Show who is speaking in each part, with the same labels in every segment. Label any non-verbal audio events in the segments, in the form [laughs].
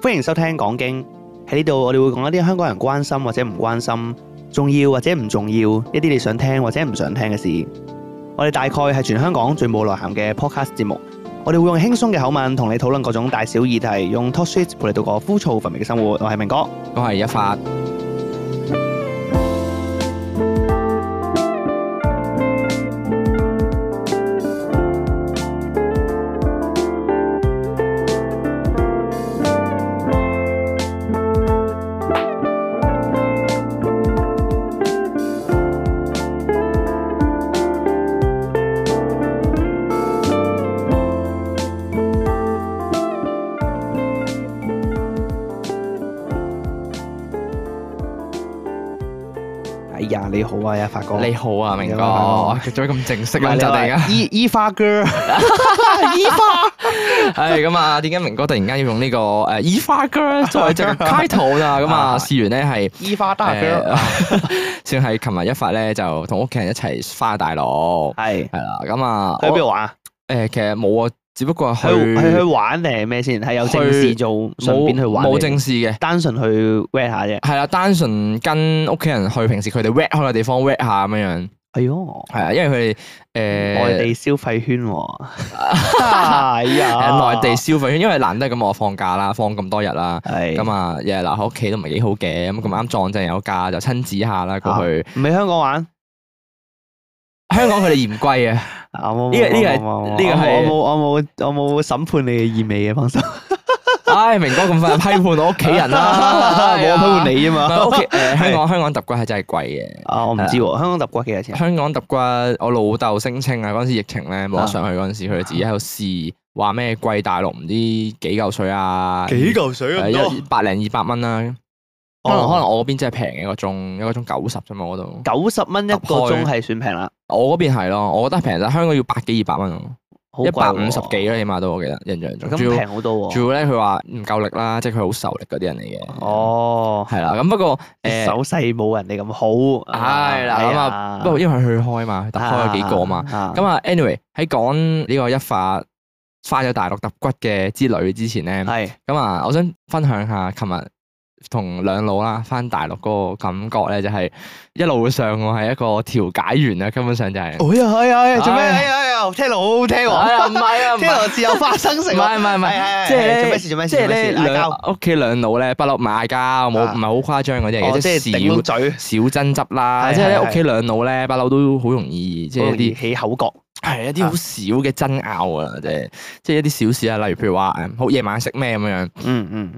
Speaker 1: 歡迎收聽講經喺呢度，我哋會講一啲香港人關心或者唔關心，重要或者唔重要，一啲你想聽或者唔想聽嘅事。我哋大概係全香港最冇內涵嘅 podcast 節目。我哋會用輕鬆嘅口吻同你討論各種大小議題，用 talk shit 陪你度過枯燥乏味嘅生活。我係明哥，
Speaker 2: 我係一發，
Speaker 1: 哎呀你好啊，發哥，
Speaker 2: 你好啊，明
Speaker 1: 你好啊
Speaker 2: 哥，做咩咁正式
Speaker 1: 唔
Speaker 2: 啊？
Speaker 1: 係
Speaker 2: 就突然 [laughs] 間，
Speaker 1: 伊伊花 [laughs] girl，伊花
Speaker 2: 係咁啊！點解明哥突然間要用呢個呃誒伊花 girl 作為隻開頭啊？咁啊，
Speaker 1: 啊
Speaker 2: 事緣咧係啊
Speaker 1: 伊花大 girl，
Speaker 2: 誒， [laughs] 算係琴日一發咧就同屋企人一齊翻大陸，
Speaker 1: 係
Speaker 2: 係啦，咁啊，
Speaker 1: 佢喺邊度玩啊？
Speaker 2: 我誒其實冇啊，只不過係
Speaker 1: 去去
Speaker 2: 去
Speaker 1: 去玩定係咩先？係有正事做，順便去
Speaker 2: 冇
Speaker 1: 玩。
Speaker 2: 冇，正事嘅。
Speaker 1: 單純去 wet 下啫。
Speaker 2: 係啦，單純跟屋企人去平時佢哋 wet 開嘅地方 wet 下咁樣樣，
Speaker 1: 哎呦，
Speaker 2: 係啊，因為佢哋誒呃
Speaker 1: 內地消費圈喎，係 [laughs] 啊，
Speaker 2: 呃喺內地消費圈，因為難得咁我放假啦，放咁多日啦，
Speaker 1: 係
Speaker 2: 咁啊日日留喺屋企都唔係幾好嘅，咁咁啱撞正有假就親子下啦過去。
Speaker 1: 唔喺香港玩。
Speaker 2: 香港佢哋嫌貴啊， [laughs]
Speaker 1: 啊！我
Speaker 2: 呢個呢個係
Speaker 1: 呢
Speaker 2: 呢個係
Speaker 1: 我冇我冇我冇我冇審判你嘅意味嘅，放心。
Speaker 2: 唉明哥咁快批判我屋
Speaker 1: [laughs]
Speaker 2: 企人啦，
Speaker 1: 冇我批判
Speaker 2: 你。
Speaker 1: 你啊
Speaker 2: 唔 [laughs] 係
Speaker 1: 嘛。
Speaker 2: 屋企誒香港香港揼骨係真係貴嘅，
Speaker 1: 啊，我唔知喎，香港揼骨幾多錢？
Speaker 2: 香港揼骨我老豆聲稱啊，嗰陣時疫情咧冇得上去嗰陣時，佢哋自己喺度試話咩貴大陸唔知幾嚿水啊，
Speaker 1: 嚿水
Speaker 2: 係一百零二百蚊啦。可能可
Speaker 1: 哦，
Speaker 2: 能我嗰邊真係平嘅一個鐘，一個鐘九十啫嘛嗰度。
Speaker 1: 九十蚊一個鐘係算平啦，
Speaker 2: 我嗰邊係咯，我覺得平啦，香港要百幾二百蚊喎，
Speaker 1: 好貴
Speaker 2: 一百
Speaker 1: 喎
Speaker 2: 五十幾啦，起碼都我記得印象中。
Speaker 1: 咁
Speaker 2: 仲要
Speaker 1: 平好多喎。
Speaker 2: 仲要咧，佢話唔夠力啦，即係佢好受力嗰啲人嚟嘅。，
Speaker 1: 哦，
Speaker 2: 係啦，咁不過誒
Speaker 1: 手勢冇人哋咁好，
Speaker 2: 係啦，咁啊，不過因為佢去開嘛，佢揼開咗幾個嘛，
Speaker 1: 哎啊，
Speaker 2: 咁啊，anyway 喺講呢個一發翻咗大陸揼骨嘅之旅之前咧，
Speaker 1: 係
Speaker 2: 咁啊，我想分享下琴日同兩老啦翻大陸嗰個感覺咧，就係一路上我係一個調解員啊，根本上就係。
Speaker 1: 哎呀哎呀哎呀，做咩？
Speaker 2: 唉
Speaker 1: 哎呀哎呀，聽落好好聽
Speaker 2: 哎
Speaker 1: 喎，
Speaker 2: 呀唔係啊，唔
Speaker 1: 聽
Speaker 2: 係
Speaker 1: 落似有花生食
Speaker 2: 唔
Speaker 1: 喎。
Speaker 2: 係唔係唔係，
Speaker 1: 係
Speaker 2: 即係咧
Speaker 1: 哎做咩事做咩事
Speaker 2: 即係
Speaker 1: 做咩
Speaker 2: 咧
Speaker 1: 事嗌
Speaker 2: 兩
Speaker 1: 交，
Speaker 2: 屋企兩老咧不嬲唔嗌交，冇
Speaker 1: 啊
Speaker 2: 唔係好誇張嗰啲嚟
Speaker 1: 哦
Speaker 2: 嘅，
Speaker 1: 即係
Speaker 2: 係
Speaker 1: 頂
Speaker 2: 少
Speaker 1: 到嘴，
Speaker 2: 小爭執啦，
Speaker 1: 係
Speaker 2: 即係
Speaker 1: 係
Speaker 2: 咧
Speaker 1: 係
Speaker 2: 屋企兩老咧不嬲都好容易，
Speaker 1: 即
Speaker 2: 即
Speaker 1: 係
Speaker 2: 係一啲
Speaker 1: 啲起口角。
Speaker 2: 係一啲好少嘅爭拗啊，即係即係一啲小事啊，例如譬如話誒好夜晚食咩咁樣，
Speaker 1: 嗯嗯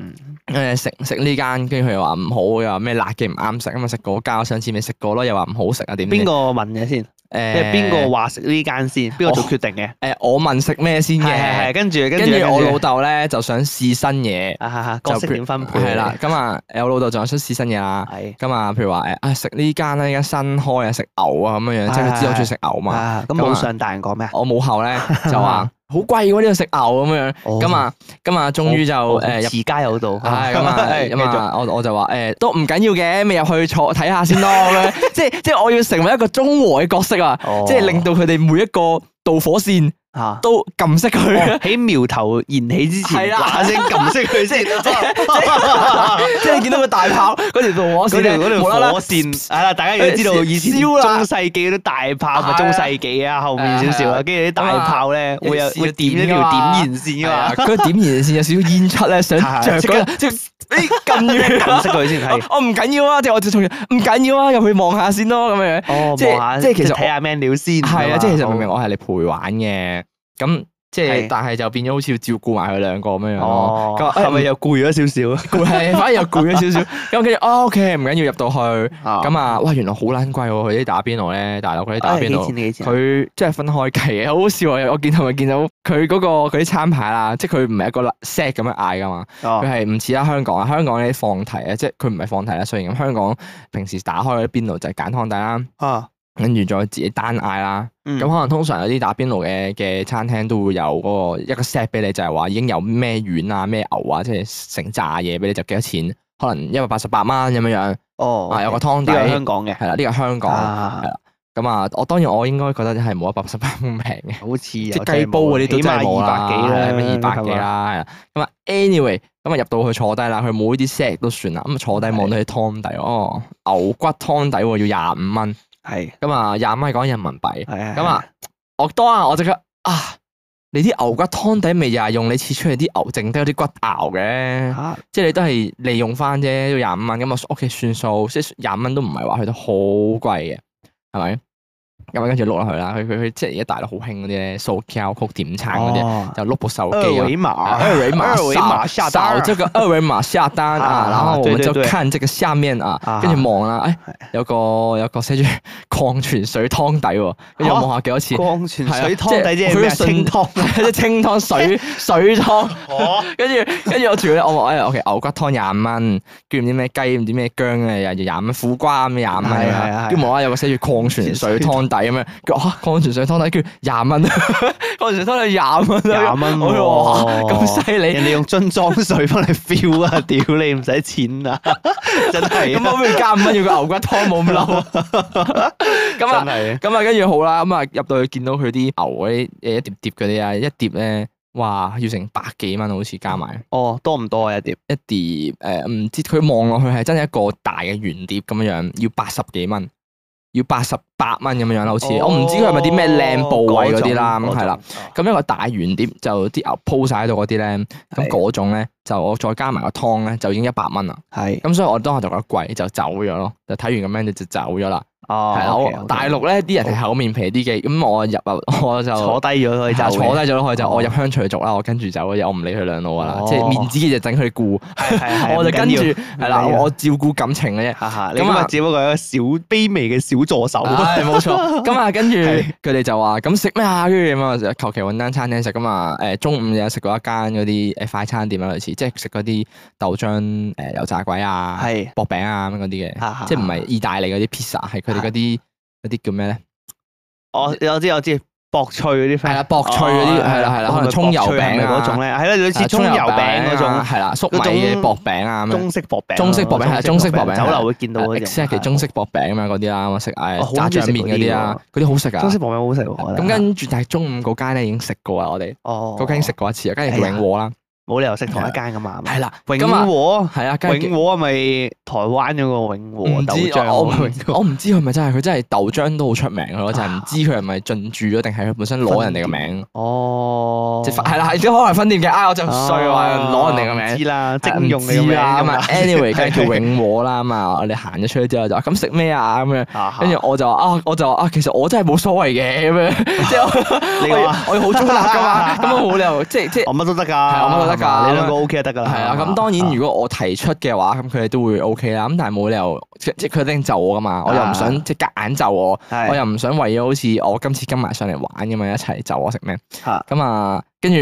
Speaker 1: 嗯，
Speaker 2: 誒食食呢間，跟住佢又話唔好，又話咩辣嘅唔啱食，咁啊食嗰間，我上次咪食過咯，又話唔好食啊點點
Speaker 1: 邊個問嘅先？即係
Speaker 2: 誒
Speaker 1: 邊個話食呢間先？邊個做
Speaker 2: 哦
Speaker 1: 決定嘅？
Speaker 2: 誒我問食咩先
Speaker 1: 係係
Speaker 2: 嘅
Speaker 1: 係，，跟住跟
Speaker 2: 跟
Speaker 1: 住
Speaker 2: 住我老豆咧就想試新嘢。
Speaker 1: 啊哈哈角色
Speaker 2: 就譬
Speaker 1: 點分配？
Speaker 2: 係啦，咁啊，誒我老豆仲有出試新嘢啦，
Speaker 1: 係，
Speaker 2: 咁啊，譬如話誒啊食呢間啦，呢間新開啊，食牛啊咁樣樣，即係佢知道我中意食牛嘛。
Speaker 1: 啊咁
Speaker 2: 咁啊
Speaker 1: 冇上大人講咩啊？
Speaker 2: 我母後咧就
Speaker 1: [laughs]
Speaker 2: 話好貴喎，呢度食牛咁樣，咁啊，咁啊，終於就
Speaker 1: 哦，
Speaker 2: 誒入。
Speaker 1: 持家有哎道，
Speaker 2: 係咁
Speaker 1: [laughs]
Speaker 2: 啊，
Speaker 1: 係
Speaker 2: 咁啊，我我就話誒都唔緊要嘅，咪入去坐睇下先咯
Speaker 1: [laughs]
Speaker 2: 咁樣，即係即係我要成為一個中和嘅角色啊，
Speaker 1: 哦
Speaker 2: 即係令到佢哋每一個導火線 [laughs]
Speaker 1: 嚇
Speaker 2: 都撳熄佢，
Speaker 1: 啊哦喺苗頭燃起之前，
Speaker 2: 係啦
Speaker 1: 嗱嗱聲撳熄
Speaker 2: [laughs]
Speaker 1: 佢先。
Speaker 2: 即係你見到個大炮嗰條導火
Speaker 1: 哦嗰條
Speaker 2: 線咧，
Speaker 1: 嗰條
Speaker 2: 無啦啦
Speaker 1: 火線，啊係啦，大家要知道以前
Speaker 2: 燒啊
Speaker 1: 中
Speaker 2: 啦
Speaker 1: 世紀嗰啲大炮咪中世紀啊，後面少少啊，跟住啲大炮咧會有
Speaker 2: 有啲
Speaker 1: 會點一條
Speaker 2: 線㗎
Speaker 1: 點
Speaker 2: 嘛
Speaker 1: 燃線
Speaker 2: 係
Speaker 1: 噶
Speaker 2: 啊
Speaker 1: 嘛，
Speaker 2: 佢點燃線有少少煙出咧，想
Speaker 1: 係
Speaker 2: 着
Speaker 1: 係即
Speaker 2: 嗰陣即係哎
Speaker 1: [laughs] 撳
Speaker 2: 撳住
Speaker 1: 熄佢先
Speaker 2: [laughs]
Speaker 1: 係。
Speaker 2: 我唔緊要啊，即係我就仲要唔緊要啊，入去望下先咯，咁樣樣。
Speaker 1: 哦，
Speaker 2: 即係
Speaker 1: 望下
Speaker 2: 即係其實我
Speaker 1: 睇下 menu 先。
Speaker 2: 係啊，即係其實明明
Speaker 1: 我
Speaker 2: 我係嚟陪玩嘅，咁即
Speaker 1: 係
Speaker 2: 係但係就變咗好似要照顧埋佢兩個咁樣樣
Speaker 1: 哦
Speaker 2: 咯。，咁嗯
Speaker 1: 係咪
Speaker 2: 又
Speaker 1: 又攰咗少啊少
Speaker 2: 攰？ [laughs] 係，反而又攰咗少少。咁跟住哦，OK，唔緊要入到去。
Speaker 1: 啊？
Speaker 2: 咁啊，哇，原來好撚貴喎！佢啲打邊爐咧，大陸嗰啲打
Speaker 1: 哎
Speaker 2: 邊
Speaker 1: 幾
Speaker 2: 爐
Speaker 1: 錢？。幾錢？
Speaker 2: 佢即係分開計嘅，好好笑啊！我見到咪見到佢嗰個佢啲餐牌啦，即係佢唔係一個 set 咁樣嗌噶嘛，佢
Speaker 1: 哦
Speaker 2: 係唔似啦香港啊，香港呢啲放題啊，即係佢唔係放題啦。雖然咁香港平時打開嗰啲邊爐就係揀湯底啦，
Speaker 1: 啊，
Speaker 2: 跟住再自己單嗌啦。
Speaker 1: 嗯
Speaker 2: 咁、可能通常有啲打邊爐嘅嘅餐廳都會有嗰個一個 set 俾你，就係話已經有咩丸啊、咩牛啊，即係成炸嘢俾你，就幾多錢？可能一百八十八蚊咁樣樣
Speaker 1: 哦
Speaker 2: 啊，有個湯底
Speaker 1: 呢個香港嘅
Speaker 2: 係啦，呢個香港
Speaker 1: 啊
Speaker 2: 係啦咁啊，我當然我應該覺得係冇一百八十八咁啊平嘅。
Speaker 1: 好似即
Speaker 2: 即係雞煲嗰啲都真係冇啦，
Speaker 1: 二百幾啦，
Speaker 2: 係咪二百幾啦？係啦咁啊，anyway，咁啊入到去坐低啦，佢冇呢啲 set 都算啦。咁啊坐低望到佢湯底，哦牛骨湯底喎要廿五蚊，
Speaker 1: 係
Speaker 2: 咁啊廿蚊係講人民幣。
Speaker 1: 係係
Speaker 2: 咁啊，我當啊我即刻啊，你啲牛骨湯底咪又係用你切出嚟啲牛剩低嗰啲骨熬嘅，
Speaker 1: 嚇
Speaker 2: 即係你都係利用翻啫，要廿五蚊咁啊，OK 算數，即係廿蚊都唔係話去到好貴嘅，係咪？咁啊跟住碌落去啦，佢佢佢即係而家大陸好興嗰啲咧掃 QR code 點餐嗰啲。
Speaker 1: 哦
Speaker 2: 就碌部手機
Speaker 1: 二
Speaker 2: 啊，
Speaker 1: 維碼，
Speaker 2: 二維碼，
Speaker 1: 二維碼下單
Speaker 2: 扫这个二维码下
Speaker 1: [laughs]
Speaker 2: 单啊
Speaker 1: 啊，
Speaker 2: 然后我们
Speaker 1: 对
Speaker 2: 就
Speaker 1: 对对
Speaker 2: 看这个下面啊
Speaker 1: 啊，
Speaker 2: 跟住望啦，哎，有個有個寫住礦泉水湯底喎，跟住
Speaker 1: 嚇
Speaker 2: 望下幾多錢，
Speaker 1: 光泉
Speaker 2: 係啊
Speaker 1: 水湯底即係咩啊
Speaker 2: 佢信
Speaker 1: 清湯？
Speaker 2: 係一清湯
Speaker 1: [laughs]
Speaker 2: 水水湯，
Speaker 1: 哦，
Speaker 2: 跟住跟住我仲要咧，我話哎，OK 牛骨湯廿五蚊，跟住唔知咩雞唔知咩姜啊，又廿五蚊，苦瓜咁廿五蚊
Speaker 1: 係係
Speaker 2: 啊
Speaker 1: 係，
Speaker 2: 跟住望啦有個寫住礦泉水湯底咁樣，跟住嚇礦泉水湯底，跟住廿蚊， [laughs] 礦泉水湯底廿蚊啊
Speaker 1: 廿蚊
Speaker 2: 我
Speaker 1: 喎哦
Speaker 2: 話哇咁犀利。
Speaker 1: 人哋用樽裝水幫你 feel 啊！屌你唔使錢啊！ [laughs] 真係啊
Speaker 2: 咁我啊不如加五蚊要個牛骨湯冇咁嬲。啊
Speaker 1: [laughs]
Speaker 2: 咁
Speaker 1: 真
Speaker 2: 啊，
Speaker 1: 係
Speaker 2: 咁啊，跟住好啦，咁啊入到去見到佢啲牛嗰啲誒一碟碟嗰啲啊，一碟咧，哇，要成百幾蚊好似加埋
Speaker 1: 哦，多唔多啊一碟？
Speaker 2: 一碟誒，唔、知佢望落去係真係一個大嘅圓碟咁樣樣，要八十幾蚊。要八十八蚊咁樣樣啦，好
Speaker 1: 哦
Speaker 2: 似、我唔知佢係咪啲咩靚部位嗰啲啦，
Speaker 1: 嗰
Speaker 2: 咁
Speaker 1: 種
Speaker 2: 係啦。，咁一個大圓碟就啲牛鋪晒喺度嗰啲咧，咁
Speaker 1: 係
Speaker 2: 嗰種咧就我再加埋個湯咧就已經一百蚊啦。
Speaker 1: 係
Speaker 2: 咁所以我當下就覺得貴，就走咗咯，就睇完咁樣就就走咗啦。
Speaker 1: 哦
Speaker 2: 係啦，我
Speaker 1: OK，OK
Speaker 2: 大陸咧啲人係厚面皮啲嘅，咁我入啊，我就
Speaker 1: 坐低咗可以
Speaker 2: 係啊
Speaker 1: 走，
Speaker 2: 坐低咗咯，佢就
Speaker 1: 哦
Speaker 2: 我入鄉隨俗啦，我跟住走嘅，我唔理佢兩老噶啦，
Speaker 1: 哦
Speaker 2: 即係面子嘅就等佢顧，
Speaker 1: 係，係係
Speaker 2: [laughs] 我就跟住
Speaker 1: 唔緊
Speaker 2: 係啦，
Speaker 1: 唔緊要
Speaker 2: 我照顧感情嘅啫
Speaker 1: 要。哈哈，你
Speaker 2: 咁
Speaker 1: 今
Speaker 2: 啊
Speaker 1: 日只不過係一個小卑微嘅小助手，
Speaker 2: [laughs] 唉，冇錯。
Speaker 1: [laughs]
Speaker 2: 咁啊，跟住
Speaker 1: 係
Speaker 2: 佢哋就話咁食咩啊？跟住咁啊，就求其揾間餐廳食咁啊。誒，中午有食過一間嗰啲誒快餐店啊啦，類似即係食嗰啲豆漿誒油炸鬼啊，
Speaker 1: 係
Speaker 2: 薄餅啊咁嗰啲嘅。
Speaker 1: 哈哈
Speaker 2: 即係唔係意大利嗰啲 pizza，係佢哋嗰啲嗰啲叫咩咧？
Speaker 1: 我哦我知我知，薄脆嗰啲 friend，
Speaker 2: 係啦薄脆嗰啲係啦係啦
Speaker 1: 啊哦
Speaker 2: 可能葱油餅啊
Speaker 1: 係咪嗰種咧，係啦，類似
Speaker 2: 係
Speaker 1: 葱油餅嗰
Speaker 2: 啊
Speaker 1: 種，
Speaker 2: 係啦，粟米嘅薄餅啊咁樣。
Speaker 1: 中式薄餅，
Speaker 2: 中式薄餅係中式薄餅
Speaker 1: 酒樓會見到嗰種。
Speaker 2: exactly 中式薄餅咁樣嗰啲啦，咁啊食
Speaker 1: 哦
Speaker 2: 誒
Speaker 1: 好
Speaker 2: 炸
Speaker 1: 中意
Speaker 2: 醬
Speaker 1: 食
Speaker 2: 面嗰啲啊，嗰啲好食
Speaker 1: 中式
Speaker 2: 㗎。
Speaker 1: 薄餅好食喎，我覺
Speaker 2: 咁
Speaker 1: 得
Speaker 2: 跟住但係中午嗰間咧已經食過啊啦，我哋
Speaker 1: 哦，哎
Speaker 2: 嗰間已經食過一次啊，跟住叫永和啦，
Speaker 1: 冇理由食同一間噶嘛，
Speaker 2: 係啦，
Speaker 1: 永
Speaker 2: 咁啊
Speaker 1: 和
Speaker 2: 係啊，跟住
Speaker 1: 永和係咪台灣嗰個永和
Speaker 2: 唔
Speaker 1: 豆
Speaker 2: 知
Speaker 1: 漿？
Speaker 2: 我唔我唔知佢係咪真係佢真係豆漿都好出名嘅咯，就係唔知佢係咪進駐咗定係佢本身攞人哋嘅名，
Speaker 1: 哦，
Speaker 2: 即係係啦，係都可能分店嘅，啊我就衰話攞人哋嘅名
Speaker 1: 唔。知啦，即
Speaker 2: 唔
Speaker 1: 哦用你嘅
Speaker 2: 知
Speaker 1: 名
Speaker 2: 啦咁啊，anyway，梗係叫
Speaker 1: 係
Speaker 2: 永和啦咁啊，我哋行咗出去之後就話咁食咩啊咁樣，
Speaker 1: [laughs] 啊
Speaker 2: 跟住我就話啊，我就話啊，其實我真係冇所謂嘅咁樣，即係我
Speaker 1: 你
Speaker 2: 我
Speaker 1: 話
Speaker 2: 我要好中立
Speaker 1: [laughs]
Speaker 2: 噶嘛，咁我冇理由即係即係
Speaker 1: 我乜都得㗎，
Speaker 2: 係我乜都得㗎
Speaker 1: 係嘛你兩個 OK 就得㗎啦。
Speaker 2: 係啊。咁當然如果我提出嘅話，咁佢哋都會 OK 啦。咁但係冇理由即即係佢一定就我噶嘛，我又唔
Speaker 1: 啊
Speaker 2: 想即係夾硬就我，
Speaker 1: 係
Speaker 2: 我又唔想為咗好似我今次跟埋上嚟玩咁樣一齊就我食咩
Speaker 1: 啊
Speaker 2: 咁啊，跟住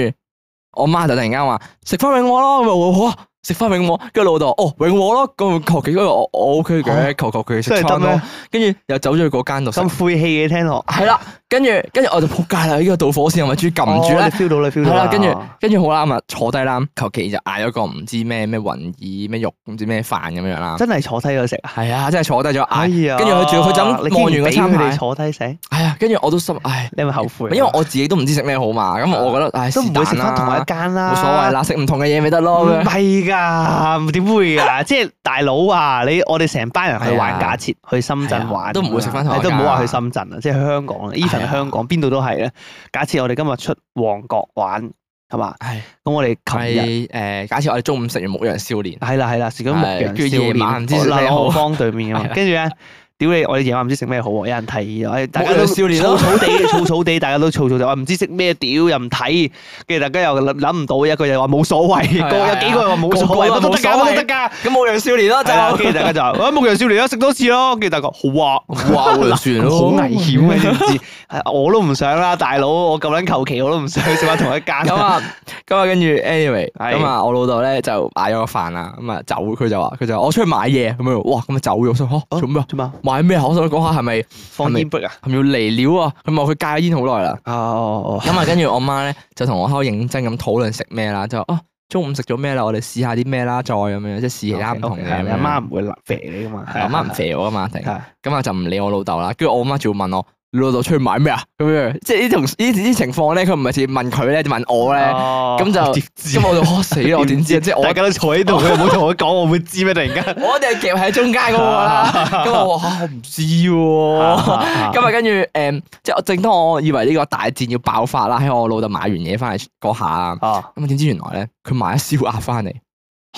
Speaker 2: 我媽就突然間話食翻永和咯，咁我話好啊。食翻永和，跟住老豆話哦永和咯，咁求其嗰個我我 OK 嘅，求求佢食
Speaker 1: 真啊係
Speaker 2: 餐
Speaker 1: 得
Speaker 2: 咯
Speaker 1: 咩，
Speaker 2: 跟住又走咗去嗰間度食
Speaker 1: 咁晦氣嘅聽落，
Speaker 2: 系啦，跟住跟住我就仆街啦！呢個導火線係咪終於撳住
Speaker 1: 哦
Speaker 2: 咧
Speaker 1: 你？，feel 到你 feel
Speaker 2: 哎係
Speaker 1: 到
Speaker 2: 啦，跟住跟住好啦，咁啊坐低啦，求其就嗌咗個唔知咩咩雲耳咩肉唔知咩飯咁樣啦。
Speaker 1: 真係坐低咗食啊！
Speaker 2: 係啊，真係坐低咗
Speaker 1: 哎
Speaker 2: 嗌，
Speaker 1: 呀，
Speaker 2: 跟住佢仲要佢就咁
Speaker 1: 你竟
Speaker 2: 望完
Speaker 1: 然
Speaker 2: 個
Speaker 1: 俾
Speaker 2: 餐
Speaker 1: 佢哋
Speaker 2: 牌，
Speaker 1: 坐低食，
Speaker 2: 係啊，跟住我都心唉，
Speaker 1: 你係咪後悔啊？
Speaker 2: 因為我自己都唔知食咩好嘛，咁我覺得唉，
Speaker 1: 都唔會
Speaker 2: 會
Speaker 1: 食翻同一間啦，
Speaker 2: 冇所謂。啦，食唔同嘅嘢咪得咯。
Speaker 1: 唔
Speaker 2: 咁樣
Speaker 1: 係㗎，點會
Speaker 2: [laughs]
Speaker 1: 㗎？即係大佬啊！你我哋成班人去
Speaker 2: 係啊
Speaker 1: 玩，假設去深
Speaker 2: 係
Speaker 1: 圳
Speaker 2: 啊
Speaker 1: 玩，
Speaker 2: 都唔會食返同一
Speaker 1: 係都唔好
Speaker 2: 間啊
Speaker 1: 話去深圳啊，即係去香港啦。
Speaker 2: 係啊
Speaker 1: even 香港邊度都係咧。假設我哋今日出旺角玩，係嘛？
Speaker 2: 係
Speaker 1: 咁我哋琴日
Speaker 2: 係誒，假設我哋中午食完牧羊少年，
Speaker 1: 係啦係啦，食咗牧
Speaker 2: 係
Speaker 1: 羊
Speaker 2: 跟住夜晚唔知食咩
Speaker 1: 嗱
Speaker 2: 好
Speaker 1: 我方對面啊
Speaker 2: 係
Speaker 1: 嘛
Speaker 2: 啦，
Speaker 1: 跟住咧。屌你！我哋夜晚唔知食咩好喎，有人提議啊，哎大家
Speaker 2: 牧
Speaker 1: 都
Speaker 2: 羊少年咯
Speaker 1: 草草地，草草地，大家都草草地，我唔知食咩，屌又唔睇，跟住大家又諗諗唔到，一個又話冇所謂，
Speaker 2: 係啊
Speaker 1: 個有幾個又話冇所謂，乜
Speaker 2: 個個都
Speaker 1: 都
Speaker 2: 冇
Speaker 1: 得
Speaker 2: 所
Speaker 1: 㗎，乜
Speaker 2: 謂
Speaker 1: 都得㗎。
Speaker 2: 咁牧羊少年咯就
Speaker 1: 係啦，跟住大家就話：，啊，牧羊少年啊，食多次咯。跟住大家好啊，
Speaker 2: 哇牧羊少年咯
Speaker 1: 好危險啊！你唔知，係我都唔想啦，大佬，我咁撚求其，我都唔想食翻同一間。
Speaker 2: 咁啊，咁啊，跟住 anyway，
Speaker 1: 係
Speaker 2: 咁啊，我老豆咧就嗌咗個飯啦，咁啊走，佢就話佢就話我出去買嘢咁樣，哇，咁啊走咗，我心嚇
Speaker 1: 啊
Speaker 2: 做咩啊？
Speaker 1: 做咩啊？
Speaker 2: 買咩啊？我想講下係咪係
Speaker 1: 放煙筆啊？
Speaker 2: 咪要嚟料啊？佢話佢戒咗煙好耐啦，
Speaker 1: 哦哦
Speaker 2: [laughs] 咁啊，跟住我媽咧就同我喺度認真咁討論食咩啦，就話哦中午食咗咩啦，我哋試下啲咩啦，再咁樣即係試其他唔同嘅咁樣。
Speaker 1: 你阿媽唔會肥你噶嘛？
Speaker 2: 係，我媽唔。肥我啊嘛，一定
Speaker 1: 係
Speaker 2: 咁啊就唔理我老豆啦。跟住我媽仲要問我你老豆出去買咩啊？咁樣即係呢同呢呢啲情況咧，佢唔係直接問佢咧，就問我咧。
Speaker 1: 咁
Speaker 2: 咁就咁我就哦死啦！我哦點知啊？即係我
Speaker 1: 哦大家都坐
Speaker 2: [laughs]
Speaker 1: 喺度，佢又冇同我講，我會知咩？突然間，
Speaker 2: 我一定係夾喺中間嗰個 [laughs] 啦。咁我話嚇我唔
Speaker 1: [laughs]
Speaker 2: 知喎。咁啊，跟住誒，即係我正當我以為呢個大戰要爆發啦，喺我老豆買完嘢翻嚟嗰下啊，
Speaker 1: 啊
Speaker 2: 咁啊點知原來咧佢買咗燒鴨翻嚟，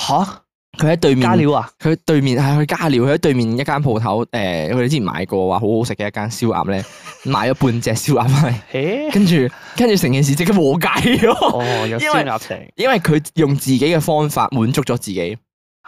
Speaker 1: 吓
Speaker 2: 佢喺對面
Speaker 1: 加，料啊！
Speaker 2: 佢對面係佢加料，佢喺對面一間鋪頭誒，呃佢哋之前買過話好好食嘅一間燒
Speaker 1: [laughs]
Speaker 2: 鴨咧，買咗半隻燒鴨翻嚟，
Speaker 1: 誒，
Speaker 2: 跟住跟住成件事即刻和解
Speaker 1: [laughs]
Speaker 2: 咯，
Speaker 1: 哦，有
Speaker 2: 因
Speaker 1: 燒
Speaker 2: 為
Speaker 1: 鴨情
Speaker 2: 因為佢用自己嘅方法滿足咗自己。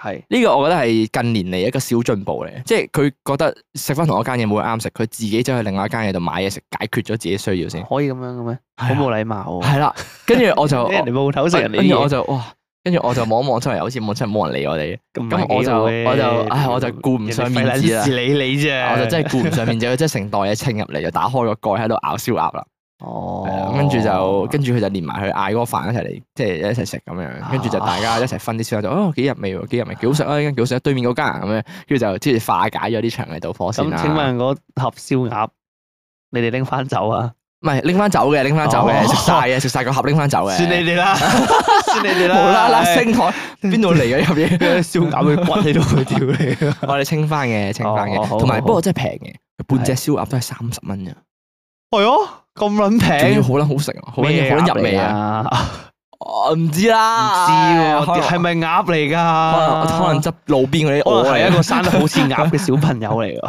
Speaker 1: 係
Speaker 2: 呢個我覺得係近年嚟一個小進步嚟，即係佢覺得食翻同一間嘢冇人啱食，佢自己走去另外一間嘢度買嘢食，解決咗自己需要先。
Speaker 1: 可以咁樣嘅咩？好
Speaker 2: 係啊
Speaker 1: 冇禮貌喎！
Speaker 2: 係啦，跟住我就
Speaker 1: 哦 [laughs] 人哋鋪頭食人哋
Speaker 2: 跟住我
Speaker 1: 啲嘢，
Speaker 2: 就哇，跟住我就望一望出嚟，好似冇真係冇人理我哋，
Speaker 1: 咁
Speaker 2: 咁我就我就唉我就顧唔上面子啦
Speaker 1: 是你你啫，
Speaker 2: 啊我就真係顧唔上面子， [laughs] 佢真係成袋嘢清入嚟，就打開個蓋喺度咬燒鴨啦。係
Speaker 1: 哦
Speaker 2: 啦，跟住就跟住佢就連埋去嗌嗰個飯一齊嚟，即係一齊食咁
Speaker 1: 啊
Speaker 2: 樣。跟住就大家一齊分啲燒鴨，就哦幾入味喎，幾入味，幾好食啊！呢間幾好食啊，對面嗰間啊咁樣，跟住就即係化解咗啲場嘅導火線
Speaker 1: 咁
Speaker 2: 啦。
Speaker 1: 請問嗰盒燒鴨，你哋拎翻走啊？
Speaker 2: 唔係拎翻走嘅，拎翻走嘅，
Speaker 1: 哦
Speaker 2: 食晒嘅，食晒個盒拎翻走嘅。
Speaker 1: 哋
Speaker 2: [laughs]
Speaker 1: 啦，算你哋
Speaker 2: 啊無啦啦升台，邊度嚟嘅入嘢？
Speaker 1: [laughs] 燒鴨嘅骨喺度佢屌你 [laughs] 啊！
Speaker 2: 我哋清翻嘅，清翻
Speaker 1: 哦哦
Speaker 2: 嘅，
Speaker 1: 好
Speaker 2: 同埋
Speaker 1: 好
Speaker 2: 不過真係平嘅，半隻燒鴨都係三十蚊咋，
Speaker 1: 係啊，咁撚
Speaker 2: 仲要
Speaker 1: 平，
Speaker 2: 好撚好食啊，好撚好撚入味啊！
Speaker 1: 啊！
Speaker 2: 我哦唔知
Speaker 1: 唔
Speaker 2: 啦，
Speaker 1: 知喎，啊係
Speaker 2: 咪？
Speaker 1: 咪鴨嚟
Speaker 2: 可能
Speaker 1: 㗎？
Speaker 2: 可能執路邊嗰啲哦啊
Speaker 1: 可能
Speaker 2: 鵝
Speaker 1: 係
Speaker 2: 嚟
Speaker 1: 一個生得好似鴨嘅小朋友嚟
Speaker 2: [laughs]
Speaker 1: 㗎，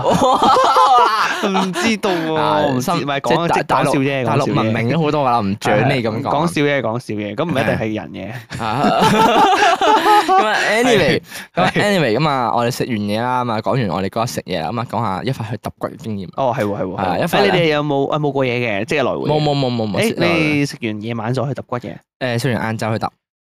Speaker 1: [laughs]
Speaker 2: 個
Speaker 1: 唔知道喎，
Speaker 2: 啊
Speaker 1: 我唔知唔係講即
Speaker 2: 大
Speaker 1: 係
Speaker 2: 大
Speaker 1: 講笑
Speaker 2: 陸
Speaker 1: 啫，
Speaker 2: 大陸
Speaker 1: 講笑
Speaker 2: 文
Speaker 1: 啫
Speaker 2: 明咗好多噶啦，唔
Speaker 1: 係
Speaker 2: 準你咁
Speaker 1: 講
Speaker 2: 講。
Speaker 1: 笑嘢，講笑嘢，咁唔一定係人嘅。
Speaker 2: [laughs] 啊咁啊，anyway，咁啊
Speaker 1: 係
Speaker 2: ，anyway，咁啊，我哋食完嘢啦，咁啊，講完我哋嗰日食嘢啦，咁啊，講下一塊去揼骨嘅經驗。
Speaker 1: 哦，係喎，係喎，
Speaker 2: 係
Speaker 1: 係
Speaker 2: 一
Speaker 1: 喎
Speaker 2: 塊
Speaker 1: 誒你
Speaker 2: 咧
Speaker 1: 哋有冇啊冇過嘢嘅，即係來回。
Speaker 2: 冇。冇冇冇冇，
Speaker 1: 誒，
Speaker 2: 誒
Speaker 1: 你食完夜晚再去揼骨嘅，
Speaker 2: 誒，雖然晏晝去揼，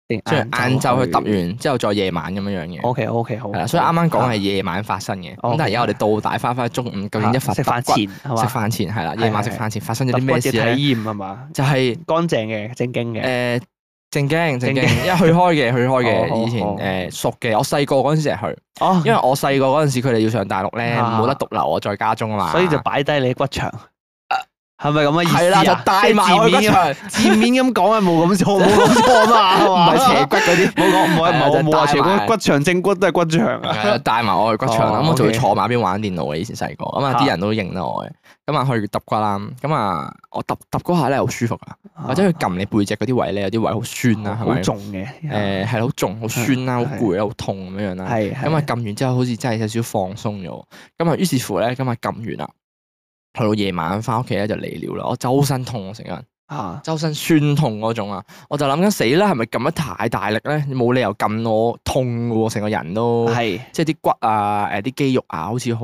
Speaker 1: 定
Speaker 2: 雖然晏晝去
Speaker 1: 去
Speaker 2: 揼完之後再夜晚咁樣樣嘅，
Speaker 1: O K O K 好。
Speaker 2: 係啦。所以啱啱講係夜晚發生嘅，咁
Speaker 1: 啊哦
Speaker 2: 但係而家我哋到底翻返去中午，究竟一
Speaker 1: 啊
Speaker 2: 塊
Speaker 1: 食飯
Speaker 2: 揼骨
Speaker 1: 前係嘛？
Speaker 2: 食飯前係啦，夜晚食飯前發生咗啲
Speaker 1: 揼骨
Speaker 2: 咩
Speaker 1: 嘅
Speaker 2: 事
Speaker 1: 體
Speaker 2: 咧？
Speaker 1: 驗係嘛？
Speaker 2: 就係
Speaker 1: 乾淨嘅，正經嘅。
Speaker 2: 誒正經
Speaker 1: 正
Speaker 2: 正經，
Speaker 1: 經
Speaker 2: 因為去開
Speaker 1: [laughs]
Speaker 2: 嘅去開
Speaker 1: 哦
Speaker 2: 嘅，
Speaker 1: 好
Speaker 2: 以前
Speaker 1: 好
Speaker 2: 誒熟嘅，我細個嗰陣
Speaker 1: [laughs]
Speaker 2: 時係去。
Speaker 1: 哦，
Speaker 2: 因為我細個嗰陣時，佢哋要上大陸咧，
Speaker 1: 啊
Speaker 2: 冇得獨留我在家中啊嘛，
Speaker 1: 所以就擺低你骨牆，係咪咁嘅意思啊？
Speaker 2: 係啦，就帶埋我
Speaker 1: 即係字面
Speaker 2: 嗰
Speaker 1: 咁
Speaker 2: 場，
Speaker 1: 字面咁講係冇咁錯，冇咁錯啊嘛，
Speaker 2: 唔
Speaker 1: 係嘛
Speaker 2: 係斜骨嗰啲，
Speaker 1: 冇講，冇
Speaker 2: 係啊
Speaker 1: 冇我冇話
Speaker 2: 就
Speaker 1: 斜
Speaker 2: 帶埋
Speaker 1: 骨骨牆正骨都係骨牆啊。
Speaker 2: 係啦帶埋我去骨場啦，
Speaker 1: 哦
Speaker 2: 咁我就會
Speaker 1: OK
Speaker 2: 坐埋一邊玩電腦嘅。以前細個，咁啊
Speaker 1: 啊
Speaker 2: 啲人都認得我嘅，咁啊去揼骨啦，咁啊我揼揼嗰下咧好舒服啊，或者佢撳你背脊嗰啲位咧，有啲位好酸啊啦，係
Speaker 1: 好
Speaker 2: 咪？
Speaker 1: 重嘅，
Speaker 2: 誒係啦好重、好酸啊啦、好
Speaker 1: 係
Speaker 2: 攰啦、好痛咁樣啦。
Speaker 1: 係
Speaker 2: 咁啊撳完之後好似真係有少少放鬆咗，咁啊於是乎咧，咁啊撳完啦，去到夜晚翻屋企咧就嚟了啦，我周身痛啊成個人。
Speaker 1: 啊
Speaker 2: 周身酸痛嗰種啊，我就諗緊死啦，係咪撳得太大力咧？冇理由撳我痛嘅喎，成個人都，
Speaker 1: 係
Speaker 2: 即係啲骨啊、誒啲肌肉啊，好似好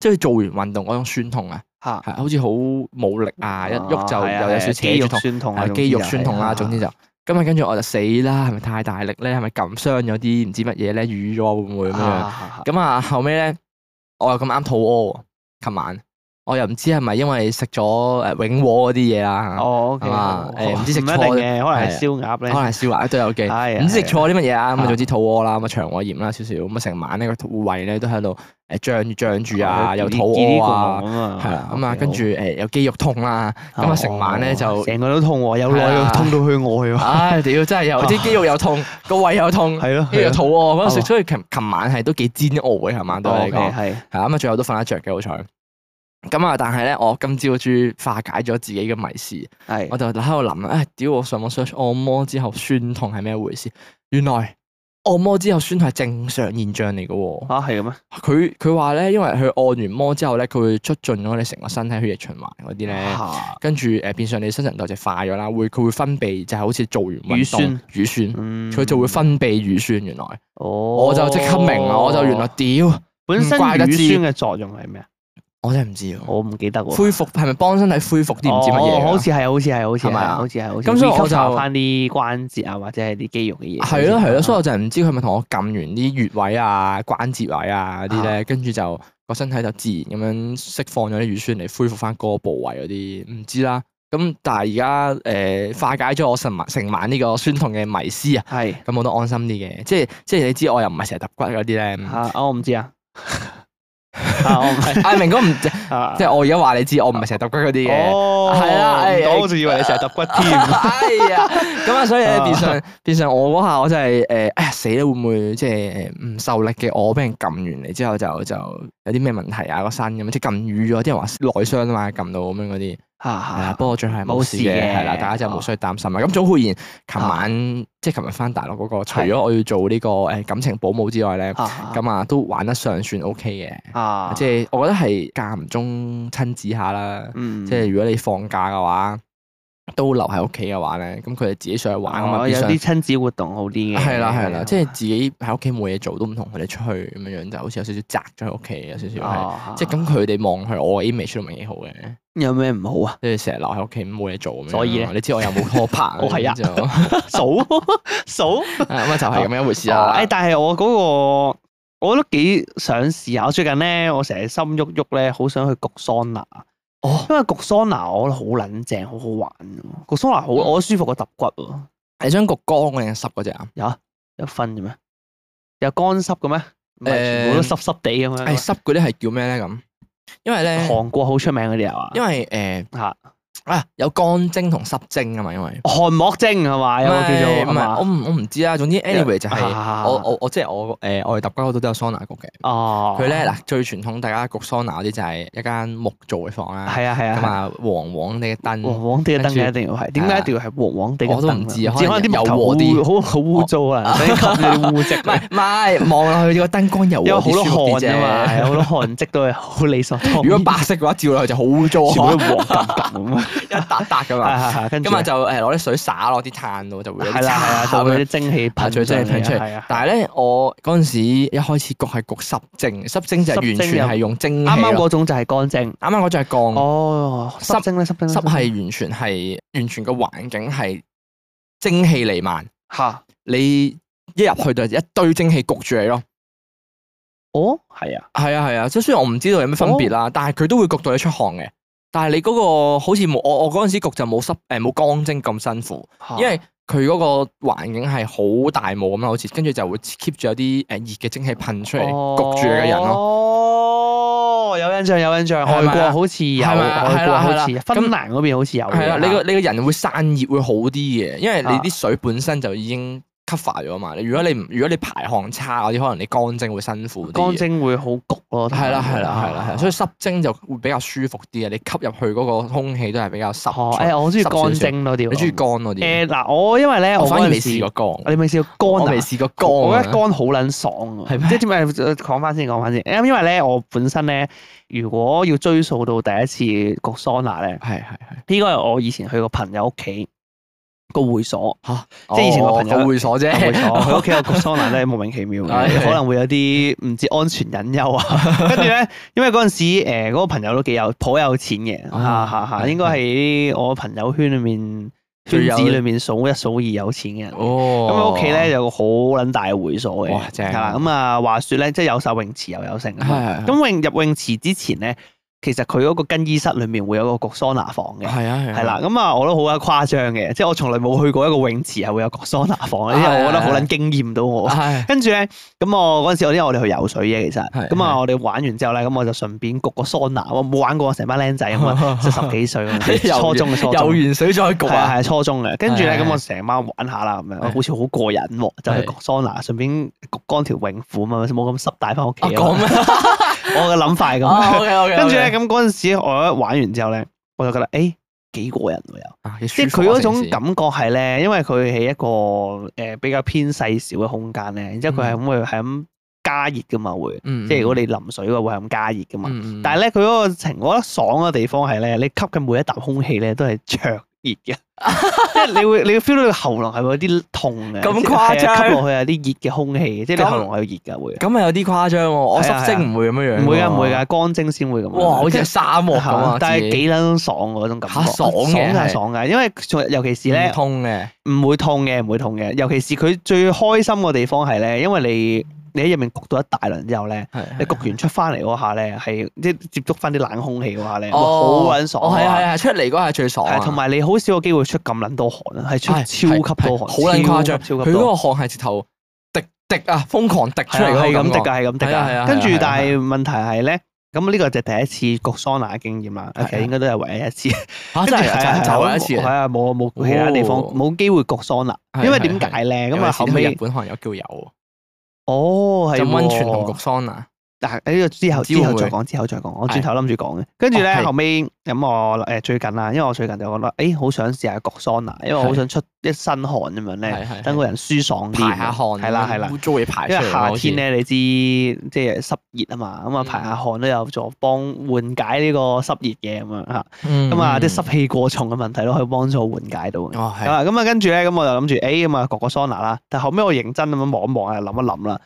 Speaker 2: 即係做完運動嗰種酸痛啊，
Speaker 1: 嚇
Speaker 2: 係好似好冇力
Speaker 1: 哦
Speaker 2: 啊，一喐就又有少少扯
Speaker 1: 肌
Speaker 2: 住
Speaker 1: 肉
Speaker 2: 痛，
Speaker 1: 酸痛啊，
Speaker 2: 係肌肉酸痛啦，總之就。咁啊，跟住我就死啦，係咪太大力咧？係咪撳傷咗啲唔知乜嘢咧？瘀咗啊會唔會咁樣？
Speaker 1: 咁
Speaker 2: 咁啊，後尾咧，我又咁啱肚屙喎，琴晚我又唔知係咪因為食咗誒永和嗰啲嘢啊啦。
Speaker 1: 哦，OK，
Speaker 2: 係嘛
Speaker 1: 好
Speaker 2: 誒唔知
Speaker 1: 好
Speaker 2: 食
Speaker 1: 唔一
Speaker 2: 錯
Speaker 1: 定嘅，可能
Speaker 2: 係啊
Speaker 1: 係燒鴨
Speaker 2: 可
Speaker 1: 咧，
Speaker 2: 能燒鴨都有嘅，
Speaker 1: [laughs] 係啊
Speaker 2: 唔知食
Speaker 1: 係啊
Speaker 2: 錯啲乜嘢啦，咁啊
Speaker 1: 啊
Speaker 2: 總之肚屙啦，咁啊腸胃炎啦少少，咁啊成晚呢個肚胃咧都喺度誒脹住脹住
Speaker 1: 哦
Speaker 2: 啊，又肚屙啊，
Speaker 1: 啊哦
Speaker 2: 係啦，咁啊跟住誒有肌肉痛啦，
Speaker 1: [laughs]
Speaker 2: 咁啊成晚咧就，
Speaker 1: 成個都痛喎，有內
Speaker 2: 係啊
Speaker 1: 又痛到去外喎，
Speaker 2: 唉屌真係
Speaker 1: [laughs]
Speaker 2: 有啲肌肉又痛，個胃又痛，
Speaker 1: 係咯，
Speaker 2: 跟住
Speaker 1: 係咯啊
Speaker 2: 又肚屙嗰陣時，
Speaker 1: 係
Speaker 2: 所以琴琴晚係都幾煎熬嘅，琴晚對我
Speaker 1: 哦
Speaker 2: 嚟
Speaker 1: ，OK，
Speaker 2: 講。
Speaker 1: 係
Speaker 2: 係啦咁啊，最後都瞓得着嘅，好彩。咁啊，但係咧，我今朝終於化解咗自己嘅迷思，我
Speaker 1: 係
Speaker 2: 就喺度諗啊，唉屌！我上網 search 按摩之後酸痛係咩回事？原來按摩之後酸痛係正常現象嚟嘅喎。
Speaker 1: 啊係嘅咩？
Speaker 2: 佢佢話咧，因為佢按完摩之後咧，佢會促進咗你成個身體血液循環嗰啲咧，
Speaker 1: 嚇
Speaker 2: 跟住誒變相你新陳代謝快咗啦，會佢會分泌就係好似做完
Speaker 1: 乳
Speaker 2: 運動
Speaker 1: 酸
Speaker 2: 乳酸，
Speaker 1: 嗯
Speaker 2: 佢就會分泌乳酸。原來
Speaker 1: 哦，
Speaker 2: 我
Speaker 1: 我
Speaker 2: 就即刻明啦，我就原來屌，
Speaker 1: 本身乳
Speaker 2: 唔怪得
Speaker 1: 酸
Speaker 2: 知
Speaker 1: 嘅作用係咩啊？
Speaker 2: 我真係唔知喎。
Speaker 1: 我唔記得喎。
Speaker 2: 恢復係咪幫身體恢復啲唔知乜嘢㗎？啊
Speaker 1: 哦好似係，好似係，好似
Speaker 2: 係咪啊
Speaker 1: 係，好似係，好似係
Speaker 2: 咁所以我就
Speaker 1: 會吸收翻啲關節啊，或者係啲肌肉嘅嘢。
Speaker 2: 係咯係咯，所以我就係唔知佢係咪同我撳完啲穴位啊、關節位啊嗰啲咧，跟住就個身體就自然咁樣釋放咗啲乳酸嚟恢復翻嗰個部位嗰啲，唔知啦。咁但係而家誒化解咗我成晚成晚呢個酸痛嘅迷思啊，
Speaker 1: 係
Speaker 2: 咁我都
Speaker 1: 啊
Speaker 2: [laughs] 安心啲嘅。即係即係你知我又唔係成日揼骨嗰啲咧，
Speaker 1: 嚇，啊我唔知啊。啊，我唔係
Speaker 2: 阿明哥唔即
Speaker 1: 啊，
Speaker 2: 係我而家話你知，我唔係成日揼骨嗰啲嘅。
Speaker 1: 哦，
Speaker 2: 係啦
Speaker 1: 唔
Speaker 2: 哎
Speaker 1: 到
Speaker 2: 哎
Speaker 1: 我仲以為你成日揼骨添。
Speaker 2: [laughs] 哎呀，咁啊，所以咧
Speaker 1: 啊
Speaker 2: 變相變相我嗰下我真係誒，哎呀死啦，會唔會即係誒唔受力嘅我俾人撳完嚟之後就就有啲咩問題啊個身咁，即係撳瘀咗，啲人話內傷啊嘛，撳到咁樣嗰啲。係啦，
Speaker 1: 啊，
Speaker 2: 不過最後係冇事嘅，
Speaker 1: 冇事嘅
Speaker 2: 係啦，啊大家就冇需要擔心啦。啊咁總括而言，琴晚即係琴日翻大陸嗰個，除咗我要做呢個誒感情保姆之外咧，
Speaker 1: 咁
Speaker 2: 咁啊都玩得上算 OK 嘅，
Speaker 1: 啊，
Speaker 2: 即係我覺得係間唔中親子下啦。
Speaker 1: 嗯，
Speaker 2: 即係如果你放假嘅話，都留喺屋企嘅話咧，咁佢哋自己上去玩啊嘛，
Speaker 1: 哦
Speaker 2: 變
Speaker 1: 有
Speaker 2: 相
Speaker 1: 啲親子活動好啲嘅。啊
Speaker 2: 係啦係啦，即係自己喺屋企冇嘢做，都唔同佢哋出去咁樣樣，就好似有少少宅咗喺屋企，有少少係。
Speaker 1: 哦
Speaker 2: 即係咁，佢哋望去我嘅 image 都唔係幾好嘅，
Speaker 1: 有咩唔
Speaker 2: [laughs]
Speaker 1: 好啊？ [laughs]
Speaker 2: 即係成日留喺屋企冇嘢做咁樣。
Speaker 1: 所以呢
Speaker 2: 你知我又冇拖拍
Speaker 1: [laughs] ，我係啊
Speaker 2: 咁就
Speaker 1: 數數。
Speaker 2: 咁啊就係咁樣一回事
Speaker 1: 哦
Speaker 2: 啦
Speaker 1: 誒，。但係我嗰個我都幾想試下。我最近咧，我成日心喐喐咧，好想去焗桑拿。
Speaker 2: 哦，
Speaker 1: 因為焗桑拿我覺得好撚正，好好玩。焗桑拿好，
Speaker 2: 嗯
Speaker 1: 我覺得舒服過揼骨喎。
Speaker 2: 你想焗乾嗰定係濕嗰隻啊？
Speaker 1: 有分嘅咩？有乾濕嘅咩？唔係
Speaker 2: 誒
Speaker 1: 全部都濕濕地咁樣嘅
Speaker 2: 誒
Speaker 1: 咩。
Speaker 2: 濕嗰啲係叫咩咧咁？因為咧，
Speaker 1: 韓國好出名嗰啲係嘛？
Speaker 2: 因為
Speaker 1: 嚇
Speaker 2: 誒啊有乾蒸同濕蒸啊嘛，因為。啊
Speaker 1: 韓膜蒸係啊嘛？啊有個叫做
Speaker 2: 唔係唔係，我唔我唔知啦。總之 anyway 就係
Speaker 1: 係
Speaker 2: 我我我即係我誒，我哋揼骨嗰度都有桑拿焗嘅。
Speaker 1: 哦，
Speaker 2: 佢咧嗱最傳統，大家焗桑拿嗰啲就係一間木做嘅房啦，
Speaker 1: 係啊係啊
Speaker 2: 咁
Speaker 1: 係啊，
Speaker 2: 啊黃黃嘅
Speaker 1: 黃
Speaker 2: 燈，
Speaker 1: 黃地嘅燈
Speaker 2: 跟
Speaker 1: 嘅
Speaker 2: 住
Speaker 1: 一定要係，點解一定要係黃黃地嘅燈啊？
Speaker 2: 我都唔知啊
Speaker 1: 只可能
Speaker 2: 可能
Speaker 1: 啲木
Speaker 2: 柔
Speaker 1: 頭
Speaker 2: 和啲哦
Speaker 1: 好好好污糟啊，所以冚住啲污跡
Speaker 2: [laughs] 唔。係唔係望落去個燈光又
Speaker 1: 有好多汗
Speaker 2: 啫
Speaker 1: 啊
Speaker 2: [laughs]
Speaker 1: 嘛，有好多汗跡都係好理所當然。
Speaker 2: 如果白色嘅話，照落去就好污糟，
Speaker 1: [laughs] 全部都黃咁咁啊，
Speaker 2: 一笪笪噶 [laughs] 嘛。
Speaker 1: 係係係，跟住
Speaker 2: [laughs] 咁啊就誒攞啲水灑落啲炭度，就會有
Speaker 1: 係
Speaker 2: 啲
Speaker 1: 啦係啦，
Speaker 2: 叉
Speaker 1: 就
Speaker 2: 咁樣
Speaker 1: 會啲蒸氣
Speaker 2: 啊
Speaker 1: 噴
Speaker 2: 最真係噴出
Speaker 1: 係
Speaker 2: 嚟
Speaker 1: 啊。，
Speaker 2: 但係咧，我嗰陣時一開始焗係焗濕蒸，濕蒸就
Speaker 1: 濕
Speaker 2: 係完
Speaker 1: 蒸又
Speaker 2: 全係用蒸氣咯。
Speaker 1: 啱啱嗰種就係乾蒸。
Speaker 2: 啱啱嗰隻係鋼，
Speaker 1: 哦，濕
Speaker 2: 濕
Speaker 1: 蒸咧，濕蒸呢
Speaker 2: 嗯濕係完全係完全個環境係蒸氣瀰漫，
Speaker 1: 嚇，
Speaker 2: 你一入去就一堆蒸氣焗住你咯。
Speaker 1: 哦，係啊，
Speaker 2: 係啊係啊，即係雖然我唔知道有咩分別啦，但係佢都會焗到你出汗嘅。但係你嗰個好似冇我我嗰陣時焗就冇濕誒冇乾蒸咁辛苦，
Speaker 1: 嚇
Speaker 2: 因為佢嗰個環境係好大霧咁啦，好似跟住就會 keep 住有啲誒熱嘅蒸氣噴出嚟焗住你嘅人咯。
Speaker 1: 哦，有印象有印象，
Speaker 2: 係
Speaker 1: 外
Speaker 2: 咪啊
Speaker 1: 國好似有，
Speaker 2: 係咪啊
Speaker 1: 外
Speaker 2: 係
Speaker 1: 國
Speaker 2: 啦係啦
Speaker 1: 好似有
Speaker 2: 咁
Speaker 1: 芬蘭嗰邊好似有嘅。
Speaker 2: 係啊啦，你個你個人會散熱會好啲嘅，因為你
Speaker 1: 啊
Speaker 2: 啲水本身就已經 cover 咗嘛。你如果你唔如果你排汗差嗰啲，可能你乾蒸會辛苦啲。
Speaker 1: 乾蒸會啊好焗咯。
Speaker 2: 係啦係啦係啦，係啦所
Speaker 1: 以
Speaker 2: 以濕蒸就會比較舒服啲啊！你吸入去嗰個空氣都係比較濕
Speaker 1: 哦，
Speaker 2: 脆。
Speaker 1: 誒，我中意乾蒸多啲喎。
Speaker 2: 你中意乾嗰啲？
Speaker 1: 誒嗱，我因為咧，
Speaker 2: 我
Speaker 1: 我
Speaker 2: 反
Speaker 1: 嗰
Speaker 2: 而未
Speaker 1: 陣
Speaker 2: 試
Speaker 1: 時，
Speaker 2: 過乾，
Speaker 1: 你未試過
Speaker 2: 我
Speaker 1: 乾啊
Speaker 2: 未？試過乾啊。
Speaker 1: 我覺得乾好撚爽啊！
Speaker 2: 係咩
Speaker 1: 即係點解？講翻先，講翻先。因為咧，我本身咧，如果要追溯到第一次焗桑拿咧，
Speaker 2: 係係係
Speaker 1: 應該係我以前去個朋友屋企個會所，
Speaker 2: 嚇，
Speaker 1: 即係以前個朋友啊
Speaker 2: 哦我會
Speaker 1: [laughs]
Speaker 2: 所啫， [laughs]
Speaker 1: 會所佢屋企有焗桑拿咧，莫名其妙嘅，
Speaker 2: 係
Speaker 1: 可能會有啲唔知安全隱
Speaker 2: [laughs]
Speaker 1: 憂啊。跟住咧，因為嗰陣時誒嗰個朋友都幾有頗有錢嘅，
Speaker 2: 哦
Speaker 1: 嚇嚇嚇，
Speaker 2: 係
Speaker 1: 應該係我朋友圈裏面圈
Speaker 2: 最有
Speaker 1: 子裏面數一數二有錢嘅人。
Speaker 2: 哦，
Speaker 1: 咁佢屋企咧有個好撚大嘅會所嘅
Speaker 2: 哇，正啊
Speaker 1: 係啦。咁啊話説咧，即係有晒泳池又有剩啊咁
Speaker 2: 係係係
Speaker 1: 泳入泳池之前咧，其實佢嗰個更衣室裏面會有個焗桑拿房嘅。
Speaker 2: 係啊係啊
Speaker 1: 係啦，，咁啊，我都好誇張嘅，即係我從來冇去過一個泳池係會有個桑拿房咧，因為我覺得好撚驚豔到我。
Speaker 2: 係
Speaker 1: 跟住咧，咁我嗰陣時，我因為我哋去游水嘅，其實
Speaker 2: 係
Speaker 1: 咁啊，我哋玩完之後咧，咁我就順便焗個桑拿，我冇玩過，成班僆仔咁
Speaker 2: [laughs]
Speaker 1: 啊，即係十幾歲咁樣，
Speaker 2: 游
Speaker 1: 初中嘅初
Speaker 2: 游
Speaker 1: 中。
Speaker 2: 完水再焗
Speaker 1: 係
Speaker 2: 啊
Speaker 1: 啊！係啊初中嘅，跟住咧
Speaker 2: 係係
Speaker 1: 咁我成晚玩下啦，咁樣
Speaker 2: 係
Speaker 1: 好似好過癮喎，就去
Speaker 2: 係
Speaker 1: 焗桑拿，順便焗乾條泳褲啊嘛，冇咁濕帶翻屋企
Speaker 2: 啊
Speaker 1: 啊嘛。
Speaker 2: 講咩？
Speaker 1: 我嘅諗法
Speaker 2: [laughs]
Speaker 1: 係咁，
Speaker 2: 啊，OK，OK，OK
Speaker 1: 跟住咧咁嗰陣時我一玩完之後咧，我就覺得誒幾過癮喎又。
Speaker 2: 啊幾舒
Speaker 1: 即係
Speaker 2: 服啊
Speaker 1: 佢嗰
Speaker 2: 成件
Speaker 1: 種
Speaker 2: 事
Speaker 1: 感覺係咧，因為佢喺一個誒、呃比較偏細小嘅空間咧，然之後佢係咁會係咁加熱噶嘛，會、
Speaker 2: 嗯
Speaker 1: 即係如果
Speaker 2: 你
Speaker 1: 你淋水嘅話會係咁加熱噶嘛。
Speaker 2: 嗯
Speaker 1: 但係
Speaker 2: 係
Speaker 1: 咧，佢嗰個情，我覺得爽嘅地方係咧，你吸嘅每一啖空氣咧都係灼熱嘅，即係
Speaker 2: [laughs]
Speaker 1: 你會你會 feel 到個喉嚨係會有啲痛嘅，
Speaker 2: 咁
Speaker 1: 即係
Speaker 2: 誇張
Speaker 1: 係啊吸落去有啲熱嘅空氣，即係你
Speaker 2: 咁
Speaker 1: 喉嚨係會熱㗎會，
Speaker 2: 咁啊有啲誇張喎，我
Speaker 1: 係啊
Speaker 2: 濕蒸唔會咁樣樣，
Speaker 1: 唔會㗎唔會㗎，，乾蒸先會咁樣。
Speaker 2: 哇好似係沙漠咁
Speaker 1: 係
Speaker 2: 啊
Speaker 1: 啊，但係
Speaker 2: 自己
Speaker 1: 幾撚爽喎嗰種感覺，
Speaker 2: 嚇爽嘅
Speaker 1: 爽係
Speaker 2: 係
Speaker 1: 爽嘅，因為尤其是咧
Speaker 2: 唔。通嘅，
Speaker 1: 唔會痛嘅，唔會痛嘅。尤其是佢最開心嘅地方係咧，因為你你喺入面焗到一大輪之後咧，
Speaker 2: 係啊
Speaker 1: 你焗完出翻嚟嗰下咧，係即係接觸翻啲冷空氣嗰下咧，哇
Speaker 2: 哦
Speaker 1: 好撚爽
Speaker 2: 哦係啊係
Speaker 1: 啊！
Speaker 2: 啊，出嚟嗰下係最爽啊，
Speaker 1: 係同埋你好少有機會出咁撚多汗啊，係出
Speaker 2: 係
Speaker 1: 超級多汗，
Speaker 2: 係好撚誇張，
Speaker 1: 超級
Speaker 2: 佢
Speaker 1: 超級
Speaker 2: 嗰
Speaker 1: 多。
Speaker 2: 個汗係直頭滴滴啊，瘋狂滴出嚟
Speaker 1: 係
Speaker 2: 嗰
Speaker 1: 啊係
Speaker 2: 個
Speaker 1: 咁
Speaker 2: 感
Speaker 1: 滴
Speaker 2: 覺
Speaker 1: 㗎，係咁滴
Speaker 2: 係啊係啊係
Speaker 1: 㗎。
Speaker 2: 啊
Speaker 1: 跟住
Speaker 2: 係啊
Speaker 1: 但係問題係咧，咁呢個就第一次焗桑拿嘅經驗啦，
Speaker 2: 係啊
Speaker 1: 其實應該都係唯一一次。
Speaker 2: 嚇真係啊真係就係一次
Speaker 1: 係
Speaker 2: 啊。
Speaker 1: 啊，冇冇其他地方
Speaker 2: 哦
Speaker 1: 冇機會焗桑拿，
Speaker 2: 係
Speaker 1: 因為
Speaker 2: 係
Speaker 1: 點解咧？咁啊
Speaker 2: 尤其
Speaker 1: 後
Speaker 2: 是去
Speaker 1: 尾
Speaker 2: 日本可能有叫有
Speaker 1: 哦係
Speaker 2: 浸温泉同
Speaker 1: 喎
Speaker 2: 焗桑拿，
Speaker 1: 嗱呢個之後
Speaker 2: 唔知
Speaker 1: 之
Speaker 2: 會唔
Speaker 1: 後再
Speaker 2: 會
Speaker 1: 講，之後再講。我
Speaker 2: 係
Speaker 1: 轉頭諗住講嘅，跟住咧
Speaker 2: 哦係
Speaker 1: 後尾咁我誒最近啦，因為我最近就覺得誒好想試下焗桑拿，因為我好
Speaker 2: 係
Speaker 1: 想出一身汗咁樣咧，
Speaker 2: 係係
Speaker 1: 等個
Speaker 2: 係
Speaker 1: 人舒爽啲。
Speaker 2: 排下汗，
Speaker 1: 係啦係啦
Speaker 2: 污糟嘢排出
Speaker 1: 因為
Speaker 2: 嚟
Speaker 1: 夏
Speaker 2: 咯。
Speaker 1: 天咧，你知即係濕熱啊嘛，咁啊
Speaker 2: 嗯
Speaker 1: 排下汗都有助幫緩解呢個濕熱嘅咁樣嚇，
Speaker 2: 好似，咁
Speaker 1: 咁啊即係濕氣過重嘅問題咯，可以幫助緩解到嘅。
Speaker 2: 哦
Speaker 1: 咁 [laughs]
Speaker 2: 係
Speaker 1: 啊，咁啊，跟住咧，咁我就諗住，誒咁啊，焗個桑拿啦。但後尾我認真咁樣望一望啊，諗一諗啦。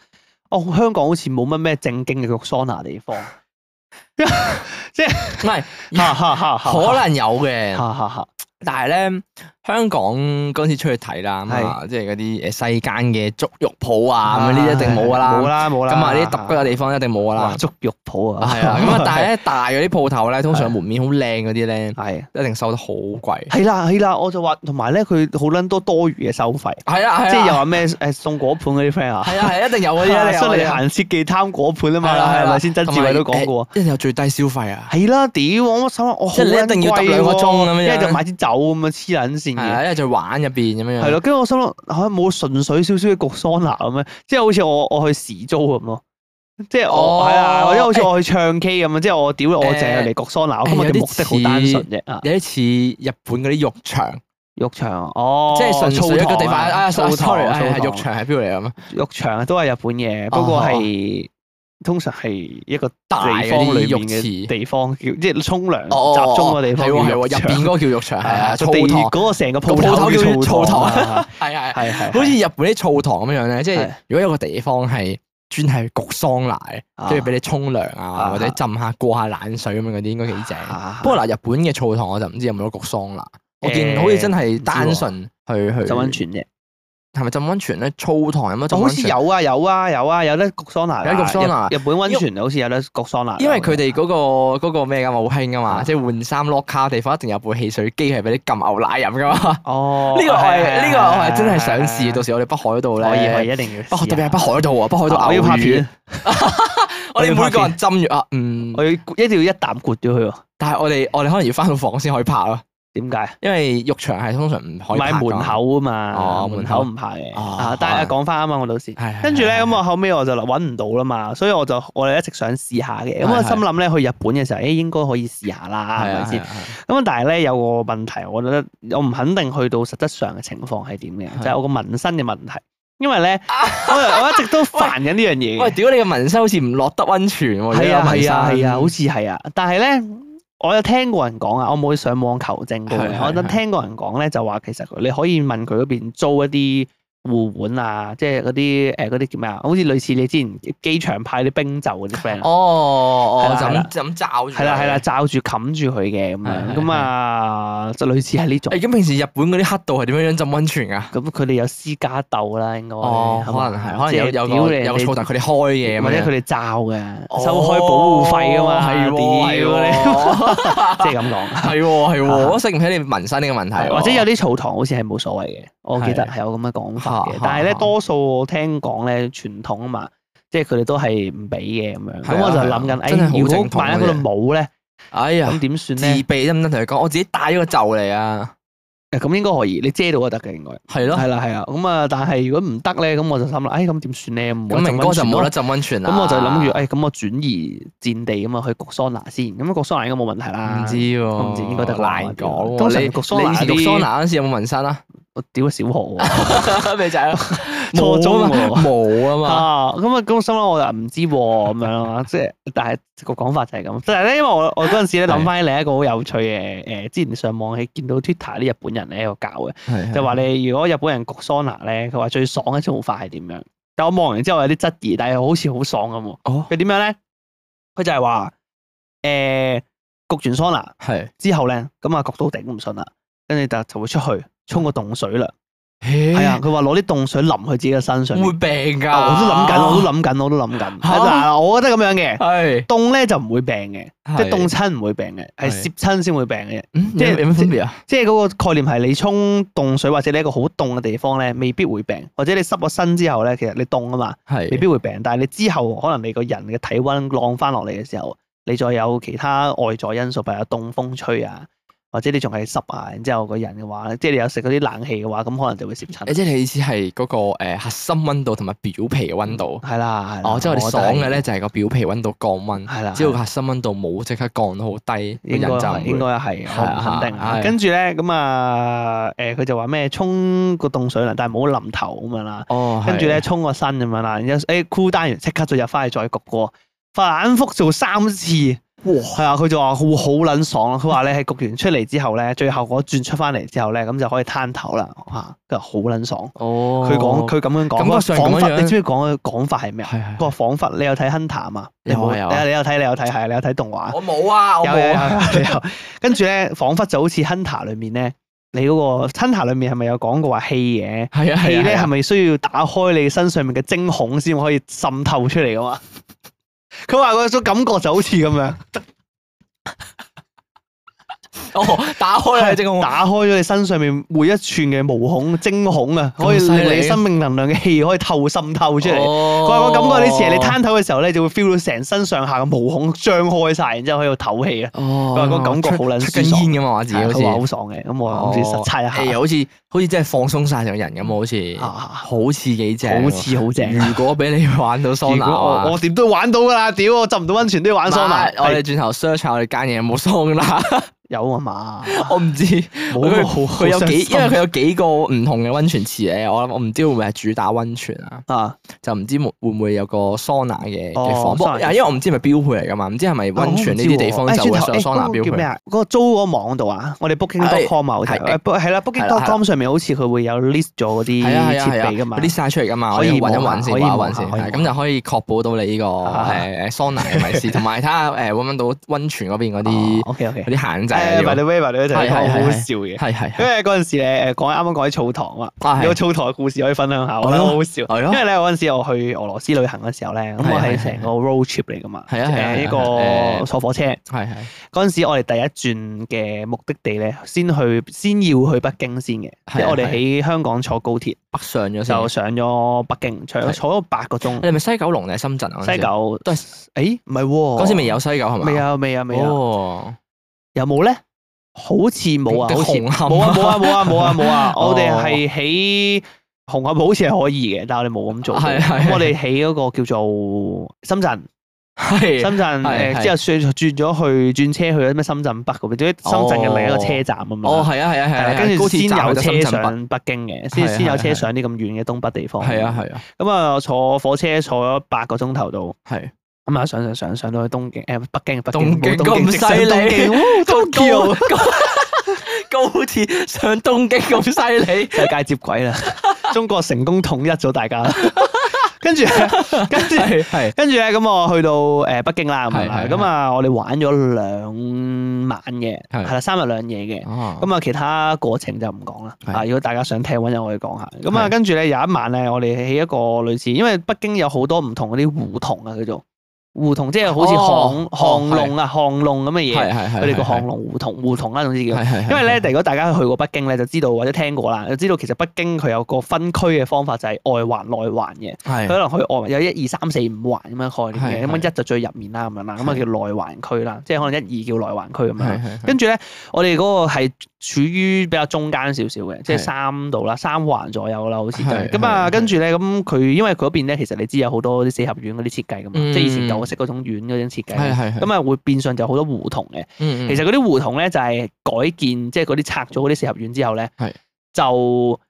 Speaker 1: 哦，香港好似冇乜咩正經嘅焗桑拿地
Speaker 2: [laughs]
Speaker 1: 方，
Speaker 2: 唔係
Speaker 1: 哈哈哈哈
Speaker 2: 可能有嘅，
Speaker 1: 哈哈哈，
Speaker 2: 但係咧，香港嗰陣時出去睇啦，咁啊，即係嗰啲誒世間嘅足浴鋪啊，咁呢啲一定冇噶
Speaker 1: 冇
Speaker 2: 啦。
Speaker 1: 啦冇啦。
Speaker 2: 咁啊，呢啲揼骨嘅地方一定冇噶
Speaker 1: 哇
Speaker 2: 啦。
Speaker 1: 足浴鋪啊，
Speaker 2: [laughs] 係啊，咁啊，但係咧大嗰啲鋪頭
Speaker 1: [laughs]
Speaker 2: 咧，通
Speaker 1: 係
Speaker 2: 常門面好靚嗰啲
Speaker 1: [laughs]
Speaker 2: 咧，
Speaker 1: 係啊
Speaker 2: 一定收得好貴。
Speaker 1: 係啦係啦，我就話同埋咧，佢好撚多多餘嘅收費，
Speaker 2: 係啊，係啊，
Speaker 1: 即係又話咩誒送果盤嗰啲 friend 啊，
Speaker 2: 係啊，係一定
Speaker 1: [laughs]
Speaker 2: 有嗰啲
Speaker 1: 啊
Speaker 2: 啊，
Speaker 1: 出嚟行設計貪果盤啊嘛，係咪先？曾志偉都講過。，
Speaker 2: 一定有最低消費啊，
Speaker 1: 係啦，屌我心諗我好
Speaker 2: 即係你一定要
Speaker 1: 撚
Speaker 2: 揼
Speaker 1: 貴
Speaker 2: 兩個
Speaker 1: 喎
Speaker 2: 鐘咁樣
Speaker 1: 一係就買支酒咁樣黐撚線
Speaker 2: 係
Speaker 1: 嘅。
Speaker 2: 啊，一係就玩入邊咁樣樣。
Speaker 1: 嗯係咯，跟住我心諗嚇冇純粹少少嘅焗桑拿咁樣，即係好似我我去時租咁咯，即係我
Speaker 2: 哦
Speaker 1: 係啊，或者好似
Speaker 2: 誒
Speaker 1: 我去唱 K 咁樣，即係我屌我淨係嚟焗桑拿，我今日啊嘅目的好單純啫啊！
Speaker 2: 有啲似日本嗰啲浴場，
Speaker 1: 浴場哦，
Speaker 2: 即係純粹一個地
Speaker 1: 澡
Speaker 2: 方
Speaker 1: 堂
Speaker 2: 啊
Speaker 1: 澡堂
Speaker 2: ，sorry，
Speaker 1: 澡
Speaker 2: 係係
Speaker 1: 堂
Speaker 2: 浴場喺邊度嚟咁啊？
Speaker 1: 浴場都係日本嘢，不過係通常係一個地
Speaker 2: 哦大
Speaker 1: 方
Speaker 2: 嗰啲
Speaker 1: 裏面
Speaker 2: 浴池
Speaker 1: 嘅地方叫即係沖涼
Speaker 2: 哦
Speaker 1: 集中嘅地方
Speaker 2: 係
Speaker 1: 叫
Speaker 2: 喎係
Speaker 1: 浴
Speaker 2: 喎，入邊
Speaker 1: 場
Speaker 2: 嗰。個叫浴場，係啊，
Speaker 1: 個
Speaker 2: 澡
Speaker 1: 地
Speaker 2: 堂，
Speaker 1: 嗰個成個
Speaker 2: 個
Speaker 1: 鋪頭
Speaker 2: 叫
Speaker 1: 澡
Speaker 2: 澡堂
Speaker 1: 堂
Speaker 2: 啊， [laughs] 係啊係
Speaker 1: [laughs]
Speaker 2: 啊，
Speaker 1: 係係
Speaker 2: 好似日本啲澡堂咁樣咧，即係
Speaker 1: 係
Speaker 2: 如果有個地方係專係焗桑拿嘅，即係俾你沖涼
Speaker 1: 啊
Speaker 2: 啊，或者浸下過下冷水咁樣嗰啲，應該幾正。
Speaker 1: 啊
Speaker 2: 不過嗱，日本嘅澡堂我就唔知有冇得焗桑拿，我見好似真係單純去去
Speaker 1: 浸温，泉啫。
Speaker 2: 係咪浸温泉咧？澡堂有冇浸
Speaker 1: 好
Speaker 2: 温
Speaker 1: 似
Speaker 2: 泉？
Speaker 1: 有啊有啊有啊有得焗桑拿㗎，
Speaker 2: 有得焗桑拿
Speaker 1: 日日本温泉好似有得焗桑拿㗎，
Speaker 2: 因為佢哋嗰個嗰個咩噶嘛，好興噶
Speaker 1: 啊
Speaker 2: 嘛，即係換衫 lock 卡嘅地方一定有部汽水機係俾你撳牛奶飲噶嘛。
Speaker 1: 哦，
Speaker 2: [laughs] 呢個我係呢個我係真係想
Speaker 1: 係
Speaker 2: 試，到時我哋北海嗰度
Speaker 1: 可以係
Speaker 2: 咧，
Speaker 1: 一定要試
Speaker 2: 北
Speaker 1: 啊，
Speaker 2: 海特別係北海嗰度啊，北海嗰
Speaker 1: 啊
Speaker 2: 度
Speaker 1: 我要
Speaker 2: 牛
Speaker 1: 拍
Speaker 2: 乳
Speaker 1: 片，，
Speaker 2: 我
Speaker 1: 我
Speaker 2: 哋
Speaker 1: 要拍
Speaker 2: 每個人浸完啊，嗯，
Speaker 1: 我要一定要一啖刮咗佢喎。
Speaker 2: 但係我哋我哋可能要翻到房先可以拍咯，
Speaker 1: 點解？
Speaker 2: 因為浴場係通常唔可以
Speaker 1: 買
Speaker 2: 拍㗎
Speaker 1: 門口啊嘛，
Speaker 2: 哦
Speaker 1: 門
Speaker 2: 門
Speaker 1: 口
Speaker 2: 口
Speaker 1: 唔怕嘅。
Speaker 2: 哦
Speaker 1: 啊，但係
Speaker 2: 可
Speaker 1: 講翻啊嘛，我到時。
Speaker 2: 係
Speaker 1: 跟住咧，咁
Speaker 2: 我
Speaker 1: 我後尾我就揾唔到啦嘛，所以我就我哋一直想試下嘅。咁我
Speaker 2: 係係
Speaker 1: 心諗咧，去日本嘅時候，誒應該可以試下啦，係咪先？咁啊，但係咧有個問題，我覺得我唔肯定去到實質上嘅情況係點嘅，
Speaker 2: 係
Speaker 1: 就係我個紋身嘅問題。因為咧，我我一直都煩緊呢樣嘢
Speaker 2: 喂，
Speaker 1: 嘅。
Speaker 2: 屌你個紋身好似唔落得温泉喎，
Speaker 1: 係啊
Speaker 2: 你個紋
Speaker 1: 係
Speaker 2: 身
Speaker 1: 啊係啊，好似係啊。但係咧，我有聽過人講啊，我冇上網求證過
Speaker 2: 係
Speaker 1: 嘅。
Speaker 2: 係
Speaker 1: 我都
Speaker 2: 係
Speaker 1: 聽過人講咧，就話其實你可以問佢嗰邊租一啲護腕啊，即係嗰啲誒嗰啲叫咩啊？好似類似你之前機場派啲冰袖嗰啲 friend 啊。
Speaker 2: 哦
Speaker 1: 係
Speaker 2: 哦，
Speaker 1: 啦
Speaker 2: 就
Speaker 1: 係啦
Speaker 2: 咁就咁罩住佢，
Speaker 1: 係啦係啦，罩住冚住佢嘅咁樣，
Speaker 2: 係係
Speaker 1: 咁啊就類似係呢種
Speaker 2: 誒。。咁平時日本嗰啲黑道係點樣樣浸温泉㗎？
Speaker 1: 咁佢哋有私家鬥啦，應該
Speaker 2: 哦，
Speaker 1: 係
Speaker 2: 可
Speaker 1: 嘛
Speaker 2: 能係，可能
Speaker 1: 即
Speaker 2: 有
Speaker 1: 係
Speaker 2: 有
Speaker 1: 屌
Speaker 2: 個
Speaker 1: 你
Speaker 2: 有個
Speaker 1: 你
Speaker 2: 澡堂佢哋開嘅咁樣，
Speaker 1: 或者佢哋罩嘅，
Speaker 2: 哦
Speaker 1: 收開保護費噶嘛，
Speaker 2: 係喎，係
Speaker 1: 屌
Speaker 2: [laughs] 喎，
Speaker 1: 你，即係咁講。
Speaker 2: 係喎，係喎，我識唔起你紋身呢個問題喎，
Speaker 1: 或者有啲澡堂好似係冇所謂嘅，我記得係有咁嘅講法嘅
Speaker 2: 嚇。
Speaker 1: 但係咧，
Speaker 2: 嚇
Speaker 1: 多數我聽講咧傳統啊嘛，即係佢哋都係唔俾嘅咁樣。咁
Speaker 2: 係啊
Speaker 1: 我就諗緊，哎
Speaker 2: 係啊真係
Speaker 1: 誒，
Speaker 2: 好
Speaker 1: 如果
Speaker 2: 正統
Speaker 1: 萬一嗰度冇咧，
Speaker 2: 哎呀
Speaker 1: 咁，點算
Speaker 2: 自
Speaker 1: 咧？
Speaker 2: 備得唔得？同佢講，我自己帶咗個袖嚟啊，
Speaker 1: 咁應該可以，你遮到就得嘅應該。
Speaker 2: 係咯，
Speaker 1: 係啦係啦，咁啊，但係如果唔得咧，咁我就心諗，誒，咁點算咧？冇
Speaker 2: 咁
Speaker 1: 得浸
Speaker 2: 明哥
Speaker 1: 溫
Speaker 2: 就
Speaker 1: 泉咯
Speaker 2: 冇得浸温泉啦。
Speaker 1: 咁我就諗住，誒、哎咁我轉移戰地咁啊，去焗桑拿先。咁啊焗桑拿應該冇問題啦。
Speaker 2: 唔知，喎，
Speaker 1: 我唔知應該得啩
Speaker 2: 難講喎。
Speaker 1: 通常
Speaker 2: 你
Speaker 1: 焗桑拿
Speaker 2: 你以前
Speaker 1: 啲
Speaker 2: 焗桑拿嗰陣時有冇紋身啊？
Speaker 1: 我屌小學喎，
Speaker 2: 咪就係咯
Speaker 1: 初中
Speaker 2: 冇
Speaker 1: 喎。
Speaker 2: 啊冇啊嘛。
Speaker 1: 啊，咁啊，咁我心諗我就唔知喎，咁樣啦，即係，但係個講法就係咁。但係咧，因為我我嗰陣時咧
Speaker 2: 係
Speaker 1: 諗翻起另一個好有趣嘅，誒、之前上網係見到 Twitter 啲日本人咧有教嘅，
Speaker 2: 係
Speaker 1: 就話你如果日本人焗桑拿咧，佢話最爽嘅做法係點樣？但我望完之後有啲質疑，但係好似好爽咁喎。
Speaker 2: 哦，
Speaker 1: 佢點樣咧？佢就係話，誒、焗完桑拿。
Speaker 2: 係
Speaker 1: 之後咧，咁啊焗到頂唔順啦，跟住就就會出去沖個凍水啦。係
Speaker 2: 係
Speaker 1: 啊，，佢話攞啲凍水淋去自己嘅身上面。
Speaker 2: 會病㗎。
Speaker 1: 啊我都諗緊，我都諗緊，我都諗緊。
Speaker 2: 嚇
Speaker 1: 嗱，我覺得咁樣嘅，
Speaker 2: 係
Speaker 1: 凍咧就唔會病嘅，即係
Speaker 2: 係
Speaker 1: 凍親唔會病嘅，係
Speaker 2: 係
Speaker 1: 攝親先會病嘅。
Speaker 2: 嗯
Speaker 1: 即係
Speaker 2: 有有咩分別啊？
Speaker 1: 即係嗰個概念係你沖凍水或者你一個好凍嘅地方咧，未必會病，或者你濕咗身之後咧，其實你凍啊嘛，
Speaker 2: 係
Speaker 1: 未必會病。但係你之後可能你個人嘅體温降翻落嚟嘅時候，你再有其他外在因素，譬如有凍風吹啊，或者你仲係濕啊，然之後個人嘅話，即係你有食嗰啲冷氣嘅話，咁可能就會攝
Speaker 2: 你
Speaker 1: 親。
Speaker 2: 即係你意思係嗰個誒核心温度同埋表皮嘅温度。
Speaker 1: 嗯係啦，係啦
Speaker 2: 哦，即係我哋爽嘅咧
Speaker 1: 覺
Speaker 2: 就係個表皮温度降温
Speaker 1: 得，係啦，
Speaker 2: 只要
Speaker 1: 係
Speaker 2: 個
Speaker 1: 啦
Speaker 2: 核心温度冇即刻降到好低，個
Speaker 1: 應
Speaker 2: 人
Speaker 1: 該
Speaker 2: 就唔
Speaker 1: 係
Speaker 2: 會
Speaker 1: 應該係，
Speaker 2: 係
Speaker 1: 我唔肯定
Speaker 2: 係
Speaker 1: 啊。
Speaker 2: 係
Speaker 1: 跟住咧咁啊，誒佢就話咩沖個凍水涼，但係冇淋頭咁樣啦。
Speaker 2: 哦，
Speaker 1: 跟住咧
Speaker 2: 係
Speaker 1: 沖個身咁樣啦，然之後誒 cool down 完，即刻再入翻去再焗過，反覆做三次。哇！係啊，佢就話好好撚爽啊！佢話咧係焗完出嚟之後咧，最後嗰轉出翻嚟之後咧，咁就可以攤頭啦。哇！佢話好撚爽。
Speaker 2: 哦，
Speaker 1: 佢講佢咁樣講，
Speaker 2: 感覺上
Speaker 1: 彷
Speaker 2: 咁
Speaker 1: 彿
Speaker 2: 樣
Speaker 1: 你知唔知講嘅講法係咩啊？
Speaker 2: 係
Speaker 1: 佢
Speaker 2: 係
Speaker 1: 話彷彿你有睇 Hunter 嘛？你冇
Speaker 2: 有啊有啊
Speaker 1: 你有睇你有睇係你有睇動畫。
Speaker 2: 我冇啊，我
Speaker 1: 有有
Speaker 2: 冇啊，
Speaker 1: 有 [laughs] 有有，跟住咧，彷彿就好似 Hunter 裏面咧，你嗰個 Hunter 裏面係咪有講過話氣嘅？
Speaker 2: 係啊係
Speaker 1: 氣
Speaker 2: 啊
Speaker 1: 咧
Speaker 2: 係
Speaker 1: 係
Speaker 2: 啊，
Speaker 1: 咪需要打開你身上面嘅精孔先可以滲透出嚟噶嘛？ [laughs] 佢話嗰種感覺就好似咁樣，
Speaker 2: 哦，打開啦，即係
Speaker 1: 打開咗你身上面每一寸嘅毛孔、精孔啊，
Speaker 2: 咁
Speaker 1: 可以令
Speaker 2: 犀
Speaker 1: 你
Speaker 2: 利哦
Speaker 1: 生命能量嘅氣可以透滲透出嚟。佢
Speaker 2: 佢
Speaker 1: 話我感覺呢次係你攤頭嘅時候咧，就會 feel 到成身上下嘅毛孔張開晒，然之後喺度唞氣啊。
Speaker 2: 哦，
Speaker 1: 佢話個感覺好撚
Speaker 2: 出出
Speaker 1: 舒爽
Speaker 2: 緊煙咁啊，話自己好
Speaker 1: 佢話好
Speaker 2: 似，哦哎
Speaker 1: 爽嘅，咁我好似實測一下
Speaker 2: 誒好似好似真係放鬆晒成個人咁啊，好似，
Speaker 1: 啊
Speaker 2: 好似幾正，
Speaker 1: 好。似好正。
Speaker 2: 如果俾你玩到桑
Speaker 1: 如
Speaker 2: 拿
Speaker 1: 果
Speaker 2: 啊
Speaker 1: 我我點都玩到㗎啦，屌我浸唔到温泉都要玩桑拿
Speaker 2: 唔，係我哋轉頭 search 下我哋間嘢有冇
Speaker 1: [laughs]
Speaker 2: 桑拿，
Speaker 1: 有啊 [laughs] 嘛，
Speaker 2: 我唔知
Speaker 1: 冇
Speaker 2: [laughs] 佢
Speaker 1: 好好
Speaker 2: 佢有幾，
Speaker 1: 傷心
Speaker 2: 因為佢有幾個唔同嘅温泉池咧，我諗我唔知會唔會係主打温泉啊，
Speaker 1: 啊。
Speaker 2: 就唔知會會唔會有個桑拿嘅
Speaker 1: 哦
Speaker 2: 嘅房，不過
Speaker 1: 桑拿哦
Speaker 2: 因為我唔知係咪標配嚟噶嘛，唔知係咪温泉呢啲地方
Speaker 1: 哎
Speaker 2: 就會有上桑拿標
Speaker 1: 叫咩
Speaker 2: 配，
Speaker 1: 啊？嗰個租嗰個網度啊，我哋 Booking.com 啊，好似係
Speaker 2: 係
Speaker 1: 誒係啦
Speaker 2: 係啦係
Speaker 1: ，Booking.com 上面好似佢會有 list 咗嗰啲
Speaker 2: 係啊係啊
Speaker 1: 設
Speaker 2: 係啊，
Speaker 1: 備噶嘛
Speaker 2: 佢。啲晒出嚟噶嘛，
Speaker 1: 可
Speaker 2: 可
Speaker 1: 以
Speaker 2: 以揾一
Speaker 1: 望下
Speaker 2: 揾先，
Speaker 1: 可以
Speaker 2: 揾一
Speaker 1: 望
Speaker 2: 揾
Speaker 1: 下
Speaker 2: 先，
Speaker 1: 可以
Speaker 2: 係
Speaker 1: 望
Speaker 2: 咁就可以確保到你呢個
Speaker 1: 啊
Speaker 2: 誒誒桑拿嘅位置，同埋睇下誒揾唔揾到温泉嗰邊嗰啲
Speaker 1: OK 哦 OK，
Speaker 2: 嗰啲限制
Speaker 1: 誒，by
Speaker 2: 啊
Speaker 1: 哎
Speaker 2: 要
Speaker 1: the way，by the way，就係
Speaker 2: 係係
Speaker 1: 一個好
Speaker 2: 係
Speaker 1: 好
Speaker 2: 係
Speaker 1: 笑嘅，
Speaker 2: 係係
Speaker 1: 因
Speaker 2: 係
Speaker 1: 為嗰陣時咧誒講啱啱講起澡堂啊
Speaker 2: 啊
Speaker 1: 嘛，
Speaker 2: 係
Speaker 1: 有澡堂嘅故事可以分享下，我覺
Speaker 2: 係
Speaker 1: 得
Speaker 2: 咯
Speaker 1: 好好笑。
Speaker 2: 係
Speaker 1: 因
Speaker 2: 咯。
Speaker 1: 為咧嗰陣時我去俄羅斯旅行嘅時候咧，咁我
Speaker 2: 係係
Speaker 1: 係
Speaker 2: 係
Speaker 1: 成個 road trip 嚟噶嘛，
Speaker 2: 係啊
Speaker 1: 誒
Speaker 2: 係啊係啊
Speaker 1: 一
Speaker 2: 係
Speaker 1: 個
Speaker 2: 啊
Speaker 1: 坐火車。
Speaker 2: 係係
Speaker 1: 嗰陣時我哋第一轉嘅目的地咧，先去先要去北京先嘅，即
Speaker 2: 係
Speaker 1: 係
Speaker 2: 啊
Speaker 1: 我哋
Speaker 2: 係啊
Speaker 1: 喺香港坐高鐵。
Speaker 2: 北上咗先
Speaker 1: 就。上咗北京，坐
Speaker 2: 係
Speaker 1: 坐咗八個
Speaker 2: 你
Speaker 1: 鐘。
Speaker 2: 係咪西九龍定係深圳啊？嗰陣
Speaker 1: 西
Speaker 2: 時
Speaker 1: 九
Speaker 2: 都係
Speaker 1: 誒唔係喎，
Speaker 2: 嗰時未有西九係咪？
Speaker 1: 未，有未有啊未有，
Speaker 2: 哦，
Speaker 1: 有冇咧？好似冇啊，
Speaker 2: 定
Speaker 1: 好似
Speaker 2: 紅磡
Speaker 1: 冇啊冇啊冇啊冇啊冇
Speaker 2: [laughs]
Speaker 1: 啊！
Speaker 2: 哦
Speaker 1: 我哋係喺紅磡好似係可以嘅，但係我哋冇咁做過。
Speaker 2: 係係
Speaker 1: 咁我哋喺嗰個叫做深圳，
Speaker 2: 係
Speaker 1: 深圳呃
Speaker 2: 係
Speaker 1: 誒之後轉轉咗去轉車去咗咩深圳北嗰邊，總之深圳嘅另一個車站咁樣。
Speaker 2: 哦，係啊係啊係
Speaker 1: 係
Speaker 2: 啊
Speaker 1: 啦，
Speaker 2: 係啊，
Speaker 1: 跟住
Speaker 2: 高
Speaker 1: 先
Speaker 2: 鐵站
Speaker 1: 有
Speaker 2: 就
Speaker 1: 車
Speaker 2: 深圳北，
Speaker 1: 上北京嘅，先
Speaker 2: 係啊
Speaker 1: 先有
Speaker 2: 係啊
Speaker 1: 車
Speaker 2: 係啊
Speaker 1: 上啲咁遠嘅東北地方。
Speaker 2: 係啊係啊
Speaker 1: 咁啊，坐火車坐咗八個鐘頭度， [laughs]
Speaker 2: 係。
Speaker 1: 咁啊上上上上到去東京，誒呃北京北京
Speaker 2: 東京
Speaker 1: 冇東
Speaker 2: 咁
Speaker 1: 直上
Speaker 2: 犀利
Speaker 1: 東京
Speaker 2: [laughs] 東
Speaker 1: ，Tokyo
Speaker 2: [laughs] 高鐵上東京咁犀
Speaker 1: [laughs]
Speaker 2: 利，
Speaker 1: 世界接軌啦，中國成功統一咗大家啦，跟住跟住。
Speaker 2: 係係
Speaker 1: 跟住咧，咁我去到誒北京啦，咁樣啦
Speaker 2: 係係
Speaker 1: 咁啊，我哋玩咗兩晚嘅，
Speaker 2: 係
Speaker 1: 係啦，三日兩夜嘅。
Speaker 2: 哦
Speaker 1: 咁啊，其他過程就唔講啦。
Speaker 2: 係
Speaker 1: 啊，如果大家想聽揾人，我哋講下。咁啊，
Speaker 2: 係
Speaker 1: 跟住咧有一晚咧，我哋喺一個類似，因為北京有好多唔同嗰啲胡同啊，叫做胡同，即係好似巷
Speaker 2: 哦
Speaker 1: 巷弄啊、巷弄咁嘅
Speaker 2: 係
Speaker 1: 嘢。
Speaker 2: 係係
Speaker 1: 佢哋個巷弄胡同胡同啦，總之叫。
Speaker 2: 係係，
Speaker 1: 因為咧，
Speaker 2: 係
Speaker 1: 如果大家去過北京咧，就知道或者聽過啦，就知道其實北京佢有個分區嘅方法就係外環內環嘅。佢可
Speaker 2: 係
Speaker 1: 能去外環有一二三四五環咁樣概念嘅，
Speaker 2: 係
Speaker 1: 咁
Speaker 2: 係
Speaker 1: 樣一就最入面啦咁樣啦，咁啊
Speaker 2: 係
Speaker 1: 叫內環區啦，即係可能一二叫內環區咁樣啦。
Speaker 2: 係係
Speaker 1: 跟住咧，我哋嗰個係處於比較中間少少嘅，即係
Speaker 2: 係
Speaker 1: 三度啦，三環左右啦，好似都係
Speaker 2: 係
Speaker 1: 咁啊。
Speaker 2: 係
Speaker 1: 跟住咧，咁佢因為佢嗰邊咧，其實你知有好多啲四合院嗰啲設計噶嘛，
Speaker 2: 嗯
Speaker 1: 即係以前舊式嗰種院嗰種設
Speaker 2: 係
Speaker 1: 計。
Speaker 2: 係係
Speaker 1: 咁啊，會變相就好多胡同嘅。
Speaker 2: 嗯嗯
Speaker 1: 其實嗰啲胡同咧就係改建，即係嗰啲拆咗嗰啲四合院之後咧
Speaker 2: 係，
Speaker 1: 就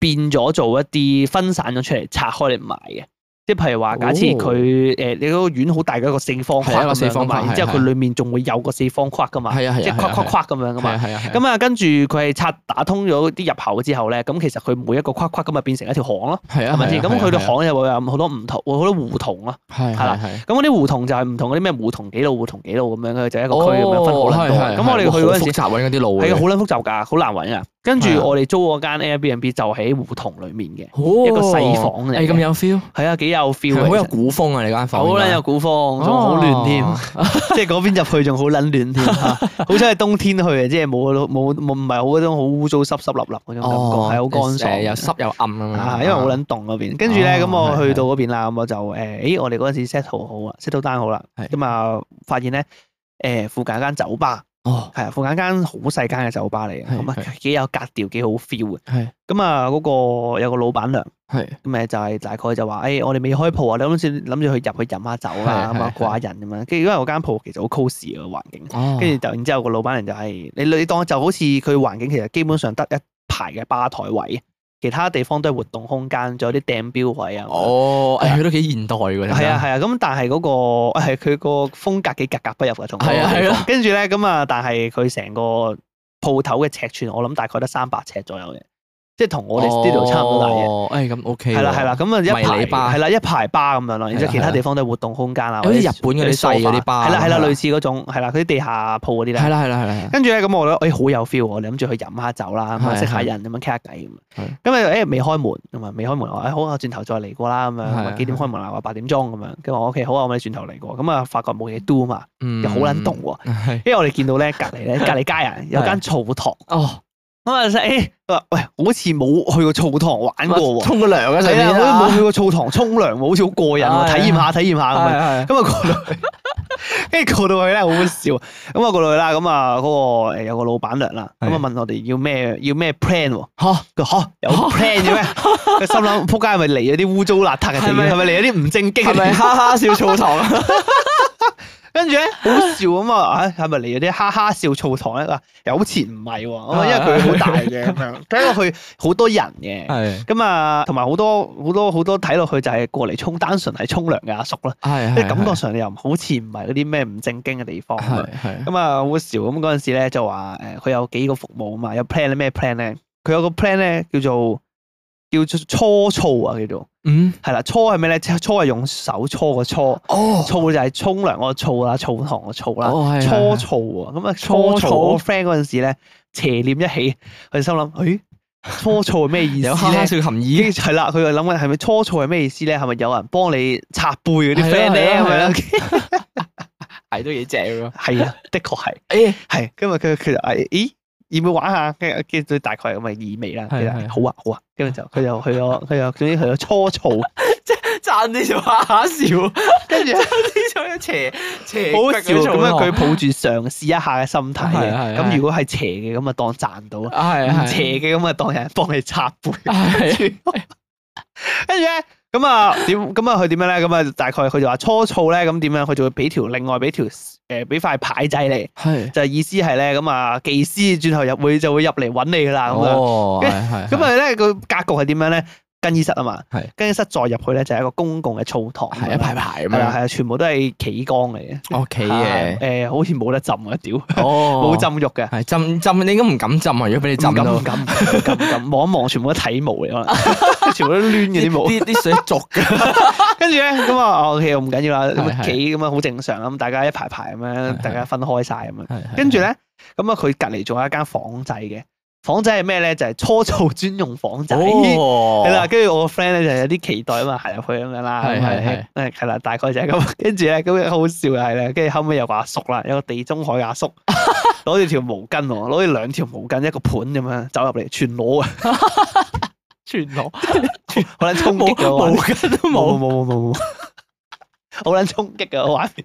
Speaker 1: 變咗做一啲分散咗出嚟，拆開嚟賣嘅。即係譬如話，假設
Speaker 2: 哦
Speaker 1: 佢誒你嗰個院好大嘅一個四方
Speaker 2: 係啊
Speaker 1: 框
Speaker 2: 一個
Speaker 1: 咁
Speaker 2: 四
Speaker 1: 樣噶
Speaker 2: 方
Speaker 1: 嘛，
Speaker 2: 框
Speaker 1: 然之後
Speaker 2: 係
Speaker 1: 佢
Speaker 2: 係
Speaker 1: 裡面仲會有個四方框噶嘛，
Speaker 2: 係啊係啊
Speaker 1: 即係框框框咁樣噶
Speaker 2: 係啊
Speaker 1: 嘛。
Speaker 2: 係啊係啊
Speaker 1: 咁啊，跟住佢係拆打通咗啲入口之後咧，咁其實佢每一個框框咁啊變成一條巷咯，
Speaker 2: 係啊
Speaker 1: 係咪先？咁佢哋
Speaker 2: 哋
Speaker 1: 巷又會有好多唔同，會好多胡同咯。
Speaker 2: 係
Speaker 1: 係啦
Speaker 2: 係係
Speaker 1: 咁嗰啲胡同就係唔同嗰啲咩胡同幾路、胡同幾路咁樣，佢就一個區咁樣分好撚多。
Speaker 2: 哦係係
Speaker 1: 咁我哋去
Speaker 2: 係
Speaker 1: 嗰
Speaker 2: 好
Speaker 1: 陣時
Speaker 2: 複雜揾嗰啲路嘅
Speaker 1: 係啊，好撚複雜㗎，好難揾㗎。跟住
Speaker 2: 係啊
Speaker 1: 我哋租嗰間 Airbnb 就喺胡同裡面嘅，
Speaker 2: 一
Speaker 1: 個細房嚟嘅
Speaker 2: 咁有 feel，
Speaker 1: 係啊，幾有
Speaker 2: 係
Speaker 1: feel
Speaker 2: 好
Speaker 1: 嘅
Speaker 2: 有
Speaker 1: 其實
Speaker 2: 古風啊！你間房
Speaker 1: 好撚
Speaker 2: 應該
Speaker 1: 有古風，仲好亂
Speaker 2: [laughs]
Speaker 1: 添，
Speaker 2: 哦
Speaker 1: 即係嗰邊入去仲好撚亂
Speaker 2: [laughs]
Speaker 1: 添。好彩係冬天去嘅，即係冇嗰種冇冇唔係好嗰種好污糟濕濕立立嗰種感覺，
Speaker 2: 哦，
Speaker 1: 係好乾
Speaker 2: 誒又
Speaker 1: 爽。
Speaker 2: 濕又暗咁
Speaker 1: 啊，
Speaker 2: 樣，
Speaker 1: 因為好撚凍嗰邊，跟住咧
Speaker 2: 嗯哦
Speaker 1: 咁我
Speaker 2: 係
Speaker 1: 去
Speaker 2: 係
Speaker 1: 到嗰邊啦，咁我就誒，誒我哋嗰陣時 set 好好啦，set 到單好啦，
Speaker 2: 係
Speaker 1: 咁啊發現咧誒附近有間酒吧，
Speaker 2: 哦，
Speaker 1: 係啊附近一間好細間嘅酒吧嚟嘅，
Speaker 2: 係
Speaker 1: 咁啊
Speaker 2: 係
Speaker 1: 幾有格調，幾好 feel 嘅。
Speaker 2: 係
Speaker 1: 咁啊嗰個有個老闆娘，
Speaker 2: 係
Speaker 1: 咁誒啊就係大概就話誒我哋未開鋪啊，你諗住諗住去入去飲下酒啦，
Speaker 2: 係
Speaker 1: 咁啊
Speaker 2: 係
Speaker 1: 掛人咁樣，跟住因為我間鋪其實好 cos 嘅環境。
Speaker 2: 哦，
Speaker 1: 跟住就然之後個老闆娘就係、你你當就好似佢環境其實基本上得一排嘅吧台位，其他地方都係活動空間，仲有啲掟標位啊。
Speaker 2: 哦，
Speaker 1: 係啊
Speaker 2: 誒佢都幾現代㗎，
Speaker 1: 係啊係啊，咁但係嗰、個係佢個風格幾格格不入嘅，同嗰個
Speaker 2: 係啊
Speaker 1: 地
Speaker 2: 係
Speaker 1: 方
Speaker 2: 啊
Speaker 1: 跟住咧咁啊，但係佢成個鋪頭嘅尺寸，我諗大概得三百尺左右嘅，即係同我哋 studio 差唔多大嘅。
Speaker 2: 哦，誒咁 OK，
Speaker 1: 係啦係啦，，咁啊一
Speaker 2: 哦迷
Speaker 1: 排
Speaker 2: 你吧
Speaker 1: 係啦一排巴咁樣咯，然之後其
Speaker 2: 係啦
Speaker 1: 他
Speaker 2: 係啦
Speaker 1: 地方都係活動空間啊，
Speaker 2: 有
Speaker 1: 或
Speaker 2: 啲
Speaker 1: 者
Speaker 2: 日本嗰啲細嗰啲吧啊
Speaker 1: 係啦係啦，
Speaker 2: 係啦
Speaker 1: 類似嗰種係啦，佢啲地下鋪嗰啲咧
Speaker 2: 係。啦係啦係啦，
Speaker 1: 跟住咧，咁我覺得誒哎好有 feel 喎，我哋諗住去飲下酒啦，咁啊
Speaker 2: 係
Speaker 1: 識下
Speaker 2: 係
Speaker 1: 人咁樣傾下偈咁
Speaker 2: 係。
Speaker 1: 咁啊誒未開門，咁啊未開門，我話誒好啊，轉頭再嚟過啦咁樣。咁啊
Speaker 2: 係
Speaker 1: 幾點開門啊？話八點鐘咁樣。跟住我 OK 好啊，我哋轉頭嚟過。咁啊發覺冇嘢 do 嘛，
Speaker 2: 嗯
Speaker 1: 又好撚凍，喎。
Speaker 2: 係
Speaker 1: 因為我哋見到咧隔離
Speaker 2: [laughs]
Speaker 1: 咧隔離街人有間澡堂，
Speaker 2: 哦，
Speaker 1: 咁啊誒話喂好似冇去過澡堂玩
Speaker 2: [laughs]
Speaker 1: 過喎，
Speaker 2: 沖個涼嘅上
Speaker 1: 係
Speaker 2: 面
Speaker 1: 啊，
Speaker 2: 啦
Speaker 1: 好似冇去過澡堂沖涼喎，好似好過癮喎，
Speaker 2: 係
Speaker 1: 體驗下體驗下咁樣。[laughs]
Speaker 2: 係係
Speaker 1: 咁啊過到去，跟住過到去咧好好笑。咁啊過到去啦，咁啊嗰個誒有個老闆娘啦，咁啊
Speaker 2: 係
Speaker 1: 問我哋要咩要咩 plan 喎？
Speaker 2: 嚇
Speaker 1: 佢話嚇
Speaker 2: [laughs]
Speaker 1: 有 plan 嘅咩？佢心諗撲街係咪嚟咗啲污糟邋遢嘅地
Speaker 2: 係咪
Speaker 1: 係咪嚟咗啲唔正經嘅
Speaker 2: 係咪
Speaker 1: 地方？
Speaker 2: 哈哈笑澡堂啊？
Speaker 1: [laughs] 跟住咧好笑咁啊！ [laughs] 啊係咪嚟咗啲哈哈笑澡堂咧？佢話又好似唔係喎，咁啊因為佢好大嘅咁
Speaker 2: [laughs]
Speaker 1: 樣，睇落去好多人嘅。
Speaker 2: 係
Speaker 1: 咁啊，同埋好多好多好多睇落去就係過嚟沖，單純係沖涼嘅阿叔啦，
Speaker 2: 係
Speaker 1: 即係感覺上你又唔好似唔係嗰啲咩唔正經嘅地方咁樣
Speaker 2: 係係
Speaker 1: 咁啊好笑，咁嗰陣時咧就話誒，佢有幾個服務啊嘛，有 plan 咧咩 plan 咧？佢有個 plan 咧叫做叫做搓澡啊，叫做
Speaker 2: 嗯
Speaker 1: 係啦，搓係咩咧？搓係用手搓個搓，
Speaker 2: 哦
Speaker 1: 澡就係沖涼個澡啦，澡堂個澡啦，
Speaker 2: 哦係係
Speaker 1: 搓
Speaker 2: 係
Speaker 1: 澡啊，咁啊搓
Speaker 2: 搓
Speaker 1: 澡，
Speaker 2: 澡
Speaker 1: 我 friend 嗰陣時咧邪念一起，佢心諗誒搓澡係咩意思
Speaker 2: 有哈哈
Speaker 1: 咧？
Speaker 2: 笑含
Speaker 1: 已經
Speaker 2: 義，
Speaker 1: [laughs] 係啦，佢就諗緊係咪搓澡係咩意思咧？係咪有人幫你擦背嗰啲
Speaker 2: 係啊
Speaker 1: friend 咧
Speaker 2: 係
Speaker 1: 咁
Speaker 2: 啊係啊
Speaker 1: 樣？
Speaker 2: 係都幾正 [laughs] 喎。
Speaker 1: 係啊，的確係。
Speaker 2: [laughs] 誒
Speaker 1: 係，今日啊佢佢就誒，咦，要唔要玩下？跟住跟住大概咁嘅意味啦。
Speaker 2: 係
Speaker 1: 跟住
Speaker 2: 係
Speaker 1: 好啊好啊，跟住就佢就去
Speaker 2: [laughs]
Speaker 1: 咗，佢就總之去咗初草，
Speaker 2: 爭啲就哈 [laughs] 哈笑。
Speaker 1: 跟住
Speaker 2: 呢種嘅邪邪
Speaker 1: 好好笑咁樣，佢
Speaker 2: 抱
Speaker 1: 抱住嘗試一下嘅心態
Speaker 2: 啊係啊
Speaker 1: 嘅。
Speaker 2: 係
Speaker 1: 咁
Speaker 2: 係
Speaker 1: 如果係邪嘅，咁啊當賺到；
Speaker 2: 係
Speaker 1: 唔
Speaker 2: 係
Speaker 1: 邪嘅，咁啊 [laughs] 當有人幫你插背。
Speaker 2: 係
Speaker 1: 跟住咧，咁啊點？咁啊佢點樣咧？咁啊大概佢就話初草咧，咁點樣？佢就會俾條另外俾條誒俾塊牌仔你，
Speaker 2: 係
Speaker 1: 就係意思係咧咁啊技師轉頭入會就會入嚟揾你噶啦咁啊樣。
Speaker 2: 哦係係
Speaker 1: 咁啊咧個格局係點樣咧？更衣室啊嘛
Speaker 2: 係，
Speaker 1: 更衣室再入去咧就係一個公共嘅澡堂咁樣啦，
Speaker 2: 係一排排咁
Speaker 1: 係啦
Speaker 2: 樣
Speaker 1: 係啊，全部都係企缸嚟嘅，
Speaker 2: 屋企
Speaker 1: 係
Speaker 2: 嘅
Speaker 1: 誒好似冇得浸啊屌，
Speaker 2: 哦
Speaker 1: 冇浸浴嘅，
Speaker 2: 係浸浸，你應該唔敢浸啊！如果俾你浸
Speaker 1: 唔敢
Speaker 2: 到
Speaker 1: 唔，敢唔敢唔敢，望一望全部都體毛嚟
Speaker 2: [laughs]
Speaker 1: 可能，全部都攣嗰啲毛，
Speaker 2: 啲啲水濁 [laughs] 嘅，
Speaker 1: 跟住咧咁啊哦 OK 唔緊要啦，咁啊
Speaker 2: 係係
Speaker 1: 企咁啊好正常咁，大家一排排咁樣，
Speaker 2: 係
Speaker 1: 大家分開晒咁樣，跟
Speaker 2: 跟
Speaker 1: 住
Speaker 2: 住
Speaker 1: 咧咁啊佢隔離仲有一間房仔嘅，房仔係咩咧？就係初造專用房仔。
Speaker 2: 哦
Speaker 1: 係啦，，跟住我個 friend 咧就有啲期待啊嘛，行入去咁樣啦，
Speaker 2: 係係
Speaker 1: 咁啊 [laughs] 係係啦，大概就係咁。 [laughs] 跟住咧，咁樣好笑啊嘅係咧，跟住後尾有個阿叔啦，有個地中海嘅阿
Speaker 2: [laughs]
Speaker 1: 叔攞住條毛巾喎，攞住兩條毛巾一個盤咁樣走入嚟，全裸啊，
Speaker 2: [laughs] 全裸
Speaker 1: 好撚衝
Speaker 2: 冇
Speaker 1: 擊嘅
Speaker 2: 毛
Speaker 1: 我
Speaker 2: 巾都
Speaker 1: 冇冇冇
Speaker 2: 冇，
Speaker 1: 冇 [laughs] 冇，好撚衝擊嘅我畫
Speaker 2: [laughs]
Speaker 1: 面，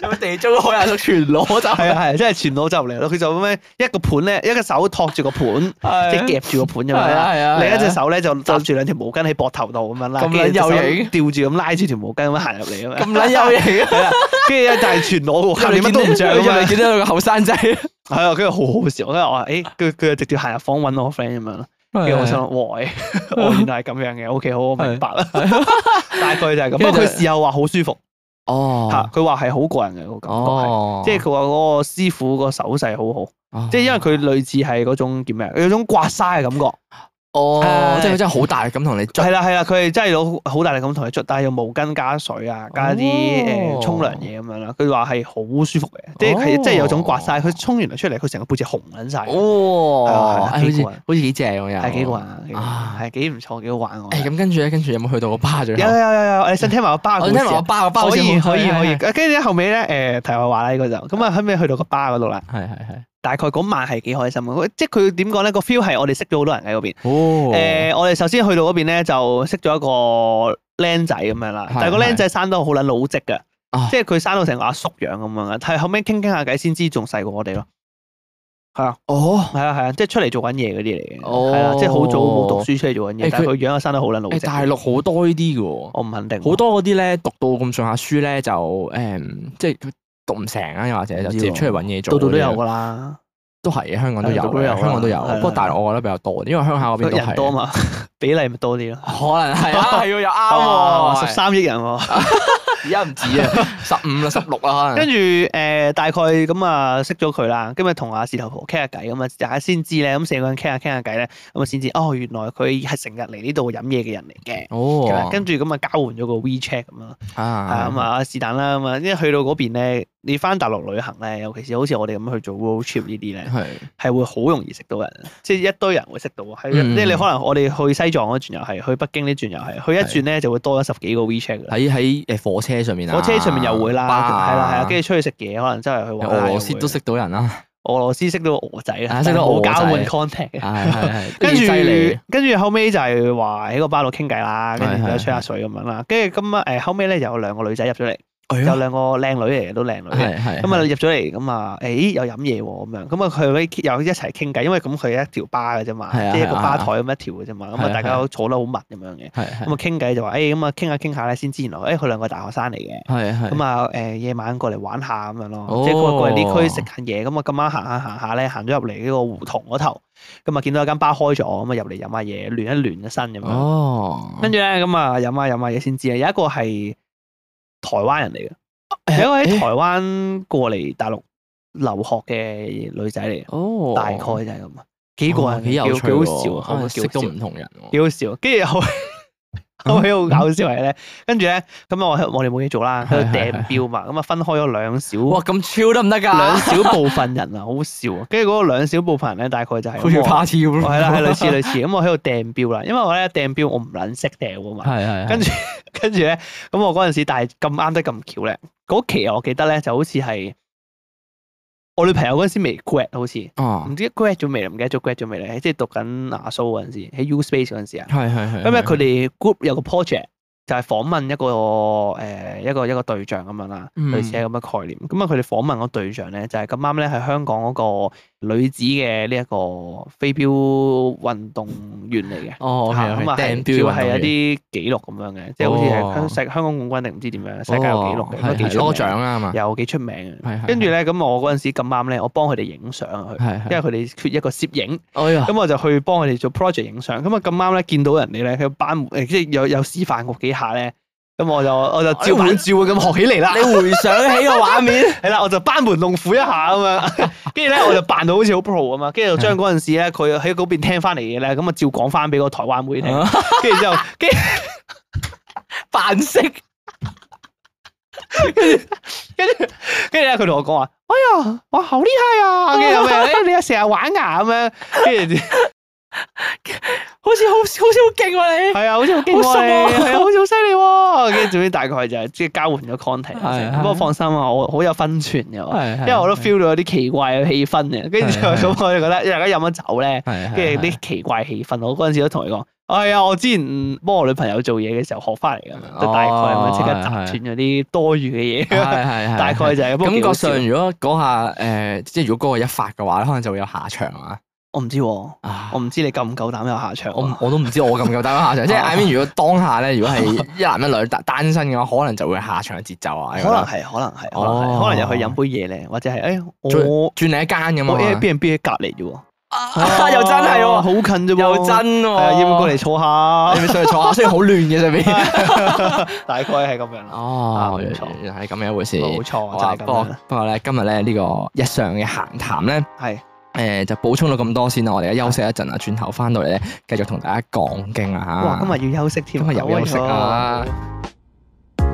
Speaker 2: 有地中海人都全裸就
Speaker 1: 係啊係啊，真係全裸走入嚟咯。佢就咁樣一個盤咧，一個手托住個盤，
Speaker 2: 啊
Speaker 1: 即係夾住個盤咁樣
Speaker 2: 係
Speaker 1: 啦
Speaker 2: 啊係。啊，
Speaker 1: 另一隻手咧就搭住兩條毛巾喺膊頭度咁樣啦，
Speaker 2: 咁撚
Speaker 1: 跟住隻手
Speaker 2: 有型
Speaker 1: 吊住咁拉住條毛巾咁樣行入嚟咁樣
Speaker 2: 咁。撚有型啊！
Speaker 1: 係啦，跟住但係全裸喎，下面乜都唔着咁
Speaker 2: 入
Speaker 1: 樣
Speaker 2: 嚟，見到有個後生仔，
Speaker 1: [laughs] 係啊，跟住好好笑，跟住我話，誒，佢佢就直接行入房揾我 friend 咁樣啦，跟住我心諗， [laughs] 哇，誒我原來係咁樣嘅，OK，好，我明白啦， [laughs] 大概就係咁。不過
Speaker 2: 跟住就
Speaker 1: 佢事後話好舒服，吓，
Speaker 2: 哦
Speaker 1: 佢話係好過人嘅個感覺係，
Speaker 2: 哦，
Speaker 1: 即係佢話嗰個師傅個手勢好好，
Speaker 2: 係
Speaker 1: 啊即係因為佢類似係嗰種叫咩，有種刮痧嘅感覺，
Speaker 2: 哦，即係佢
Speaker 1: 係
Speaker 2: 真係好大力咁同你捽
Speaker 1: 係啦係啦，佢係真係攞好大力咁同你捽，但係用毛巾加水啊，加啲
Speaker 2: 哦
Speaker 1: 誒沖涼嘢咁樣啦。佢話係好舒服嘅，即係係即係有種刮晒，佢沖完涼出嚟，佢成個背脊紅撚晒，係
Speaker 2: 哦哦
Speaker 1: 啊，係啊
Speaker 2: 哎好
Speaker 1: 幾
Speaker 2: 似
Speaker 1: 過癮
Speaker 2: 好似幾正喎又，
Speaker 1: 係幾過癮幾過
Speaker 2: 啊哎
Speaker 1: 癮，係幾唔錯，幾好玩我覺
Speaker 2: 誒
Speaker 1: 得。
Speaker 2: 咁跟住咧，跟住有冇去到個巴最
Speaker 1: 有
Speaker 2: 後？
Speaker 1: 有有有，你想聽埋個巴嘅
Speaker 2: 我
Speaker 1: 故
Speaker 2: 聽
Speaker 1: 事
Speaker 2: 埋個
Speaker 1: 啊？
Speaker 2: 巴個巴好
Speaker 1: 可
Speaker 2: 似
Speaker 1: 以
Speaker 2: 好
Speaker 1: 可以可以，跟
Speaker 2: 係
Speaker 1: 住咧後尾咧誒題外話啦呢個就，咁啊後尾去到個巴嗰度啦，
Speaker 2: 係係係
Speaker 1: 大概嗰晚係幾開心嘅，即係佢點講咧個 feel 係我哋識咗好多人喺嗰邊。
Speaker 2: 哦
Speaker 1: 誒、我哋首先去到嗰邊咧，就識咗一個僆仔咁樣啦
Speaker 2: 係，
Speaker 1: 但係個僆仔生得好撚老積嘅
Speaker 2: 啊，
Speaker 1: 即係佢生到成個阿叔樣啊咁樣嘅，但係後尾傾傾下偈先知仲細過我哋咯。係啊，
Speaker 2: 哦
Speaker 1: 係啊，係啊，即係出嚟做緊嘢嗰啲嚟嘅，
Speaker 2: 哦
Speaker 1: 係啦，即係好早冇讀書出嚟做緊嘢
Speaker 2: 誒，
Speaker 1: 但係
Speaker 2: 佢
Speaker 1: 佢樣又生得好撚老
Speaker 2: 誒，大
Speaker 1: 積。
Speaker 2: 陸好多呢啲嘅喎。
Speaker 1: 我唔肯定，
Speaker 2: 好多嗰啲咧讀到咁上下書咧就誒、嗯即係佢讀唔成啊，又或者就直接出嚟揾嘢
Speaker 1: 度
Speaker 2: 做，
Speaker 1: 度都有，㗎啦，
Speaker 2: 都係嘅香港都有
Speaker 1: 度度都有
Speaker 2: 嘅，
Speaker 1: 啦
Speaker 2: 香港都有
Speaker 1: 係啦。
Speaker 2: 不過大陸我覺得比較多，因為鄉下嗰邊都
Speaker 1: 人多
Speaker 2: 係，
Speaker 1: 嘛， [laughs] 比例咪多啲咯。
Speaker 2: 可能係啊，哦係要有啱
Speaker 1: 啊，
Speaker 2: 喎，
Speaker 1: 十三億人喎。
Speaker 2: 而家唔止 [laughs] 啊，十五啦，十六啦，可
Speaker 1: 跟
Speaker 2: 能
Speaker 1: 住誒、呃大概咁啊識咗佢啦，今日同阿事頭婆傾下偈咁啊，大家先知咧，咁四個人傾下傾下偈咧，咁啊先知哦，原來佢係成日嚟呢度飲嘢嘅人嚟嘅。咁啊
Speaker 2: 哦，
Speaker 1: 跟住咁啊交換咗個 WeChat 咁啦，啊咁
Speaker 2: 啊
Speaker 1: 啊是但啦咁啊，因為去到嗰邊咧，你翻大陸旅行咧，尤其是好似我哋咁去做 road trip 呢啲咧，
Speaker 2: 係
Speaker 1: 係會好容易識到人，即係一堆人會識到，係
Speaker 2: 嗯
Speaker 1: 即係你可能我哋去西藏嗰轉又係，去北京呢轉又係，去一轉咧就會多咗十幾個 WeChat 㗎啦。
Speaker 2: 喺喺誒火車上面啊，
Speaker 1: 火車上面又會啦，
Speaker 2: 巴啊
Speaker 1: 係啦係啦，跟住出去食嘢，可能周圍去玩啦。
Speaker 2: 俄羅斯
Speaker 1: 又會
Speaker 2: 哦都識到人啊啦，
Speaker 1: 俄羅斯識到俄仔
Speaker 2: 啊
Speaker 1: 啦，
Speaker 2: 識到
Speaker 1: 冇
Speaker 2: 俄仔
Speaker 1: 交換 contact 嘅。
Speaker 2: 係係係，
Speaker 1: 跟
Speaker 2: 跟住
Speaker 1: 住
Speaker 2: 犀利，
Speaker 1: 跟住後尾就係話喺個巴度傾偈啦，跟住
Speaker 2: 係係
Speaker 1: 吹下水咁樣啦。跟住咁啊誒後尾咧有兩個女仔入咗嚟，
Speaker 2: 哎
Speaker 1: 有兩個靚女嚟嘅都靚女嘅。
Speaker 2: 係係
Speaker 1: 咁啊入咗嚟咁啊，誒有飲嘢喎咁樣，咁啊佢嗰啲有一齊傾偈，因為咁佢一條巴嘅啫嘛，
Speaker 2: 係啊
Speaker 1: 即係一個
Speaker 2: 係
Speaker 1: 吧
Speaker 2: 啊係啊
Speaker 1: 台咁一條嘅啫嘛，咁
Speaker 2: 係
Speaker 1: 啊
Speaker 2: 啊
Speaker 1: 大
Speaker 2: 係
Speaker 1: 家
Speaker 2: 啊
Speaker 1: 坐得好密咁樣嘅，
Speaker 2: 係係
Speaker 1: 咁啊傾偈就話誒咁啊傾下傾下咧，先知原來誒佢兩個大學生嚟嘅。
Speaker 2: 係係
Speaker 1: 咁啊誒夜晚過嚟玩下咁樣咯，
Speaker 2: 哦
Speaker 1: 即係佢話過嚟呢區食下嘢，咁啊咁啱行下行下咧，行咗入嚟呢個胡同嗰頭，咁啊見到有間吧開咗，咁啊入嚟飲下嘢，暖一暖一身咁樣。
Speaker 2: 哦，
Speaker 1: 跟住咧咁啊飲下飲下嘢先知啊，有一個係台灣人嚟嘅，有一個喺台灣過嚟大陸留學嘅女仔嚟嘅，
Speaker 2: 哦，
Speaker 1: 大概就係咁啊，幾個人
Speaker 2: 幾有趣
Speaker 1: 幾好笑
Speaker 2: 喎，
Speaker 1: 啊，好
Speaker 2: 啊
Speaker 1: 幾
Speaker 2: 識
Speaker 1: 好
Speaker 2: 到
Speaker 1: 笑
Speaker 2: 唔同人喎，
Speaker 1: 幾好笑。跟住
Speaker 2: 啊
Speaker 1: 後尾 [laughs] 後尾好搞笑係咧，跟住咧咁啊我喺我哋冇嘢做啦，喺度
Speaker 2: 係係
Speaker 1: 掟標嘛，咁啊分開咗兩小
Speaker 2: 哇咁超得唔得㗎？
Speaker 1: 兩小部分人啊，好笑啊！跟住嗰個兩小部分人咧，大概就係
Speaker 2: 好似
Speaker 1: 咁我哦
Speaker 2: party 咁，
Speaker 1: 係啦，
Speaker 2: [laughs]
Speaker 1: 係類似類似咁，我喺度掟標啦，因為我咧掟標我唔撚識掟啊嘛，
Speaker 2: 係係，
Speaker 1: 跟住跟住咧咁我嗰陣時，但係咁啱得咁巧咧，嗰期我記得咧就好似係我女朋友嗰陣時未 grad 好似。
Speaker 2: 哦
Speaker 1: 唔，知 grad 咗未啦，唔記得咗 grad 咗未咧，即係讀緊亞蘇嗰陣時，喺 U Space 嗰陣時啊，
Speaker 2: 係係係，
Speaker 1: 咁咧佢
Speaker 2: 嗯
Speaker 1: 哋 group 有個 project 就係訪問一個誒、一個一個對象咁樣啦，
Speaker 2: 嗯
Speaker 1: 類似係咁嘅概念。咁啊，佢哋訪問個對象咧就係咁啱咧係香港嗰個女子嘅呢一個飛鏢運動員嚟嘅。
Speaker 2: 哦
Speaker 1: 嚇咁啊，係主要係一啲紀錄咁樣嘅，即係好似係香
Speaker 2: 哦
Speaker 1: 世香港冠軍定唔知點樣，世界有紀錄嘅，咁啊幾出
Speaker 2: 攞獎
Speaker 1: 名，
Speaker 2: 啊嘛，
Speaker 1: 又幾出名嘅。
Speaker 2: 係係
Speaker 1: 跟住咧，咁我嗰陣時咁啱咧，我幫佢哋影相啊，佢
Speaker 2: 係
Speaker 1: 因
Speaker 2: 係，
Speaker 1: 為佢哋缺一個攝影。
Speaker 2: 哎呀
Speaker 1: 咁我就去幫佢哋做 project 影相。咁啊咁啱咧，見到人哋咧，佢班誒即係有有示範過幾下咧。咁我就我就照
Speaker 2: 你
Speaker 1: 本照本啊咁學起嚟啦。
Speaker 2: 你回想起個畫面， [laughs]
Speaker 1: 係啦，我就班門弄斧一下咁 [laughs] 樣。跟住咧，我就扮到好似好 pro 咁啊。跟住就將嗰陣時咧，佢喺嗰邊聽翻嚟嘅咧，咁啊照講翻俾個台灣妹聽。跟住之後，跟
Speaker 2: 啊扮識
Speaker 1: 跟住跟住咧，佢同我講話：哎呀，哇，好厲害啊！跟住 [laughs] 又咩？誒你又成日玩牙咁樣。跟住
Speaker 2: 好似好好似好勁喎
Speaker 1: 係啊，好似好勁喎
Speaker 2: 好熟
Speaker 1: 你，
Speaker 2: 喎
Speaker 1: 係啊，好似好犀利喎。跟住總之大概就係即係交換咗 contact
Speaker 2: 係
Speaker 1: 先。
Speaker 2: 係
Speaker 1: 不過放心啊，我好有分寸嘅，我
Speaker 2: 你，
Speaker 1: 因為我都 feel 到有啲奇怪嘅氣氛嘅。跟住之後
Speaker 2: 係係
Speaker 1: 咁我就覺得，因為大家飲咗酒咧，
Speaker 2: 係
Speaker 1: 跟住啲奇怪氣氛，我嗰陣時都同佢講。係啊，我之前幫我女朋友做嘢嘅時候學翻嚟㗎，就大概咁樣即刻
Speaker 2: 哦係係
Speaker 1: 斬斷咗啲多餘嘅
Speaker 2: 哦係
Speaker 1: 嘢，
Speaker 2: [laughs] 係係，
Speaker 1: 大概就係咁。不過
Speaker 2: 感
Speaker 1: 幾
Speaker 2: 覺
Speaker 1: 好笑
Speaker 2: 上，如果嗰下誒，即係如果嗰個一發嘅話咧，可能就會有下場啊！
Speaker 1: 我唔知喎，
Speaker 2: 啊
Speaker 1: 我唔知你夠唔夠膽有下場
Speaker 2: [laughs] 我唔
Speaker 1: 啊。
Speaker 2: 我都唔知我咁夠膽下場，即係 I [laughs] mean，如果當下咧，如果係一男一女單單身嘅話，可能就會下場嘅節奏啊，
Speaker 1: 可能係，可能係，可能係，
Speaker 2: 哦
Speaker 1: 可能又去飲杯嘢咧，或者係誒
Speaker 2: 最
Speaker 1: 我
Speaker 2: 轉你一間咁
Speaker 1: 我
Speaker 2: 啊 [laughs]
Speaker 1: Airbnb 喺隔離啫喎。
Speaker 2: 嘛， [laughs] 又真係
Speaker 1: 啊好
Speaker 2: 喎，
Speaker 1: 近啫喎，
Speaker 2: 又真
Speaker 1: 係
Speaker 2: 喎，
Speaker 1: 啊，要唔要過嚟
Speaker 2: [laughs]
Speaker 1: 坐
Speaker 2: 你
Speaker 1: 下？
Speaker 2: 咪上去坐下，雖然好亂
Speaker 1: [laughs]
Speaker 2: 嘅上邊。
Speaker 1: 大概係咁樣啦，
Speaker 2: 哦，
Speaker 1: 冇錯
Speaker 2: 原來係咁樣一回事。
Speaker 1: 冇錯，
Speaker 2: 好啊
Speaker 1: 就係咁
Speaker 2: 不過
Speaker 1: 樣啦，
Speaker 2: 不過咧，今日咧呢個日常嘅閒談咧，
Speaker 1: 係
Speaker 2: 誒就補充到咁多先啦，我哋而家休息一陣啊，轉頭翻到嚟咧，繼續同大家講經啊嚇。
Speaker 1: 哇！今日要休息添，
Speaker 2: 今日又休息啊
Speaker 1: 哎呀！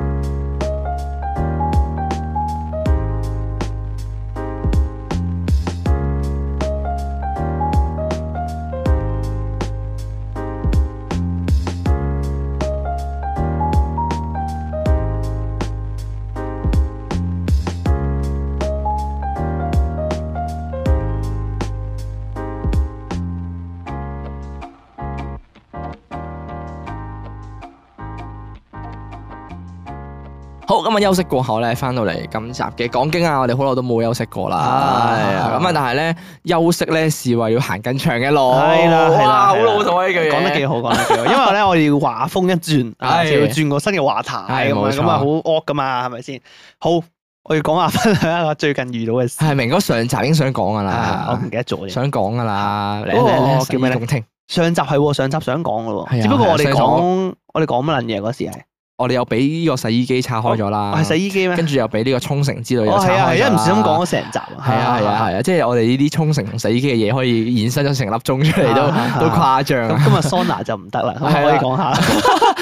Speaker 2: 好，咁啊休息過後咧，翻到嚟今集嘅講經啊，我哋好耐都冇休息過啦。係啊咁啊，但係咧休息咧是為要行更長嘅路。
Speaker 1: 係啦係啦
Speaker 2: 哇好
Speaker 1: 係啦
Speaker 2: 老土啊呢句嘢。
Speaker 1: 講得幾好，講得幾好，因為咧我哋要話風一轉，啊
Speaker 2: [laughs] 係
Speaker 1: 就要轉個新嘅話題咁
Speaker 2: 係冇
Speaker 1: 啊，
Speaker 2: 錯
Speaker 1: 咁啊好惡噶嘛，係咪先？好，我要講下分享一下最近遇到嘅事
Speaker 2: 係明哥上集已經想講噶
Speaker 1: 啊，我唔
Speaker 2: 啦
Speaker 1: 記，得咗添。
Speaker 2: 想講噶啦。嚟
Speaker 1: 嗰個
Speaker 2: 嚟嚟
Speaker 1: 叫咩咧
Speaker 2: 洗耳恭聽
Speaker 1: 上集係喎，上集想講嘅
Speaker 2: 係啊
Speaker 1: 喎，只不過我哋
Speaker 2: 上集
Speaker 1: 講我哋講乜撚嘢嗰時係，
Speaker 2: 我哋又俾呢個洗衣機拆開咗啦。
Speaker 1: 哦係洗衣機咩？
Speaker 2: 啊跟住又俾呢個沖繩之類又
Speaker 1: 哦，
Speaker 2: 拆
Speaker 1: 係啊，係
Speaker 2: 開
Speaker 1: 因
Speaker 2: 咗
Speaker 1: 為唔小心
Speaker 2: 啦
Speaker 1: 講咗成集啊，
Speaker 2: 係啊係啊係啊，即係我哋呢啲沖繩同洗衣機嘅嘢可以延伸咗成粒鐘出嚟都
Speaker 1: 啊
Speaker 2: 都誇張啊！
Speaker 1: 咁今日 Sona 就唔得
Speaker 2: [laughs]
Speaker 1: 啦，咁
Speaker 2: 係
Speaker 1: 可以
Speaker 2: 啦
Speaker 1: 講下。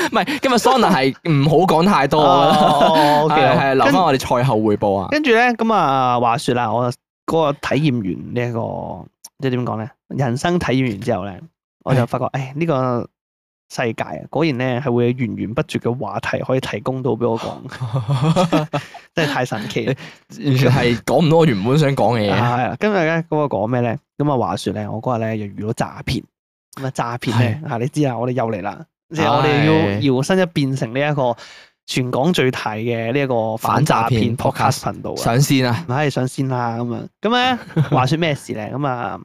Speaker 2: 唔係今日 Sona 係唔好講太多
Speaker 1: [laughs]
Speaker 2: 啦，[laughs]
Speaker 1: 哦，OK，
Speaker 2: 係啊係留翻
Speaker 1: 跟
Speaker 2: 我哋賽後匯報啊！
Speaker 1: 跟住咧，咁啊，話說啦，我嗰個體驗完呢、一個，即係點講咧，人生體驗完之後咧，我就發覺，誒呢、個世界啊，果然咧係會有源源不絕嘅話題可以提供到俾我
Speaker 2: [laughs]
Speaker 1: 講， [laughs] 真係太神奇啦！
Speaker 2: 啊完全係講唔到我原本想講嘅
Speaker 1: 係
Speaker 2: 嘢，
Speaker 1: 啊，今日咧嗰個講咩咧？咁啊，話說咧，我嗰日咧又遇到詐騙，咁啊詐騙咧嚇，你知啦，啊我哋又嚟啦，即係我
Speaker 2: 唉
Speaker 1: 哋要搖身一變成呢一個全港最大嘅呢一個反詐
Speaker 2: 反詐騙
Speaker 1: 騙 podcast 頻道啊！
Speaker 2: 上線啊！
Speaker 1: 唉，上先啦咁樣。咁咧，話說咩事咧？咁啊，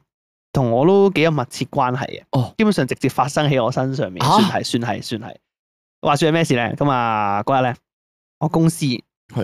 Speaker 1: 同我都幾有密切關係嘅。
Speaker 2: 哦，
Speaker 1: 基本上直接發生喺我身上面，
Speaker 2: 啊
Speaker 1: 算係算係算係。話說係咩事咧？咁啊，嗰日咧，我公司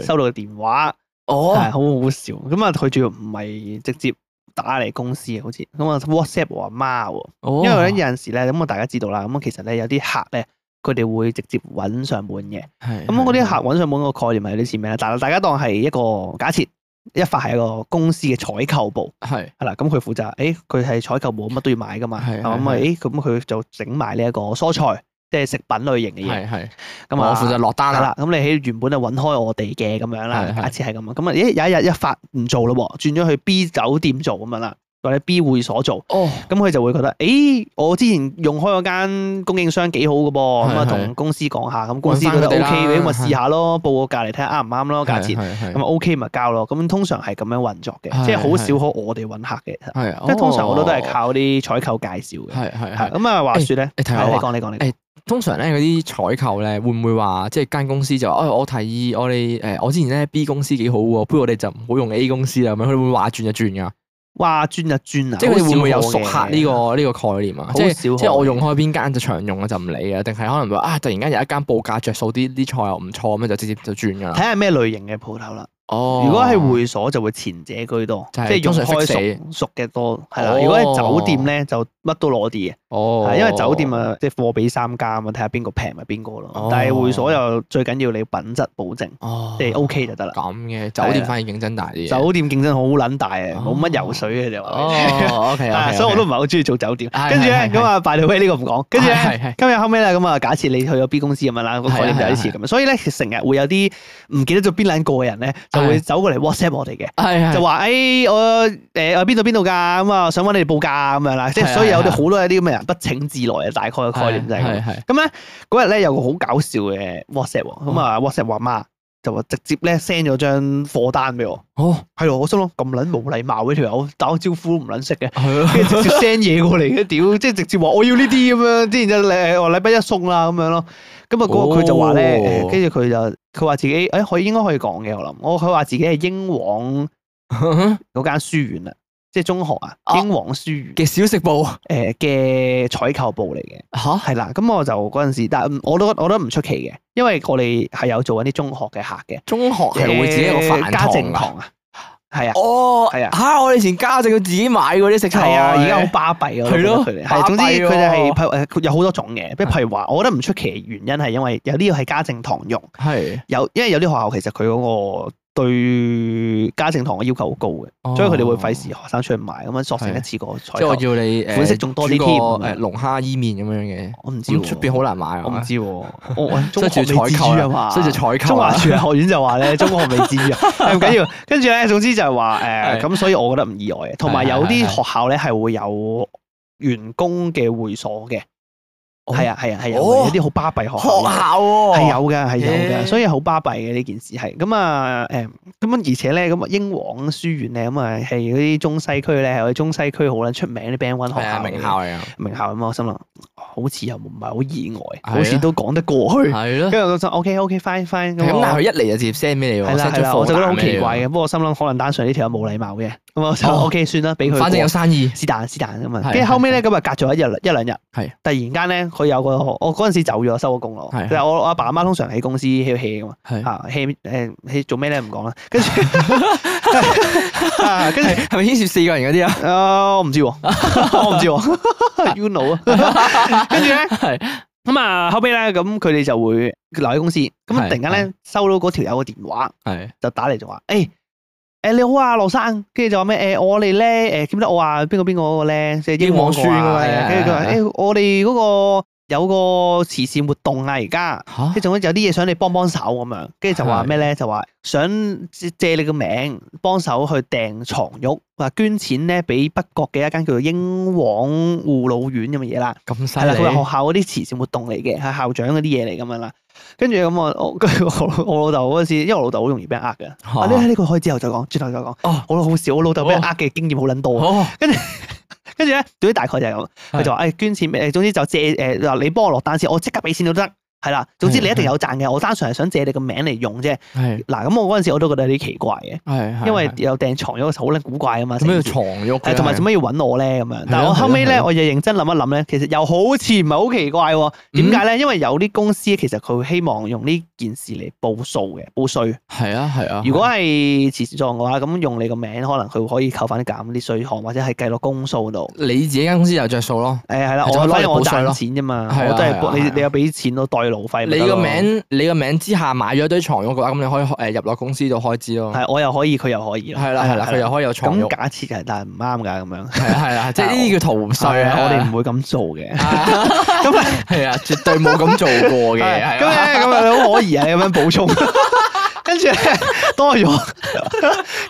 Speaker 1: 收到個電話，
Speaker 2: 哦
Speaker 1: 係好好笑。咁啊，佢仲要唔係直接打嚟公司嘅，好似咁啊 WhatsApp 我阿媽喎。
Speaker 2: 哦，
Speaker 1: 因為咧有陣時咧，咁啊大家知道啦，咁啊其實咧有啲客咧，佢哋會直接揾上門嘅。
Speaker 2: 係
Speaker 1: 咁嗰啲客揾上門個概念係有啲似咩咧？但係大家當係一個假設，一發係一個公司嘅採購部，
Speaker 2: 係
Speaker 1: 係啦，咁佢負責，誒佢係採購部，乜都要買噶嘛，
Speaker 2: 係
Speaker 1: 係嘛咁啊，
Speaker 2: 係
Speaker 1: 誒咁佢就整埋呢一個蔬菜，即係食品類型嘅嘢，
Speaker 2: 係係，
Speaker 1: 咁
Speaker 2: 咁
Speaker 1: 啊
Speaker 2: 我負責落單
Speaker 1: 係
Speaker 2: 呃啦，
Speaker 1: 啦，咁你喺原本就揾開我哋嘅咁樣啦，
Speaker 2: 係係
Speaker 1: 假設係咁啊，咁啊，咦有一日一發唔做咯喎，轉咗去 B 酒店做咁樣啦，或者 B 會所做。
Speaker 2: 哦，
Speaker 1: 咁佢就會覺得，誒，我之前用開嗰間供應商幾好嘅噃，咁啊
Speaker 2: 係係
Speaker 1: 同公司講下，咁公司覺得
Speaker 2: 搵返
Speaker 1: OK
Speaker 2: 佢哋啦
Speaker 1: 嘅，咁咪試下咯，報個價嚟睇下啱唔啱咯，價錢，
Speaker 2: 係係
Speaker 1: 咁啊 OK 咪交咯。咁通常係咁樣運作嘅，
Speaker 2: 係
Speaker 1: 即係好少可我哋揾客嘅，其實
Speaker 2: 係，
Speaker 1: 啊即係通常我都都係
Speaker 2: 哦
Speaker 1: 靠啲採購介紹嘅。
Speaker 2: 係係係
Speaker 1: 係。咁啊，話説咧，
Speaker 2: 你提我
Speaker 1: 係你
Speaker 2: 話
Speaker 1: 講你講你講
Speaker 2: 誒通常咧嗰啲採購咧，會唔會話即係間公司就話，哎，我提議我哋誒、呃我之前咧 B 公司幾好喎，不如我哋就唔好用 A 公司啦，啊咁樣佢哋會話轉就轉噶，
Speaker 1: 哇轉就轉啊，
Speaker 2: 即係佢哋會唔會有
Speaker 1: 好
Speaker 2: 熟客
Speaker 1: 少
Speaker 2: 呢、
Speaker 1: 可嘅？
Speaker 2: 個呢、個概念啊？即
Speaker 1: 好
Speaker 2: 係
Speaker 1: 少可
Speaker 2: 即係我用開邊間就常用，我就唔理啊，定係可能話啊，突然間有一間報價着數啲，啲菜又唔錯咁樣就直接就轉噶
Speaker 1: 睇
Speaker 2: 啦。
Speaker 1: 下咩類型嘅鋪頭啦。
Speaker 2: 啊哦
Speaker 1: 如果係會所就會前者居多，即
Speaker 2: 就係
Speaker 1: 係用
Speaker 2: 通常
Speaker 1: 開
Speaker 2: fix 死
Speaker 1: 熟熟嘅多，係啦。
Speaker 2: 哦
Speaker 1: 如果係酒店咧就乜都攞啲嘅。
Speaker 2: 哦
Speaker 1: 係因為酒店啊，即係貨比三家啊嘛，睇下邊個平咪邊個咯
Speaker 2: 哦。
Speaker 1: 但係會所又最緊要你品質保證，
Speaker 2: 哦，
Speaker 1: 即係 OK 就得啦。
Speaker 2: 咁嘅酒
Speaker 1: 係
Speaker 2: 店
Speaker 1: 啊
Speaker 2: 反而競爭大啲嘅。
Speaker 1: 酒店競爭好撚大啊，冇
Speaker 2: 哦
Speaker 1: 乜游水嘅就話。
Speaker 2: 哦，OK [laughs]
Speaker 1: 啊
Speaker 2: OK，
Speaker 1: 所以我都唔係好中意做酒店。
Speaker 2: 係
Speaker 1: 跟住咧
Speaker 2: 係係
Speaker 1: 咁啊，by the way 呢個唔講。跟住
Speaker 2: 係係
Speaker 1: 咧
Speaker 2: 係，
Speaker 1: 今日後尾咧咁啊，假設你去咗 B 公司咁樣啦，個概念就有啲似咁樣。所以咧，成日會有啲唔記得咗邊撚個嘅人咧，就會
Speaker 2: 係
Speaker 1: 走過嚟 WhatsApp 我哋嘅。
Speaker 2: 係係
Speaker 1: 就話誒我誒我邊度邊度㗎咁啊，想揾你哋報價咁樣啦，即
Speaker 2: 係
Speaker 1: 係
Speaker 2: 啊
Speaker 1: 所以有啲
Speaker 2: 係啊
Speaker 1: 好多有啲咁嘅人不請自來啊，大概嘅概念就係咁。
Speaker 2: 係係
Speaker 1: 咁咧嗰日咧有個好搞笑嘅 WhatsApp 喎，咁
Speaker 2: 哦
Speaker 1: 啊 WhatsApp 話媽就話直接咧 send 咗張貨單俾我，
Speaker 2: 哦
Speaker 1: 係咯，我心諗咁撚冇禮貌嘅條友，打個招呼都唔撚識嘅。
Speaker 2: 係咯。
Speaker 1: 跟住直接 send 嘢過嚟嘅，
Speaker 2: [laughs]
Speaker 1: 屌！即係直接話我要呢啲咁樣，之前就誒我禮拜一送啦咁樣咯。咁啊，嗰個佢就話咧，
Speaker 2: 哦
Speaker 1: 誒跟住佢就佢話自己誒可以應該可以講嘅，我諗我佢話自己係英皇
Speaker 2: [laughs]
Speaker 1: 嗰間書院啊，即係中學啊，
Speaker 2: 哦
Speaker 1: 英皇書院
Speaker 2: 嘅小食部
Speaker 1: 誒嘅採購部嚟嘅，
Speaker 2: 吓
Speaker 1: 係啦。咁我就嗰陣時，但係嗯我都我都唔出奇嘅，因為我哋係有做緊啲中學嘅客嘅，
Speaker 2: 中學係會自己有個飯
Speaker 1: 誒家政
Speaker 2: 堂㗎
Speaker 1: 堂啊，係啊，
Speaker 2: 哦，
Speaker 1: 係啊
Speaker 2: 吓我哋以前家政要自己買嗰啲食材
Speaker 1: 係啊，而家好巴閉啊，我
Speaker 2: 係咯
Speaker 1: 覺得佢哋係總之
Speaker 2: 巴閉喎
Speaker 1: 佢哋係譬如誒有好多種
Speaker 2: [laughs]
Speaker 1: 嘅，即係譬如話，我覺得唔出奇嘅原因係因為有啲要係家政堂用，
Speaker 2: 係
Speaker 1: 有因為有啲學校其實佢嗰個對家政堂嘅要求好高嘅，哦所以佢哋會費事學生出去買，咁樣索性
Speaker 2: 哦係
Speaker 1: 一次過採
Speaker 2: 哦即係我
Speaker 1: 購。
Speaker 2: 要你
Speaker 1: 款式仲多啲添
Speaker 2: 誒龍蝦伊麵咁樣嘅，
Speaker 1: 我唔知
Speaker 2: 咁
Speaker 1: 喎
Speaker 2: 出邊好難買啊
Speaker 1: 我唔
Speaker 2: 嘛，
Speaker 1: 知喎，我我
Speaker 2: 所
Speaker 1: 中學
Speaker 2: 以
Speaker 1: 未
Speaker 2: 就要
Speaker 1: 至於啊
Speaker 2: 採購
Speaker 1: 嘛，
Speaker 2: 啊，所以就採
Speaker 1: 中
Speaker 2: 購
Speaker 1: 華
Speaker 2: 啊。
Speaker 1: 廚藝學院就話
Speaker 2: [laughs]
Speaker 1: 咧，中學未至於啊，係唔緊要。跟住咧，總之就係話誒，
Speaker 2: 係
Speaker 1: 咁所以我覺得唔意外嘅。同埋有啲
Speaker 2: 係係係
Speaker 1: 學校咧係會有員工嘅會所嘅，
Speaker 2: 哦
Speaker 1: 係啊係啊係有嘅，
Speaker 2: 哦
Speaker 1: 有啲好巴閉學
Speaker 2: 學
Speaker 1: 校嘅。
Speaker 2: 校啊喎，
Speaker 1: 係有啊嘅，係有嘅，
Speaker 2: 耶
Speaker 1: 所以好巴閉嘅呢件事係咁啊，誒咁樣而且咧，咁啊英皇書院咧，咁啊係嗰啲中西區咧，係我哋中西區好撚出名啲 band one 學
Speaker 2: 係
Speaker 1: 校
Speaker 2: 啊
Speaker 1: 嚟嘅
Speaker 2: 名校嚟啊，
Speaker 1: 名校咁啊，我心諗好似又唔係好意外，
Speaker 2: 啊
Speaker 1: 好似都講得過去。
Speaker 2: 係咯。
Speaker 1: 跟住我就 OK OK fine fine 咁
Speaker 2: 咁但係佢
Speaker 1: 我。
Speaker 2: 一嚟就直接 send 俾你喎
Speaker 1: 係啦
Speaker 2: ，send
Speaker 1: 係啦，
Speaker 2: 咗
Speaker 1: 我就覺得好
Speaker 2: 貨單俾
Speaker 1: 奇
Speaker 2: 你
Speaker 1: 怪
Speaker 2: 喎
Speaker 1: 嘅。不過我心諗可能單純呢條友冇禮貌嘅，咁我就
Speaker 2: 哦
Speaker 1: OK 算啦，俾佢過。
Speaker 2: 反正有生意，
Speaker 1: 是但是但咁啊。
Speaker 2: 係
Speaker 1: 跟住後尾咧，
Speaker 2: 係
Speaker 1: 咁啊隔咗一日一兩日，
Speaker 2: 係
Speaker 1: 突然間咧，佢有個我嗰陣時走咗，收咗工咯。
Speaker 2: 係
Speaker 1: 但係我我阿爸阿媽通常喺公司 hea hea 噶嘛，
Speaker 2: 係
Speaker 1: 啊 hea 誒 hea 做咩咧唔講啦。跟
Speaker 2: [laughs]
Speaker 1: 住 [laughs] 啊跟住
Speaker 2: 係咪牽涉四個人嗰啲啊？
Speaker 1: 啊我唔知喎， [laughs] 我唔知喎 [laughs] ，you know
Speaker 2: [laughs]
Speaker 1: 啊。跟住咧。
Speaker 2: 係
Speaker 1: 咁啊，後尾咧，咁佢哋就會留喺公司。咁啊
Speaker 2: 係
Speaker 1: 突然間咧，收到嗰條友嘅電話，
Speaker 2: 係
Speaker 1: 就打嚟就話：，誒、誒、你好啊，羅生。跟住就話咩？誒、我哋咧，誒記唔記得我啊？邊個邊個嗰個咧，即係英皇
Speaker 2: 英
Speaker 1: 村
Speaker 2: 皇村
Speaker 1: 嗰
Speaker 2: 嗰
Speaker 1: 位
Speaker 2: 位
Speaker 1: 啊。
Speaker 2: 啊
Speaker 1: 跟住佢話：，
Speaker 2: 係
Speaker 1: 誒、
Speaker 2: 啊
Speaker 1: 我哋嗰、個有個慈善活動啊，而家。
Speaker 2: 嚇
Speaker 1: 即係仲有啲嘢想你幫幫手咁樣，跟住就話咩咧？就話想借借你個名幫手去訂床褥，話捐錢咧俾北角嘅一間叫做英皇護老院咁嘅嘢啦。
Speaker 2: 咁犀
Speaker 1: 係啦，佢話
Speaker 2: 利
Speaker 1: 學校嗰啲慈善活動嚟嘅，係校長嗰啲嘢嚟咁樣啦。跟住咁我我跟住我我老豆嗰陣時，因為我老豆好容易俾人呃嘅。
Speaker 2: 嚇
Speaker 1: 啊呢呢個可以之後再講，轉頭再講。
Speaker 2: 哦
Speaker 1: 我好少，我老豆俾人呃嘅經驗好撚多。
Speaker 2: 哦，
Speaker 1: 跟住咧，總之大概就係咁。佢就話誒哎捐錢俾，誒總之就借誒嗱你幫我落單先，我即刻俾錢都得。係啦，總之你一定有賺嘅。我單純係想借你個名嚟用啫。
Speaker 2: 係
Speaker 1: 嗱咁我嗰陣時我都覺得有啲奇怪嘅，
Speaker 2: 係係
Speaker 1: 因為
Speaker 2: 係
Speaker 1: 有訂床褥好撚古怪啊嘛。
Speaker 2: 做咩要
Speaker 1: 成件事
Speaker 2: 床褥嘅
Speaker 1: 係同埋做咩要揾我咧咁樣？但係我
Speaker 2: 係
Speaker 1: 後
Speaker 2: 咯
Speaker 1: 尾
Speaker 2: 係
Speaker 1: 咧，
Speaker 2: 咯
Speaker 1: 我就認真諗一諗咧，其實又好似唔係好奇怪喎。點解
Speaker 2: 嗯
Speaker 1: 咧？因為有啲公司其實佢希望用呢件事嚟報數嘅，報税。
Speaker 2: 係啊係啊，
Speaker 1: 如果係慈善作用嘅話，咁用你個名可能佢可以扣翻啲減啲税項，或者係計落公數度。
Speaker 2: 你自己間公司有着數咯，
Speaker 1: 誒係啦，
Speaker 2: 係就
Speaker 1: 我
Speaker 2: 可以
Speaker 1: 反正我
Speaker 2: 報稅
Speaker 1: 賺
Speaker 2: 咯
Speaker 1: 錢啫嘛，
Speaker 2: 係啊
Speaker 1: 我都係
Speaker 2: 係啊
Speaker 1: 幫你
Speaker 2: 係啊
Speaker 1: 你有俾錢我代勞費咪
Speaker 2: 你
Speaker 1: 得咯。
Speaker 2: 個名你個名之下買咗一堆床褥嘅話，咁你可以誒入落公司度開支咯。
Speaker 1: 係我又可以，佢又可以咯。
Speaker 2: 係啦係啦，佢又可以有床
Speaker 1: 咁
Speaker 2: 褥，
Speaker 1: 假設係，但係唔啱㗎咁樣。
Speaker 2: 係啊係啊，即係呢啲叫逃
Speaker 1: 係
Speaker 2: 税
Speaker 1: 啊
Speaker 2: 啊！
Speaker 1: 我哋唔會咁做嘅。
Speaker 2: [laughs] 咁 [laughs] 係啊，絕對冇咁做過嘅，
Speaker 1: 係
Speaker 2: 係
Speaker 1: 咁
Speaker 2: 啊
Speaker 1: 咧，咁啊，好可疑啊，你咁樣補
Speaker 2: [laughs]
Speaker 1: 充，跟住咧多咗，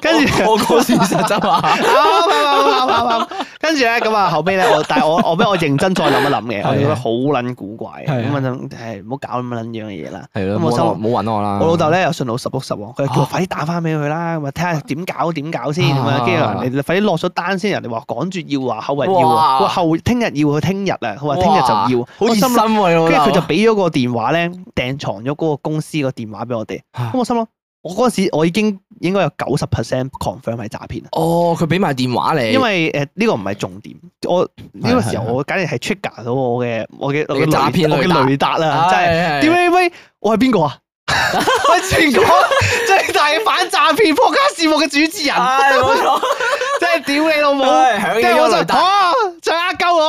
Speaker 1: 跟住
Speaker 2: 我我講事實啫
Speaker 1: [laughs]
Speaker 2: 嘛。
Speaker 1: 啱啱啱啱啱啱，跟住咧咁啊，後尾咧我，但係我我俾我認真再諗一諗嘅，
Speaker 2: 係
Speaker 1: 我覺得好撚古怪，
Speaker 2: 係
Speaker 1: 咁啊就係唔好搞咁撚樣嘅嘢啦。
Speaker 2: 係咯，
Speaker 1: 咁我
Speaker 2: 冇
Speaker 1: 收
Speaker 2: 揾我冇揾我啦。
Speaker 1: 我老豆咧又信到十足十喎，佢就叫我
Speaker 2: 啊
Speaker 1: 快啲打翻俾佢啦，咁啊睇下點搞點搞先咁啊，
Speaker 2: 啊
Speaker 1: 跟住人哋快啲落咗單先，人哋話趕住要啊，後日要啊，
Speaker 2: 哇
Speaker 1: 佢話後聽日要，佢聽日啊，佢話聽日就要，
Speaker 2: 好熱
Speaker 1: 我
Speaker 2: 心
Speaker 1: 心諗
Speaker 2: 喎，你老
Speaker 1: 跟住佢就
Speaker 2: 豆。
Speaker 1: 俾咗個電話咧，訂床褥嗰個公司個電話俾我哋。咁我心諗，我嗰陣時我已經應該有九十 percent confirm 係詐騙啊啦，
Speaker 2: 哦，佢俾埋電話你，
Speaker 1: 因為誒呢個唔係重點，我呢個時候
Speaker 2: 係係
Speaker 1: 我簡直係 trigger 到我嘅我嘅我
Speaker 2: 你嘅詐騙
Speaker 1: 我
Speaker 2: 雷達
Speaker 1: 嘅雷達啦，啊真係
Speaker 2: 係
Speaker 1: 點解喂，我係邊個
Speaker 2: [laughs]
Speaker 1: 啊？我係全港最大嘅反詐騙撲街節目嘅主持人，
Speaker 2: 唉冇
Speaker 1: [laughs]
Speaker 2: 錯，
Speaker 1: 真係屌你老母！
Speaker 2: 啊唉響
Speaker 1: 跟住我
Speaker 2: 應
Speaker 1: 就
Speaker 2: 咗雷達，
Speaker 1: 啊，想呃鳩
Speaker 2: [laughs]
Speaker 1: 我，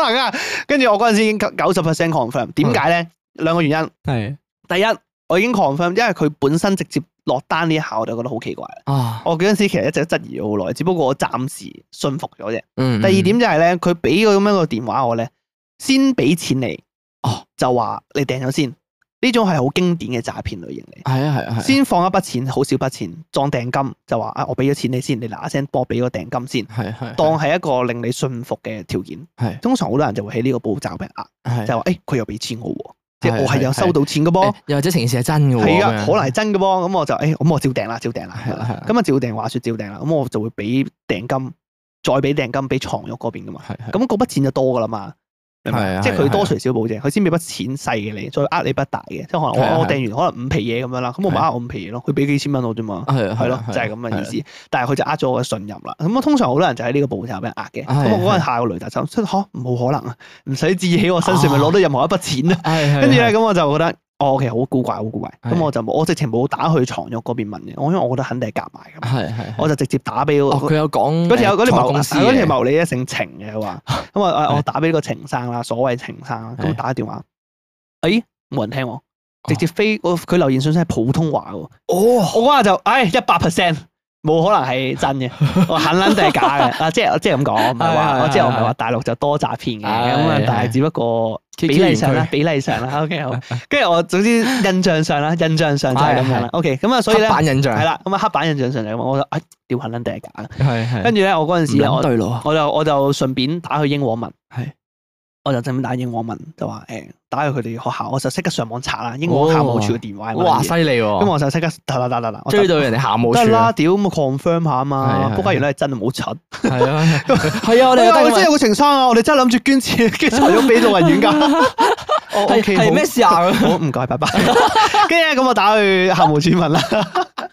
Speaker 1: 冇可能啊！跟住我嗰陣時已經九十 percent
Speaker 2: 嗯
Speaker 1: confirm，點解咧？兩個原因。
Speaker 2: 係
Speaker 1: 第一，我已經 confirm，因為佢本身直接落單呢一下，我就覺得好奇怪啦。
Speaker 2: 啊，
Speaker 1: 我嗰陣時其實一直質疑咗好耐，只不過我暫時信服咗啫。
Speaker 2: 嗯
Speaker 1: 第二點就係咧，佢俾個咁樣個電話我咧，先俾錢你，
Speaker 2: 哦，
Speaker 1: 就話你訂咗先，呢種係好經典嘅詐騙類型嚟。
Speaker 2: 係啊係啊係啊，
Speaker 1: 先放一筆錢，好少筆錢，裝訂金，就話啊，我俾咗錢你先，你嗱嗱聲幫我俾個訂金先，
Speaker 2: 係啊係
Speaker 1: 當係一個令你信服嘅條件。
Speaker 2: 係
Speaker 1: 通常好多人就會喺呢個步驟俾人呃，
Speaker 2: 係
Speaker 1: 就話誒佢又俾錢我喎，即係
Speaker 2: 係
Speaker 1: 我係有
Speaker 2: 係
Speaker 1: 收到錢嘅噃
Speaker 2: 誒。又或者成件事係真嘅喎，
Speaker 1: 係
Speaker 2: 咁
Speaker 1: 啊，
Speaker 2: 樣
Speaker 1: 可能係真嘅噃，咁我就誒，咁我照訂啦，照訂啦，
Speaker 2: 係啦係啦
Speaker 1: 咁啊照訂，話説照訂啦，咁我就會俾訂金，再俾訂金俾床褥嗰邊噶嘛，
Speaker 2: 係係
Speaker 1: 咁嗰筆錢就多噶啦嘛，明
Speaker 2: 係
Speaker 1: 白
Speaker 2: 啊
Speaker 1: 即係
Speaker 2: 係
Speaker 1: 佢
Speaker 2: 啊
Speaker 1: 多除少補啫，佢先俾筆錢細嘅你，再呃你筆大嘅，即係可能
Speaker 2: 係啊
Speaker 1: 我我
Speaker 2: 係
Speaker 1: 訂完可能五皮嘢咁樣啦，咁我咪
Speaker 2: 係
Speaker 1: 呃我五皮嘢咯，佢俾幾千蚊我啫嘛。
Speaker 2: 係啊
Speaker 1: 係咯
Speaker 2: 啊，
Speaker 1: 就
Speaker 2: 啊
Speaker 1: 係咁嘅意
Speaker 2: 係
Speaker 1: 思，但係佢就呃咗我嘅信任啦。咁啊，通常好多人就喺呢個步驟俾人呃嘅。
Speaker 2: 啊係
Speaker 1: 咁我嗰陣下個雷達就出嚇冇可能啊，唔使自己喺我身上咪攞到任何一筆錢啊！
Speaker 2: 啊係係
Speaker 1: 跟住咧，
Speaker 2: 係
Speaker 1: 咁我就覺得，哦，其實好古怪，好古怪。咁
Speaker 2: 係
Speaker 1: 我就冇，我直情冇打去床褥嗰邊問嘅，我因為我覺得肯定係夾埋㗎嘛，
Speaker 2: 係啊係係
Speaker 1: 我就直接打俾
Speaker 2: 哦
Speaker 1: 嗰
Speaker 2: 佢有講
Speaker 1: 嗰條友
Speaker 2: 誒
Speaker 1: 嗰條謀
Speaker 2: 創
Speaker 1: 啊
Speaker 2: 公司
Speaker 1: 嗰條
Speaker 2: 嘅
Speaker 1: 謀理咧姓程嘅
Speaker 2: [laughs]
Speaker 1: 話，咁啊
Speaker 2: 係
Speaker 1: 我打俾呢個程生啦，所謂程生啦，咁哎
Speaker 2: 係
Speaker 1: 打電話，誒冇人聽喎，直接飛我佢留言信息係普通話喎。
Speaker 2: 哦，
Speaker 1: 我嗰下就，唉，一百 percent 冇可能係真
Speaker 2: [laughs]
Speaker 1: 嘅，我肯撚定係假嘅。啊，即係即係咁講，唔係
Speaker 2: 係係
Speaker 1: 話，
Speaker 2: 係
Speaker 1: 我即係我唔係話大陸就多詐騙嘅，咁啊
Speaker 2: 係，
Speaker 1: 但係只不過
Speaker 2: 挑
Speaker 1: 比例
Speaker 2: 挑
Speaker 1: 上
Speaker 2: 完
Speaker 1: 啦
Speaker 2: 佢，
Speaker 1: 比例上啦，OK
Speaker 2: [laughs]
Speaker 1: 好。跟住我總之印象上啦，印象上就係咁樣
Speaker 2: 係係
Speaker 1: 啦，OK。咁啊，所以
Speaker 2: 黑
Speaker 1: 咧
Speaker 2: 板印象
Speaker 1: 係啦，咁啊黑板印象上就係咁，我就唉，屌肯撚定係假嘅。
Speaker 2: 係係，
Speaker 1: 跟住咧，我嗰陣時
Speaker 2: 唔
Speaker 1: 我
Speaker 2: 對路啊，
Speaker 1: 我就我就順便打去英和文，
Speaker 2: 係
Speaker 1: 我就正面打英和文，就話誒打去佢哋學校，我就識得上網查啦，英和校務處嘅電話係乜嘢。
Speaker 2: 哇犀利
Speaker 1: 咁
Speaker 2: 喎，
Speaker 1: 我就即刻打打打打打，我就
Speaker 2: 追到人哋校務
Speaker 1: 得
Speaker 2: 處
Speaker 1: 啦，
Speaker 2: 啊，
Speaker 1: 屌咁 confirm 下啊嘛
Speaker 2: 係，係
Speaker 1: 不過原來係真冇柒。[laughs]
Speaker 2: 係啊，係啊，我
Speaker 1: 我哋
Speaker 2: 哋有得
Speaker 1: 我
Speaker 2: 咁
Speaker 1: 真係
Speaker 2: 啊
Speaker 1: 有個情生啊，我哋真係諗住捐
Speaker 2: [laughs]
Speaker 1: 錢，跟住咗俾老人院㗎。哦
Speaker 2: 係
Speaker 1: OK，
Speaker 2: 係咩事啊？ [laughs]
Speaker 1: 好？好唔該，拜拜。跟住咧咁我打去校務處問
Speaker 2: [laughs]
Speaker 1: 啦。跟住咧跟住
Speaker 2: 正常正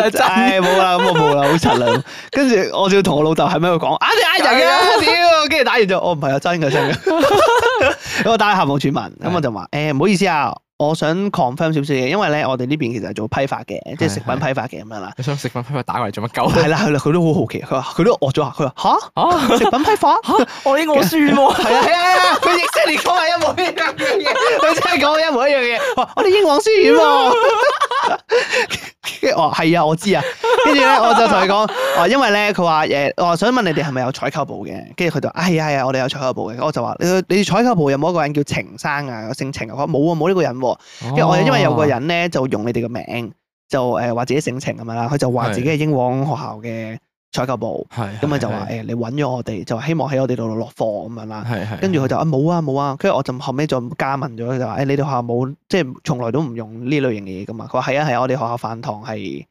Speaker 2: 常 [laughs] 真
Speaker 1: 唉冇啦，咁我冇啦，好柒啦。跟住我仲要同我老豆喺咪度講，啊你呃人嘅，屌！跟住打完就，我唔係啊，真嘅真嘅。 [laughs] 咁我打去校務處問，咁我就話，誒唔好意思啊，我想 confirm 少少嘢，因為咧我哋呢邊其實係做批發嘅，即係食品批發嘅咁樣啦。
Speaker 2: 你想食飯批發打過嚟做乜鳩
Speaker 1: 係啦係啦，佢都好好奇，佢話佢都愕咗下，佢話 [laughs]
Speaker 2: 啊？
Speaker 1: 吓食品批發。
Speaker 2: 我呢個輸喎，
Speaker 1: 係啊係啊係啊！佢亦即係連講係一模一樣嘅嘢，佢真係講一模一樣嘅嘢。我話我哋英皇書院喎， [laughs] 跟住我話係啊，我知啊。跟住咧，我就同佢講，哦，因為咧，佢話誒，我話想問你哋係咪有採購部嘅？跟住佢就啊係啊係啊，我哋有採購部嘅。我就話你你採購部有冇一個人叫程生啊？姓程啊？佢話冇啊，冇呢個人喎。跟
Speaker 2: 哦
Speaker 1: 住我因為有個人咧就用你哋嘅名，就誒話自己姓程咁樣啦，佢就話自己係英皇學校嘅採購部，
Speaker 2: 係，
Speaker 1: 咁啊就話誒你揾咗我哋，就話希望喺我哋度落貨咁樣啦。
Speaker 2: 係係，
Speaker 1: 跟住佢就啊冇啊冇啊，跟住我就後尾再加問咗，佢就話誒、哎你哋學校冇即係從來都唔用呢類型嘅嘢噶嘛？佢話係啊係啊，我哋學校飯堂係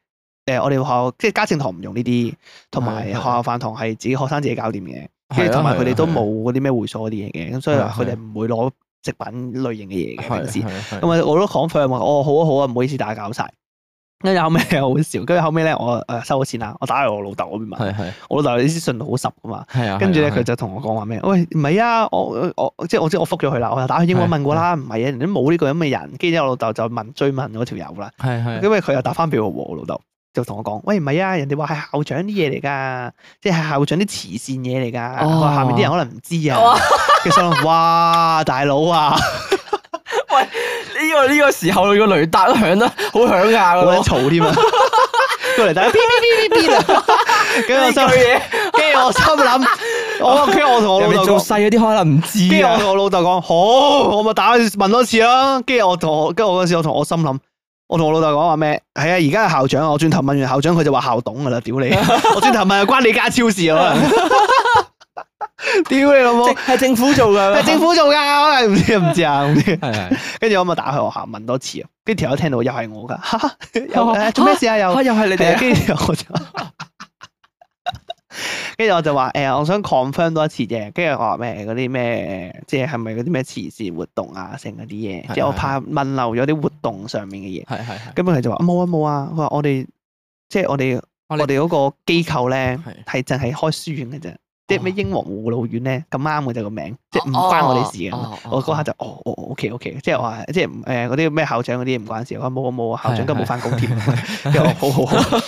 Speaker 1: 誒、我哋學校即係家政堂唔用呢啲，同埋
Speaker 2: 係係啊
Speaker 1: 學校飯堂係自己學生自己搞掂嘅，跟住同埋佢哋都冇嗰啲咩會所嗰啲嘢嘅，咁所以話佢哋唔會攞食品類型嘅嘢嘅平時。
Speaker 2: 咁
Speaker 1: 咁啊，我都 confirm 話哦，好啊好啊，唔好意思，打攪晒。跟住後尾 [laughs] 好笑，跟住後尾咧，我誒收咗錢啦，我打去我老豆嗰邊問，
Speaker 2: 係係
Speaker 1: 我老豆啲信號好十噶嘛，
Speaker 2: 係啊，
Speaker 1: 跟住咧，
Speaker 2: 係啊
Speaker 1: 佢就同我講話咩？喂，唔係啊，我我我即係我知我覆咗佢啦，我就打去英文問過啦，唔係啊，人哋都冇呢個咁嘅人。跟住之後我老豆就問追問嗰條友啦，
Speaker 2: 係係
Speaker 1: 因為佢又打翻俾我喎，我老豆就同我講：喂，唔係啊，人哋話係校長啲嘢嚟㗎，即係校長啲慈善嘢嚟㗎。
Speaker 2: 哦
Speaker 1: 佢話下面啲人可能唔知啊。跟住心諗：哇，大佬啊，
Speaker 2: 呢個呢個時候個雷達都響得啊好響下
Speaker 1: 好
Speaker 2: 噶
Speaker 1: 撚
Speaker 2: 咯，
Speaker 1: 嘈添啊！過
Speaker 2: [laughs]
Speaker 1: 嚟大家嗶嗶嗶嗶嗶啊！跟住我
Speaker 2: 呢句
Speaker 1: 心，
Speaker 2: 嘢
Speaker 1: 跟住我心諗，我跟住我同我
Speaker 2: 人
Speaker 1: 老
Speaker 2: 哋
Speaker 1: 豆
Speaker 2: 做
Speaker 1: 講。
Speaker 2: 細嗰啲可能唔知
Speaker 1: 跟住我
Speaker 2: 啊，
Speaker 1: 同我老豆講好，我咪打去問多次啦。跟住我同我，跟住我嗰陣時我同我心諗，我同我老豆講話咩？係啊，而家係校長啊，我轉頭問完校長，佢就話校董噶啦，屌你！
Speaker 2: [laughs]
Speaker 1: 我轉頭問關你家超事啊，可能屌你老母！
Speaker 2: 政係政府做噶，
Speaker 1: 係政府做噶，可能唔知唔知啊。咁
Speaker 2: 係係
Speaker 1: 跟住我咪打去學校問多次啊。跟住條友聽到又係我噶，哈哈
Speaker 2: [laughs]
Speaker 1: 又誒做咩事啊？又
Speaker 2: 啊又係
Speaker 1: 係
Speaker 2: 你哋
Speaker 1: 啊，
Speaker 2: 啊
Speaker 1: 跟住我就， [laughs] 跟住我就話誒、我想 confirm 多一次啫。跟住我話咩嗰啲咩誒，即係係咪嗰啲咩慈善活動啊，成嗰啲嘢，
Speaker 2: 係
Speaker 1: 即係我
Speaker 2: 係
Speaker 1: 怕問漏咗啲活動上面嘅嘢。
Speaker 2: 係係係
Speaker 1: 咁佢就話啊冇啊冇啊，佢話我哋即係我哋
Speaker 2: 我
Speaker 1: 我哋
Speaker 2: 哋
Speaker 1: 嗰個機構咧係
Speaker 2: 係
Speaker 1: 淨係開書院嘅啫，即係咩
Speaker 2: 哦
Speaker 1: 英皇護老院咧咁啱嘅啫個名，即係唔關我哋事嘅。
Speaker 2: 哦哦
Speaker 1: 我嗰下就哦哦 OK OK，即係我話即係誒嗰啲咩校長嗰啲唔關事，我話冇啊冇啊，校長今日冇翻
Speaker 2: [laughs]
Speaker 1: 工添，跟住我好好好。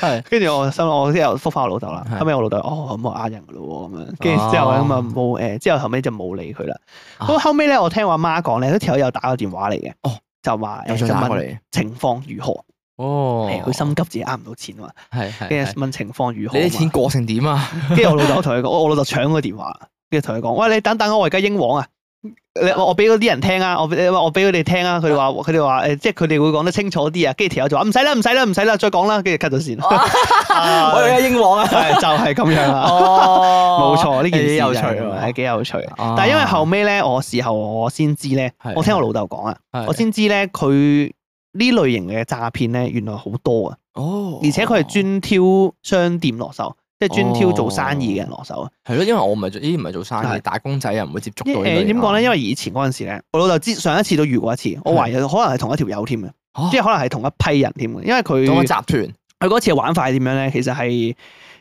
Speaker 2: 係
Speaker 1: 跟住我心諗，我之後覆翻我老豆啦。
Speaker 2: 係
Speaker 1: 後尾我老豆哦咁我呃人噶咯喎咁樣，跟住之後
Speaker 2: 哦
Speaker 1: 咁啊冇誒，之後後尾就冇理佢啦。
Speaker 2: 啊
Speaker 1: 咁後尾咧，我聽我阿媽講咧，嗰條友又打個電話嚟嘅
Speaker 2: 哦，
Speaker 1: 就話
Speaker 2: 又
Speaker 1: 誒
Speaker 2: 再
Speaker 1: 就
Speaker 2: 打過
Speaker 1: 問
Speaker 2: 嚟，
Speaker 1: 情況如何，
Speaker 2: 哦
Speaker 1: 誒佢心急自己呃唔到錢嘛，
Speaker 2: 係係
Speaker 1: 跟
Speaker 2: 係
Speaker 1: 住問情況如何
Speaker 2: 你
Speaker 1: 嘛，
Speaker 2: 啲錢過成點啊？
Speaker 1: [laughs] 跟住我老豆同佢講，我我老豆搶個電話，跟住同佢講：喂，你等等啊，我而家英皇啊！你我我俾嗰啲人聽啊，我俾我俾佢哋聽啊，佢哋話佢哋話誒，即係佢哋會講得清楚啲啊。跟住條友就話唔使啦，唔使啦，唔使啦，再講啦，跟住 cut 咗線。 [laughs] 啊
Speaker 2: 我哋嘅英皇啊！
Speaker 1: 係就係咁樣啦。
Speaker 2: [laughs] 哦
Speaker 1: 冇錯，呢件事
Speaker 2: 幾有
Speaker 1: 有
Speaker 2: 趣
Speaker 1: 趣
Speaker 2: 喎
Speaker 1: 哎係幾有趣。
Speaker 2: 啊
Speaker 1: 但係因為後尾咧，我事後我先知咧
Speaker 2: 係，
Speaker 1: 我聽我老豆講啊，
Speaker 2: 係
Speaker 1: 我先知咧佢呢類型嘅詐騙咧，原來好多啊，
Speaker 2: 哦，
Speaker 1: 而且佢係專挑商店落手，即係專挑做生意嘅人落手啊。
Speaker 2: 係咯，因為我唔係做呢啲唔係做生意，
Speaker 1: 係
Speaker 2: 打工仔又唔會接觸到
Speaker 1: 誒
Speaker 2: 啊呢類嘢。
Speaker 1: 點講咧？因為以前嗰陣時咧，我老豆之上一次都遇過一次，我懷疑可能係同一條友添嘅，
Speaker 2: 嚇
Speaker 1: 即係可能係同一批人添嘅，啊因為
Speaker 2: 哦同
Speaker 1: 佢
Speaker 2: 個集團
Speaker 1: 佢嗰次嘅玩法係點樣咧？其實係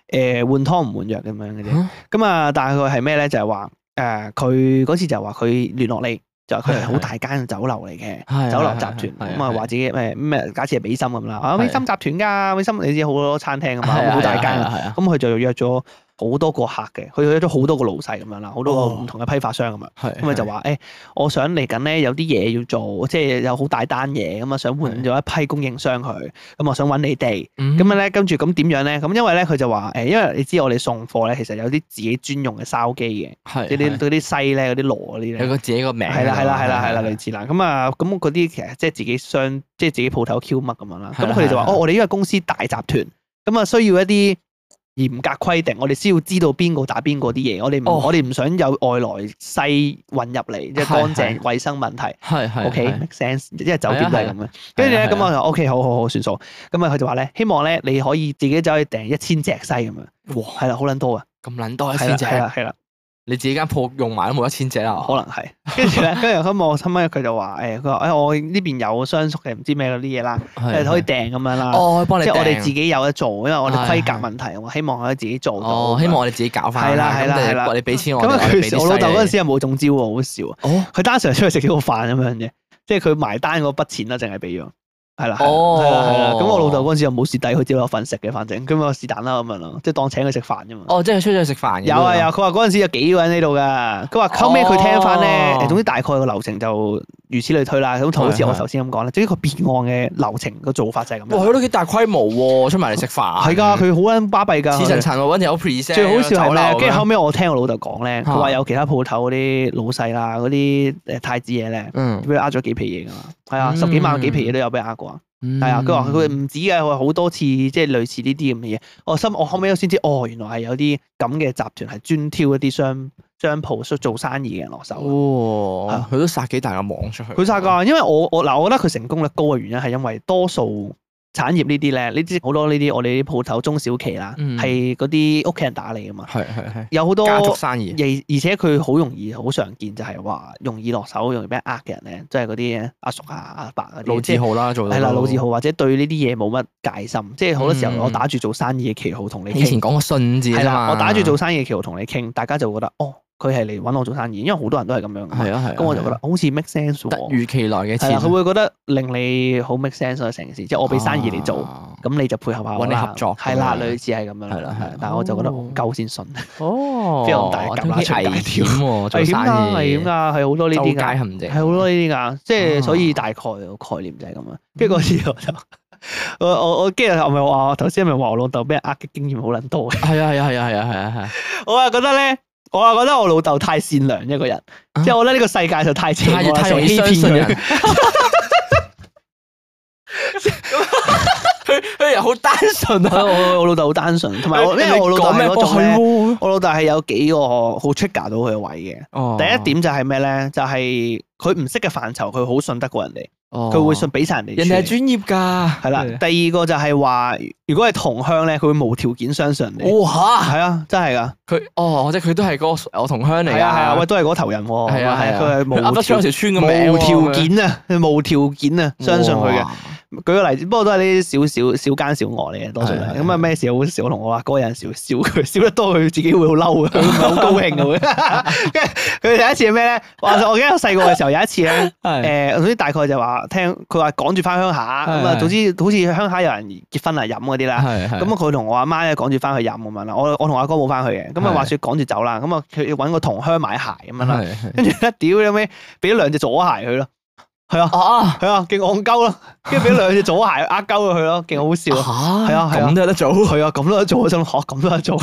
Speaker 1: 誒換湯唔換藥咁樣嘅啫。
Speaker 2: 嚇
Speaker 1: 咁啊，但係佢係咩咧？就係話誒，佢嗰次就話佢聯絡你，就話佢係好大間酒樓嚟嘅，
Speaker 2: 係啊
Speaker 1: 酒樓集
Speaker 2: 係
Speaker 1: 團
Speaker 2: 係係
Speaker 1: 咁啊，
Speaker 2: 係
Speaker 1: 話自己誒咩？假設係美心咁啦，啊啊
Speaker 2: 係
Speaker 1: 美心集團㗎，美心你知好多餐廳㗎嘛，
Speaker 2: 係啊
Speaker 1: 好大間
Speaker 2: 係啊
Speaker 1: 啊。
Speaker 2: 係啊，
Speaker 1: 咁佢就約咗好多個客嘅，佢去咗好多個老細咁樣啦，好多個
Speaker 2: 哦
Speaker 1: 唔同嘅批發商咁樣。
Speaker 2: 係啊
Speaker 1: 咁咪啊就
Speaker 2: 係
Speaker 1: 話誒、我想嚟緊咧有啲嘢要做，即係有好大單嘢咁啊，想換咗一批供應商佢，咁我想揾你哋。
Speaker 2: 嗯
Speaker 1: 咁啊樣咧，跟住咁點樣咧？咁因為咧佢就話誒、因為你知我哋送貨咧，其實有啲自己專用嘅筲箕嘅，
Speaker 2: 係
Speaker 1: 即係啲
Speaker 2: 係
Speaker 1: 嗰啲西咧、嗰啲螺嗰啲
Speaker 2: 有
Speaker 1: 咧。
Speaker 2: 個自己個名㗎嘛，啊
Speaker 1: 係啦，係啦，係啦，係啦，
Speaker 2: 係
Speaker 1: 類似啦。咁啊，咁嗰啲其實即係自己商，即係自己鋪頭 Q 乜咁樣啦。咁
Speaker 2: 係啦
Speaker 1: 佢哋就話：
Speaker 2: 係啦
Speaker 1: 哦，我哋呢個公司大集團，咁啊需要一啲嚴格規定，我哋先要知道邊個打邊個啲嘢。我哋唔，
Speaker 2: 哦
Speaker 1: 我哋唔想有外來西混入嚟，即係
Speaker 2: 係
Speaker 1: 乾淨
Speaker 2: 係
Speaker 1: 衞生問題。
Speaker 2: 係啊係
Speaker 1: OK，make sense，因為酒店都係咁嘅。跟住
Speaker 2: 係啊
Speaker 1: 咧，
Speaker 2: 啦
Speaker 1: 咁
Speaker 2: 係啦
Speaker 1: 我就 OK，好好好，算數。咁啊，佢就話咧，希望咧你可以自己走去訂一千隻西咁樣，
Speaker 2: 哇
Speaker 1: 係啦，好撚多啊，
Speaker 2: 咁撚多一
Speaker 1: 係啦，
Speaker 2: 千隻，
Speaker 1: 係啦，係啦。
Speaker 2: 你自己間鋪用埋都冇一千隻啦，
Speaker 1: 可能係。跟
Speaker 2: [laughs]
Speaker 1: 住咧，跟住咁我後尾佢就話誒，佢話誒哎我呢邊有雙熟嘅唔知咩嗰啲嘢啦，
Speaker 2: 係
Speaker 1: 誒可以訂咁樣啦。
Speaker 2: 哦，可以幫你
Speaker 1: 即係我哋
Speaker 2: 訂
Speaker 1: 自己有得做，因為我哋
Speaker 2: 係
Speaker 1: 規格問題，我希望可以自己做到。
Speaker 2: 哦，希望我哋自己搞翻
Speaker 1: 係啦係啦係啦
Speaker 2: 你俾錢我
Speaker 1: 咁
Speaker 2: 哋，
Speaker 1: 啊！
Speaker 2: 我哋俾
Speaker 1: 佢
Speaker 2: 啲
Speaker 1: 我老豆嗰陣
Speaker 2: 犀利
Speaker 1: 時係冇中招喎，好笑啊！
Speaker 2: 哦
Speaker 1: 佢單純出去食咗個飯咁樣嘅，即係佢埋單嗰筆錢啦，淨係俾咗。係啦，係啦
Speaker 2: 哦
Speaker 1: 係啦，係啦。咁我老豆嗰陣時又冇蝕底，佢只有份食嘅，反正咁啊是但啦咁樣咯，即係當請佢食飯啫嘛。
Speaker 2: 哦，即係出咗去食飯嘅
Speaker 1: 有啊
Speaker 2: 都
Speaker 1: 有，佢話嗰陣時有幾個人喺度㗎。佢話後尾佢聽翻咧，
Speaker 2: 哦
Speaker 1: 誒總之大概個流程就如此類推啦。咁同好似我頭先咁講啦，總之個變案嘅流程個做法就係咁
Speaker 2: 哇，佢
Speaker 1: 樣。
Speaker 2: 都幾大規模喎，出埋嚟食飯，
Speaker 1: 係㗎，佢好撚巴閉㗎。
Speaker 2: 似層
Speaker 1: 佢
Speaker 2: 層喎，揾條有 present，
Speaker 1: 最好笑係
Speaker 2: 酒樓
Speaker 1: 咧，跟住後
Speaker 2: 咁樣
Speaker 1: 尾我聽我老豆講咧，佢話
Speaker 2: 嚇
Speaker 1: 有其他鋪頭嗰啲老細啦，嗰啲誒太子嘢咧，
Speaker 2: 嗯
Speaker 1: 俾佢呃咗幾皮嘢㗎嘛。係啊，十幾萬幾皮嘢都有俾佢呃過啊。
Speaker 2: 嗯
Speaker 1: 係啊，佢話佢唔止嘅，佢話好多次即係類似呢啲咁嘅嘢。我心我後尾先知，哦，原來係有啲咁嘅集團係專挑一啲商商鋪做生意嘅人落手
Speaker 2: 哦
Speaker 1: 嘅。係
Speaker 2: 哇
Speaker 1: 啊，
Speaker 2: 佢都撒幾大個網出去，
Speaker 1: 佢晒㗎，因為我我嗱，我覺得佢成功率高嘅原因係因為多數產業呢啲咧，呢啲好多呢啲我哋啲鋪頭中小企啦，
Speaker 2: 嗯
Speaker 1: 係嗰啲屋企人打理㗎嘛，
Speaker 2: 係，係係係
Speaker 1: 有好多
Speaker 2: 家族生意，
Speaker 1: 而而且佢好容易好常見就係話容易落手、容易俾人呃嘅人咧，即係嗰啲阿叔啊、阿伯嗰
Speaker 2: 老
Speaker 1: 啲，即
Speaker 2: 字
Speaker 1: 係
Speaker 2: 號啦，做到
Speaker 1: 係啦，老字號或者對呢啲嘢冇乜戒心，即係好多時候
Speaker 2: 嗯
Speaker 1: 我打住做生意嘅旗號同你
Speaker 2: 以前
Speaker 1: 傾，
Speaker 2: 講個信字
Speaker 1: 係
Speaker 2: 啫嘛
Speaker 1: 啦，我打住做生意嘅旗號同你傾，大家就會覺得哦，佢係嚟揾我做生意，因為好多人都係咁樣㗎嘛，
Speaker 2: 係啊係啊，
Speaker 1: 咁我就覺
Speaker 2: 係
Speaker 1: 得
Speaker 2: 啊
Speaker 1: 好似 make sense
Speaker 2: 突
Speaker 1: 喎，
Speaker 2: 如其來嘅
Speaker 1: 係啦，
Speaker 2: 錢，
Speaker 1: 佢會覺得令你好 make sense 啊成件事，即係我俾生意你做，
Speaker 2: 啊
Speaker 1: 咁你就配合下我
Speaker 2: 搵你
Speaker 1: 啦
Speaker 2: 合作
Speaker 1: 係啦，
Speaker 2: 咁樣
Speaker 1: 類似係咁樣啦，
Speaker 2: 係啦係啦
Speaker 1: 但係我就覺得我
Speaker 2: 哦
Speaker 1: 夠先信，
Speaker 2: 哦，
Speaker 1: 非常大夾
Speaker 2: 都
Speaker 1: 乸
Speaker 2: 幾
Speaker 1: 出街
Speaker 2: 危
Speaker 1: 條
Speaker 2: 險喎，做
Speaker 1: 危險㗎，
Speaker 2: 生
Speaker 1: 危險
Speaker 2: 意，
Speaker 1: 㗎，係好多呢
Speaker 2: 周
Speaker 1: 啲㗎。
Speaker 2: 街陷阱，
Speaker 1: 係好多呢啲㗎，即係
Speaker 2: 啊
Speaker 1: 所以大概個概念就係咁樣。跟住嗰次我就我我我跟住我咪話我頭先咪話我老豆俾人呃嘅經驗好撚多嘅，
Speaker 2: 係啊係啊係啊係啊係啊係
Speaker 1: [laughs]
Speaker 2: 啊，
Speaker 1: 我啊覺得咧。我啊覺得我老豆太善良一個人，
Speaker 2: 啊
Speaker 1: 即係我覺得呢個世界就太邪
Speaker 2: 太
Speaker 1: 惡啦，
Speaker 2: 太
Speaker 1: 成
Speaker 2: 容
Speaker 1: 日
Speaker 2: 易
Speaker 1: 欺
Speaker 2: 相信
Speaker 1: 騙
Speaker 2: 人
Speaker 1: 佢。。 [laughs]
Speaker 2: 佢佢又好單
Speaker 1: [laughs]
Speaker 2: 純
Speaker 1: 我我我老豆好單純，同埋我因為我老豆
Speaker 2: 講
Speaker 1: 係
Speaker 2: 咩？
Speaker 1: 嗰種咧，
Speaker 2: 係
Speaker 1: 我老豆係有幾個好 trigger 到佢嘅位嘅。
Speaker 2: 喎
Speaker 1: 第一點就係咩咧？就係佢唔識嘅範疇，佢好信得過人哋，
Speaker 2: 哦
Speaker 1: 佢會信俾晒人哋處
Speaker 2: 人
Speaker 1: 理。
Speaker 2: 哋係專業㗎，
Speaker 1: 係啦，第二個就係話，如果係同鄉咧，佢會無條件相信你。
Speaker 2: 哇
Speaker 1: 係啊，真係噶，
Speaker 2: 佢哦，即係佢都係嗰個我同鄉嚟㗎，
Speaker 1: 係啊係啊，喂，都係嗰頭人喎，
Speaker 2: 係啊係啊，
Speaker 1: 佢係
Speaker 2: 噏
Speaker 1: 無
Speaker 2: 得出
Speaker 1: 條
Speaker 2: 有條村嘅名喎，
Speaker 1: 無條件啊，佢無條件啊，相信佢嘅。舉個例子，不過都係呢啲少少小奸小惡嚟嘅，多數都
Speaker 2: 係
Speaker 1: 係
Speaker 2: 係
Speaker 1: 咁啊咩事好少同我阿哥有陣時會笑佢，笑得多佢自己會好嬲嘅，啊佢唔係好高興嘅
Speaker 2: [laughs]
Speaker 1: 會。跟住佢有一次係咩咧？我我記得我細個嘅時候有一次咧。
Speaker 2: 哇，係
Speaker 1: 誒，總之大概就話聽佢話趕住翻鄉下咁啊，
Speaker 2: 係係
Speaker 1: 總之好似鄉下有人結婚啊飲嗰啲啦，
Speaker 2: 係係
Speaker 1: 咁啊佢同我阿媽咧趕住翻去飲咁樣啦，我我同阿哥冇翻去嘅，咁啊
Speaker 2: 係
Speaker 1: 話説趕住走啦，咁啊佢要揾個同鄉買鞋咁樣啦，
Speaker 2: 係係
Speaker 1: 跟住咧屌你尾俾咗兩隻左鞋佢咯，係啊
Speaker 2: 啊
Speaker 1: 係啊，勁戇鳩咯，跟住俾兩隻左鞋呃鳩咗佢咯，勁好笑
Speaker 2: [laughs]
Speaker 1: 啊！
Speaker 2: 嚇
Speaker 1: 係啊係啊
Speaker 2: 咁都有得做，
Speaker 1: 佢啊，咁都有得做，我心諗嚇，咁都有得做， [laughs]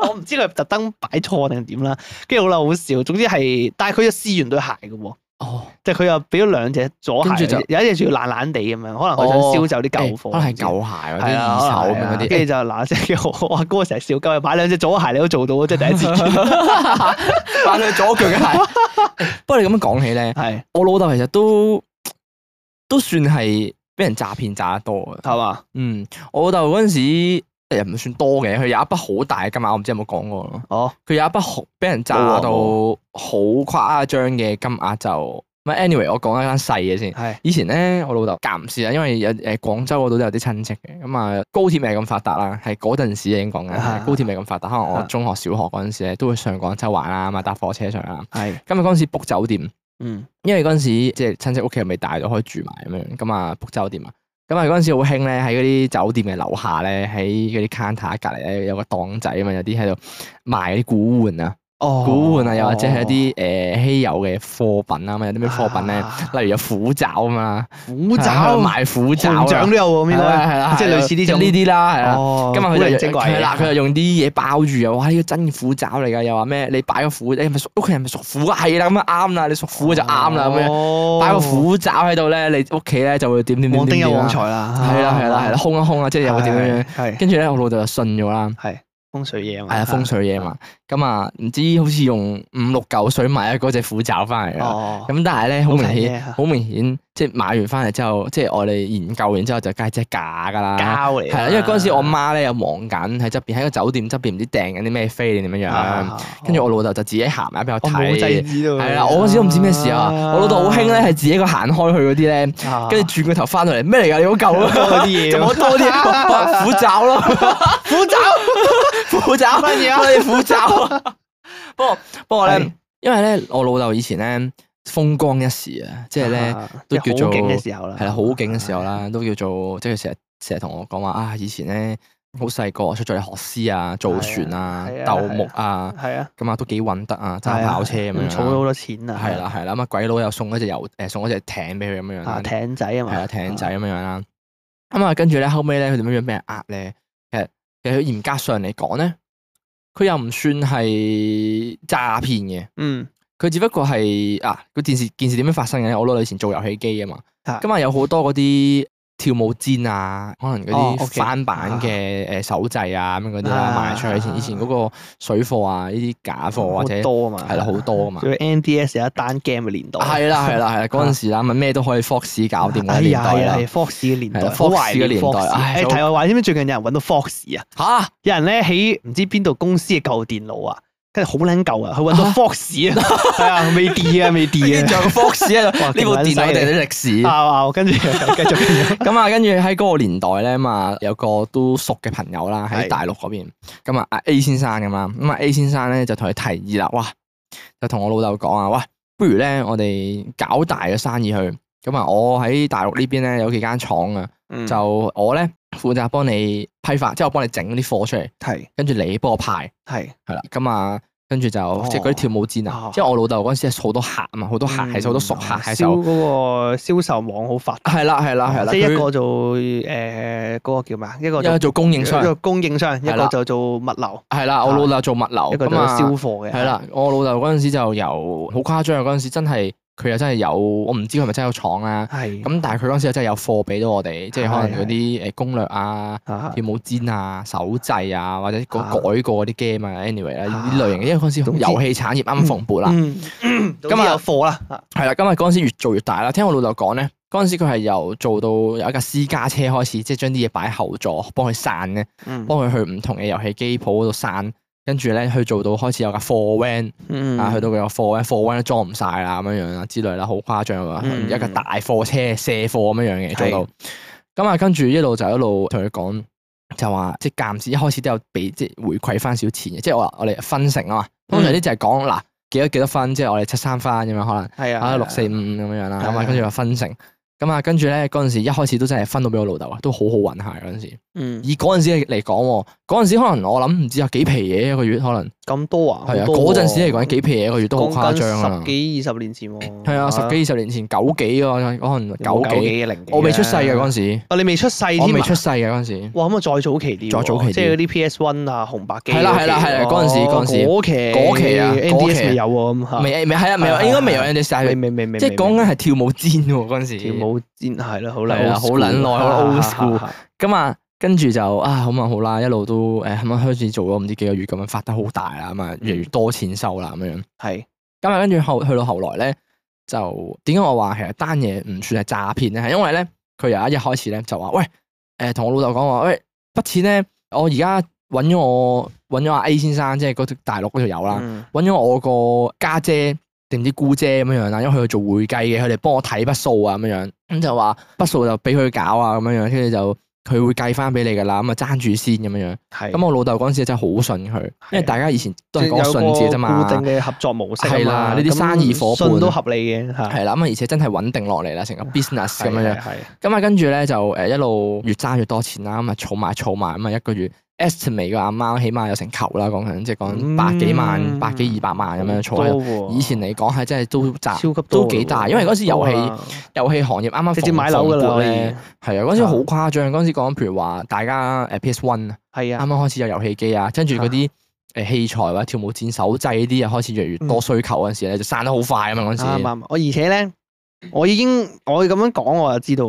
Speaker 1: 我唔知佢特登擺錯定係點啦，跟住好啦，好笑。總之係，但係佢又試完對鞋嘅喎，
Speaker 2: 哦，
Speaker 1: 即係佢又俾咗兩隻左
Speaker 2: 跟
Speaker 1: 鞋
Speaker 2: 住就，
Speaker 1: 有一隻仲要爛爛地咁樣，可能佢想
Speaker 2: 哦
Speaker 1: 燒走啲舊貨，
Speaker 2: 可能係
Speaker 1: 唔知
Speaker 2: 舊鞋或者
Speaker 1: 係啊，
Speaker 2: 二手咁
Speaker 1: 可能係啊
Speaker 2: 樣嗰
Speaker 1: 跟
Speaker 2: [laughs] 啲，
Speaker 1: 住就嗱聲叫我我阿哥成日笑鳩，買兩隻左鞋你都做到，即係第一次
Speaker 2: [laughs]
Speaker 1: 見。
Speaker 2: 買對左腳嘅鞋。
Speaker 1: [laughs]
Speaker 2: 不過你咁樣講起咧，
Speaker 1: 係
Speaker 2: 我老豆其實都都算係俾人詐騙詐得多嘅。
Speaker 1: 係嘛？
Speaker 2: 嗯，我老豆嗰陣時誒又唔算多嘅，佢有一筆好大嘅金額，我唔知有冇講過咯。
Speaker 1: 哦，
Speaker 2: 佢有一筆好俾人詐到啊好誇張嘅金額就，唔係 anyway，我講一間細嘅先。
Speaker 1: 係
Speaker 2: 以前咧，我老豆間唔時啊，因為有誒廣州嗰度都有啲親戚嘅，咁啊高鐵未咁發達啦，係嗰陣時已經講緊，
Speaker 1: 啊
Speaker 2: 高鐵未咁發達，可能我
Speaker 1: 啊
Speaker 2: 中學、小學嗰陣時咧都會上廣州玩啦，咁啊搭火車上啦。
Speaker 1: 係，
Speaker 2: 咁啊嗰陣時 book 酒店，
Speaker 1: 嗯
Speaker 2: 因為嗰陣時即係親戚屋企又未大到可以住埋咁樣，咁啊 book 酒店啊。咁啊嗰陣時好興咧，喺嗰啲酒店嘅樓下咧，喺嗰啲 counter 隔離咧有個檔仔啊嘛，有啲喺度賣嗰啲古玩啊，
Speaker 1: 哦
Speaker 2: 古玩啊，又或者係一啲誒稀有嘅貨品啊嘛，有啲咩貨品咧？例如有虎爪啊嘛，
Speaker 1: 虎
Speaker 2: 係
Speaker 1: 哦
Speaker 2: [laughs]
Speaker 1: 爪、
Speaker 2: 啊賣虎爪啊，
Speaker 1: 熊掌都有喎，應
Speaker 2: 係啦
Speaker 1: 該
Speaker 2: 係啦，
Speaker 1: 即係類似呢
Speaker 2: 就
Speaker 1: 種
Speaker 2: 呢啲啦，係啦。
Speaker 1: 哦，
Speaker 2: 今日佢
Speaker 1: 古靈
Speaker 2: 就
Speaker 1: 精怪
Speaker 2: 係
Speaker 1: 嘢
Speaker 2: 啦，佢就用啲嘢包住啊！哇，呢個真虎爪嚟㗎，又話咩？你擺個虎，你係咪屬屋企人係咪屬虎啊？係啦，咁啊啱啦，你屬虎就啱啦，咁樣
Speaker 1: 樣
Speaker 2: 擺個虎爪喺度咧，你屋企咧就會點點點
Speaker 1: 哦旺
Speaker 2: 點
Speaker 1: 丁有
Speaker 2: 點
Speaker 1: 旺
Speaker 2: 啦。
Speaker 1: 財啦，
Speaker 2: 係啦係啦係啦，空一空啊，即係有個點樣樣。
Speaker 1: 係，係
Speaker 2: 跟住咧，我老豆就信咗啦，
Speaker 1: 係風水嘢啊嘛，
Speaker 2: 係啊風水嘢嘛。咁啊，唔知好似用五六嚿水買咗嗰隻虎爪翻嚟啦。
Speaker 1: 哦，
Speaker 2: 啊咁但係咧，好明
Speaker 1: 好平
Speaker 2: 顯，
Speaker 1: 啊嘅
Speaker 2: 好明顯，即係買完翻嚟之後，即係我哋研究完之後就梗係即係假㗎啦。
Speaker 1: 膠嚟㗎，啊
Speaker 2: 啊係啦，因為嗰陣時我媽咧有忙緊喺側邊，喺個酒店側邊唔知訂緊啲咩飛定點樣樣，
Speaker 1: 啊
Speaker 2: 跟住我老豆就自己行埋俾我
Speaker 1: 我冇制
Speaker 2: 睇。
Speaker 1: 止到佢，
Speaker 2: 係啊啦，我嗰時都唔知咩事啊！我老豆好興咧，係自己一個行開去嗰啲咧，
Speaker 1: 啊，
Speaker 2: 跟住轉個頭翻到嚟，咩嚟㗎？你嗰 [laughs] 嚿
Speaker 1: [laughs]
Speaker 2: 啊？
Speaker 1: 多啲嘢
Speaker 2: 就冇多 [laughs] 啲啊
Speaker 1: [laughs]
Speaker 2: 哇虎爪 [laughs] 咯，
Speaker 1: 虎爪
Speaker 2: 虎爪
Speaker 1: 乜嘢啊
Speaker 2: 我哋虎爪。 [laughs] 不過不過
Speaker 1: 係
Speaker 2: 咧，因為咧我老豆以前咧風光一時啊，即係咧。都叫做
Speaker 1: 好勁嘅時候啦，
Speaker 2: 係啦，好勁嘅時候啦，都叫做即係佢成日成日同我講話啊，以前咧好細個出咗嚟學詩啊、造船啊
Speaker 1: 係啊、
Speaker 2: 鬥木啊，
Speaker 1: 係啊，
Speaker 2: 咁啊都幾揾得啊，揸跑車咁
Speaker 1: 咁儲咗好
Speaker 2: 樣啦。
Speaker 1: 多錢啊，
Speaker 2: 係啦係啦，咁啊鬼佬又送咗隻遊誒送咗隻艇俾佢咁樣樣
Speaker 1: 啊
Speaker 2: 啦，
Speaker 1: 艇仔啊嘛，
Speaker 2: 係啊艇仔咁樣樣啦。咁啊跟住咧後尾咧佢點樣樣俾人呃咧？其實其實佢嚴格上嚟講咧，佢又唔算係詐騙嘅。
Speaker 1: 嗯，
Speaker 2: 佢只不過係啊，個電視件事點樣發生嘅咧？我老豆以前做遊戲機啊嘛，
Speaker 1: 啊
Speaker 2: 咁啊有好多嗰啲跳舞氈啊，可能
Speaker 1: 哦
Speaker 2: 嗰啲
Speaker 1: ，OK，
Speaker 2: 翻版嘅誒手掣啊咁樣嗰啲啦，
Speaker 1: 啊
Speaker 2: 賣出去以前以前嗰個水貨啊，呢啲假貨
Speaker 1: 好
Speaker 2: 或者
Speaker 1: 多啊嘛，
Speaker 2: 係啦好多啊嘛，
Speaker 1: 最 NDS 有一單 game 嘅年代，
Speaker 2: 係啦係啦係啦，嗰陣時啦，咪咩都可以 Fox 搞掂嘅
Speaker 1: [laughs] 哎
Speaker 2: 年
Speaker 1: 呀，
Speaker 2: 代
Speaker 1: 係啊，
Speaker 2: 啦
Speaker 1: 係 Fox 嘅年代
Speaker 2: 係啦
Speaker 1: 好懷念
Speaker 2: Fox 嘅年代
Speaker 1: Fox
Speaker 2: 唉
Speaker 1: 誒
Speaker 2: 都
Speaker 1: 題外話，知唔知最近有人揾到 Fox 啊？
Speaker 2: 嚇
Speaker 1: 有人咧喺唔知邊度公司嘅舊電腦啊，跟住好撚舊啊，佢揾到
Speaker 2: 啊
Speaker 1: Fox 啊，係啊，未 D 啊，未 D
Speaker 2: [laughs] 跟
Speaker 1: 啊
Speaker 2: 住，仲有個 Fox 喺
Speaker 1: [laughs]
Speaker 2: 度，
Speaker 1: 哇
Speaker 2: 呢部電腦定啲歷史。
Speaker 1: 啊啊，跟住繼續繼
Speaker 2: [laughs]
Speaker 1: 續
Speaker 2: 咁啊，跟住喺嗰個年代咧嘛，有個都熟嘅朋友啦，喺
Speaker 1: 係
Speaker 2: 大陸嗰邊。咁啊阿，A 先生咁啦，咁啊 A 先生咧就同佢提議啦，哇，就同我老豆講啊，哇，不如咧我哋搞大嘅生意去。咁啊，我喺大陸呢邊咧有幾間廠啊，
Speaker 1: 嗯
Speaker 2: 就我咧負責幫你批發，即係我幫你整啲貨出嚟，
Speaker 1: 係
Speaker 2: 跟住你幫我派，
Speaker 1: 係
Speaker 2: 係啦。咁啊，跟住就即係嗰啲跳舞氈啊
Speaker 1: 哦，
Speaker 2: 即係我老豆嗰陣時係好多客啊嘛，好多客喺手，好多熟客喺
Speaker 1: 銷
Speaker 2: 手。
Speaker 1: 嗰個嗯銷售網好發達，
Speaker 2: 係啦，係啦，係啦。
Speaker 1: 哦即係一
Speaker 2: 佢
Speaker 1: 個做誒嗰個叫咩啊？一個
Speaker 2: 因
Speaker 1: 做
Speaker 2: 為做供應商
Speaker 1: 一。個供應商，一
Speaker 2: 係
Speaker 1: 個
Speaker 2: 啦
Speaker 1: 就做物流，
Speaker 2: 係啦，我
Speaker 1: 啊
Speaker 2: 老豆做物流，
Speaker 1: 一個就
Speaker 2: 咁啊
Speaker 1: 銷貨嘅。
Speaker 2: 係啦，我老豆嗰陣時就由好誇張，嗰陣時真係佢又真係有，我唔知佢係咪真係有廠啦。
Speaker 1: 係，
Speaker 2: 咁但係佢嗰陣時又真係有貨俾到我哋，即係可
Speaker 1: 啊係
Speaker 2: 能嗰啲誒攻略啊、
Speaker 1: 啊
Speaker 2: 跳舞氈啊、手掣啊，或者嗰
Speaker 1: 啊
Speaker 2: 改過嗰啲 game 啊，anyway 啦，呢啲類型嘅，
Speaker 1: 啊
Speaker 2: 因為嗰陣時
Speaker 1: 總之
Speaker 2: 遊戲產業啱蓬勃啦。
Speaker 1: 嗯，今
Speaker 2: 今
Speaker 1: 日
Speaker 2: 日
Speaker 1: 有貨啦，啊
Speaker 2: 係啦，今日嗰陣時越做越大啦。聽我老豆講咧，嗰陣時佢係由做到有一架私家車開始，即係將啲嘢擺喺後座，幫佢散咧，
Speaker 1: 嗯
Speaker 2: 幫佢去唔同嘅遊戲機鋪嗰度散，跟住咧去做到開始有架貨 van。
Speaker 1: 嗯
Speaker 2: 啊，去到佢個貨咧，貨 van 都裝唔晒啦，咁樣樣啦之類啦，好誇張啊！
Speaker 1: 嗯
Speaker 2: 一架大貨車卸貨咁樣樣嘅做
Speaker 1: 係
Speaker 2: 到，咁啊，跟住一路就一路同佢講，就話即係暫時一開始都有俾即係回饋翻少錢嘅，即係我話我哋分成啊嘛，通
Speaker 1: 嗯
Speaker 2: 常啲就係講嗱幾多幾多分，即係我哋七三分咁樣可能
Speaker 1: 係啊，
Speaker 2: 啊六四五五咁樣樣啦，咁
Speaker 1: 係
Speaker 2: 啊
Speaker 1: 啊
Speaker 2: 跟住話分成，咁啊跟住咧嗰陣時一開始都真係分到俾我老豆啊，都好好運下嗰陣時，
Speaker 1: 嗯，
Speaker 2: 以嗰陣時嚟講喎，嗰陣時可能我諗唔知有幾皮嘢一個月可能。
Speaker 1: 咁多啊，
Speaker 2: 係啊，
Speaker 1: 好多
Speaker 2: 嗰陣
Speaker 1: 喎
Speaker 2: 時嚟講幾皮嘢一個月都好誇張
Speaker 1: 講緊
Speaker 2: 啊
Speaker 1: 十！幾二十年前喎。
Speaker 2: 係啊，十幾二十年前九幾啊，可能
Speaker 1: 有冇
Speaker 2: 九幾，
Speaker 1: 幾零幾啊
Speaker 2: 我未出世嘅嗰陣時，
Speaker 1: 哦，你未出世添
Speaker 2: 我未
Speaker 1: 啊
Speaker 2: 出世嘅嗰陣時，
Speaker 1: 哇，咁啊再早期啲喎，
Speaker 2: 再早期啲
Speaker 1: 即係嗰啲 PS One 啊、紅白機
Speaker 2: 係啦係啦
Speaker 1: 嗰期
Speaker 2: 係啦嗰陣時
Speaker 1: 哦
Speaker 2: 嗰陣時
Speaker 1: 嗰期
Speaker 2: 嗰期啊嗰期
Speaker 1: NDS
Speaker 2: 啊
Speaker 1: 未有喎咁嚇，
Speaker 2: 未未係啊，未
Speaker 1: 係
Speaker 2: 有
Speaker 1: 係
Speaker 2: 應該未有人哋
Speaker 1: 未
Speaker 2: 曬，
Speaker 1: 未未未，
Speaker 2: 即係講緊係跳舞氈喎嗰陣時。
Speaker 1: 條舞戰係啦，好
Speaker 2: 係
Speaker 1: 啦，
Speaker 2: 啊好撚耐好啦 old school [laughs] 咁啊，跟住就啊咁啊好啦，一路都誒咁啊開始做咗唔知幾個月咁樣，發得好大啦，咁啊越嚟越多錢收啦咁樣。
Speaker 1: 係
Speaker 2: 咁啊，跟住後去到後來咧，就點解我話其實單嘢唔算係詐騙咧？係因為咧，佢由一日開始咧就話喂，誒、同我老豆講話，喂筆錢咧，我而家揾咗我揾咗阿 A 先生，即係嗰條大陸嗰條友啦，
Speaker 1: 嗯
Speaker 2: 揾咗我個家姐定唔知姑姐咁樣樣啦，因為佢做會計嘅，佢哋幫我睇筆數啊咁樣樣，咁就話筆數就俾佢搞啊咁樣樣，跟住就佢會計翻俾你㗎啦，咁啊爭住先咁樣樣。
Speaker 1: 係
Speaker 2: 咁我啊老豆嗰陣時真係好信佢，因為大家以前都係
Speaker 1: 即係
Speaker 2: 講
Speaker 1: 有
Speaker 2: 信字啫嘛。
Speaker 1: 個固定嘅合作模式啊嘛
Speaker 2: 係啦呢啲
Speaker 1: 咁
Speaker 2: 生意夥伴
Speaker 1: 信都合理嘅嚇。
Speaker 2: 係啦，咁啊而且真係穩定落嚟啦，成個 business 咁樣樣。
Speaker 1: 係係
Speaker 2: 咁啊跟住咧就誒一路越揸越多錢啦，咁啊儲埋儲埋，咁啊一個月 estimate 個阿媽起碼有成球啦，講緊即係講百幾萬、
Speaker 1: 嗯
Speaker 2: 百幾二百萬咁樣
Speaker 1: 好
Speaker 2: 儲喺度。
Speaker 1: 多喎
Speaker 2: 以前嚟講係真係都賺
Speaker 1: 超級多
Speaker 2: 都幾大，因為嗰時遊
Speaker 1: 多
Speaker 2: 戲
Speaker 1: 啊
Speaker 2: 遊戲行業啱啱
Speaker 1: 直接
Speaker 2: 蓬
Speaker 1: 買樓㗎
Speaker 2: 蓬
Speaker 1: 啦，
Speaker 2: 勃
Speaker 1: 可以
Speaker 2: 咧係啊，嗰陣時好誇張。嗰陣時講，譬如話大家誒 PS One 啊，
Speaker 1: 係
Speaker 2: 啱
Speaker 1: 啊
Speaker 2: 啱開始有遊戲機啊，跟住嗰啲誒器材或者跳舞毽手掣呢啲又開始越嚟越多需求嗰陣時咧，就散得好快啊嘛嗰陣
Speaker 1: 啱
Speaker 2: 時。
Speaker 1: 啱。我而且咧，我已經我咁樣講我就知道，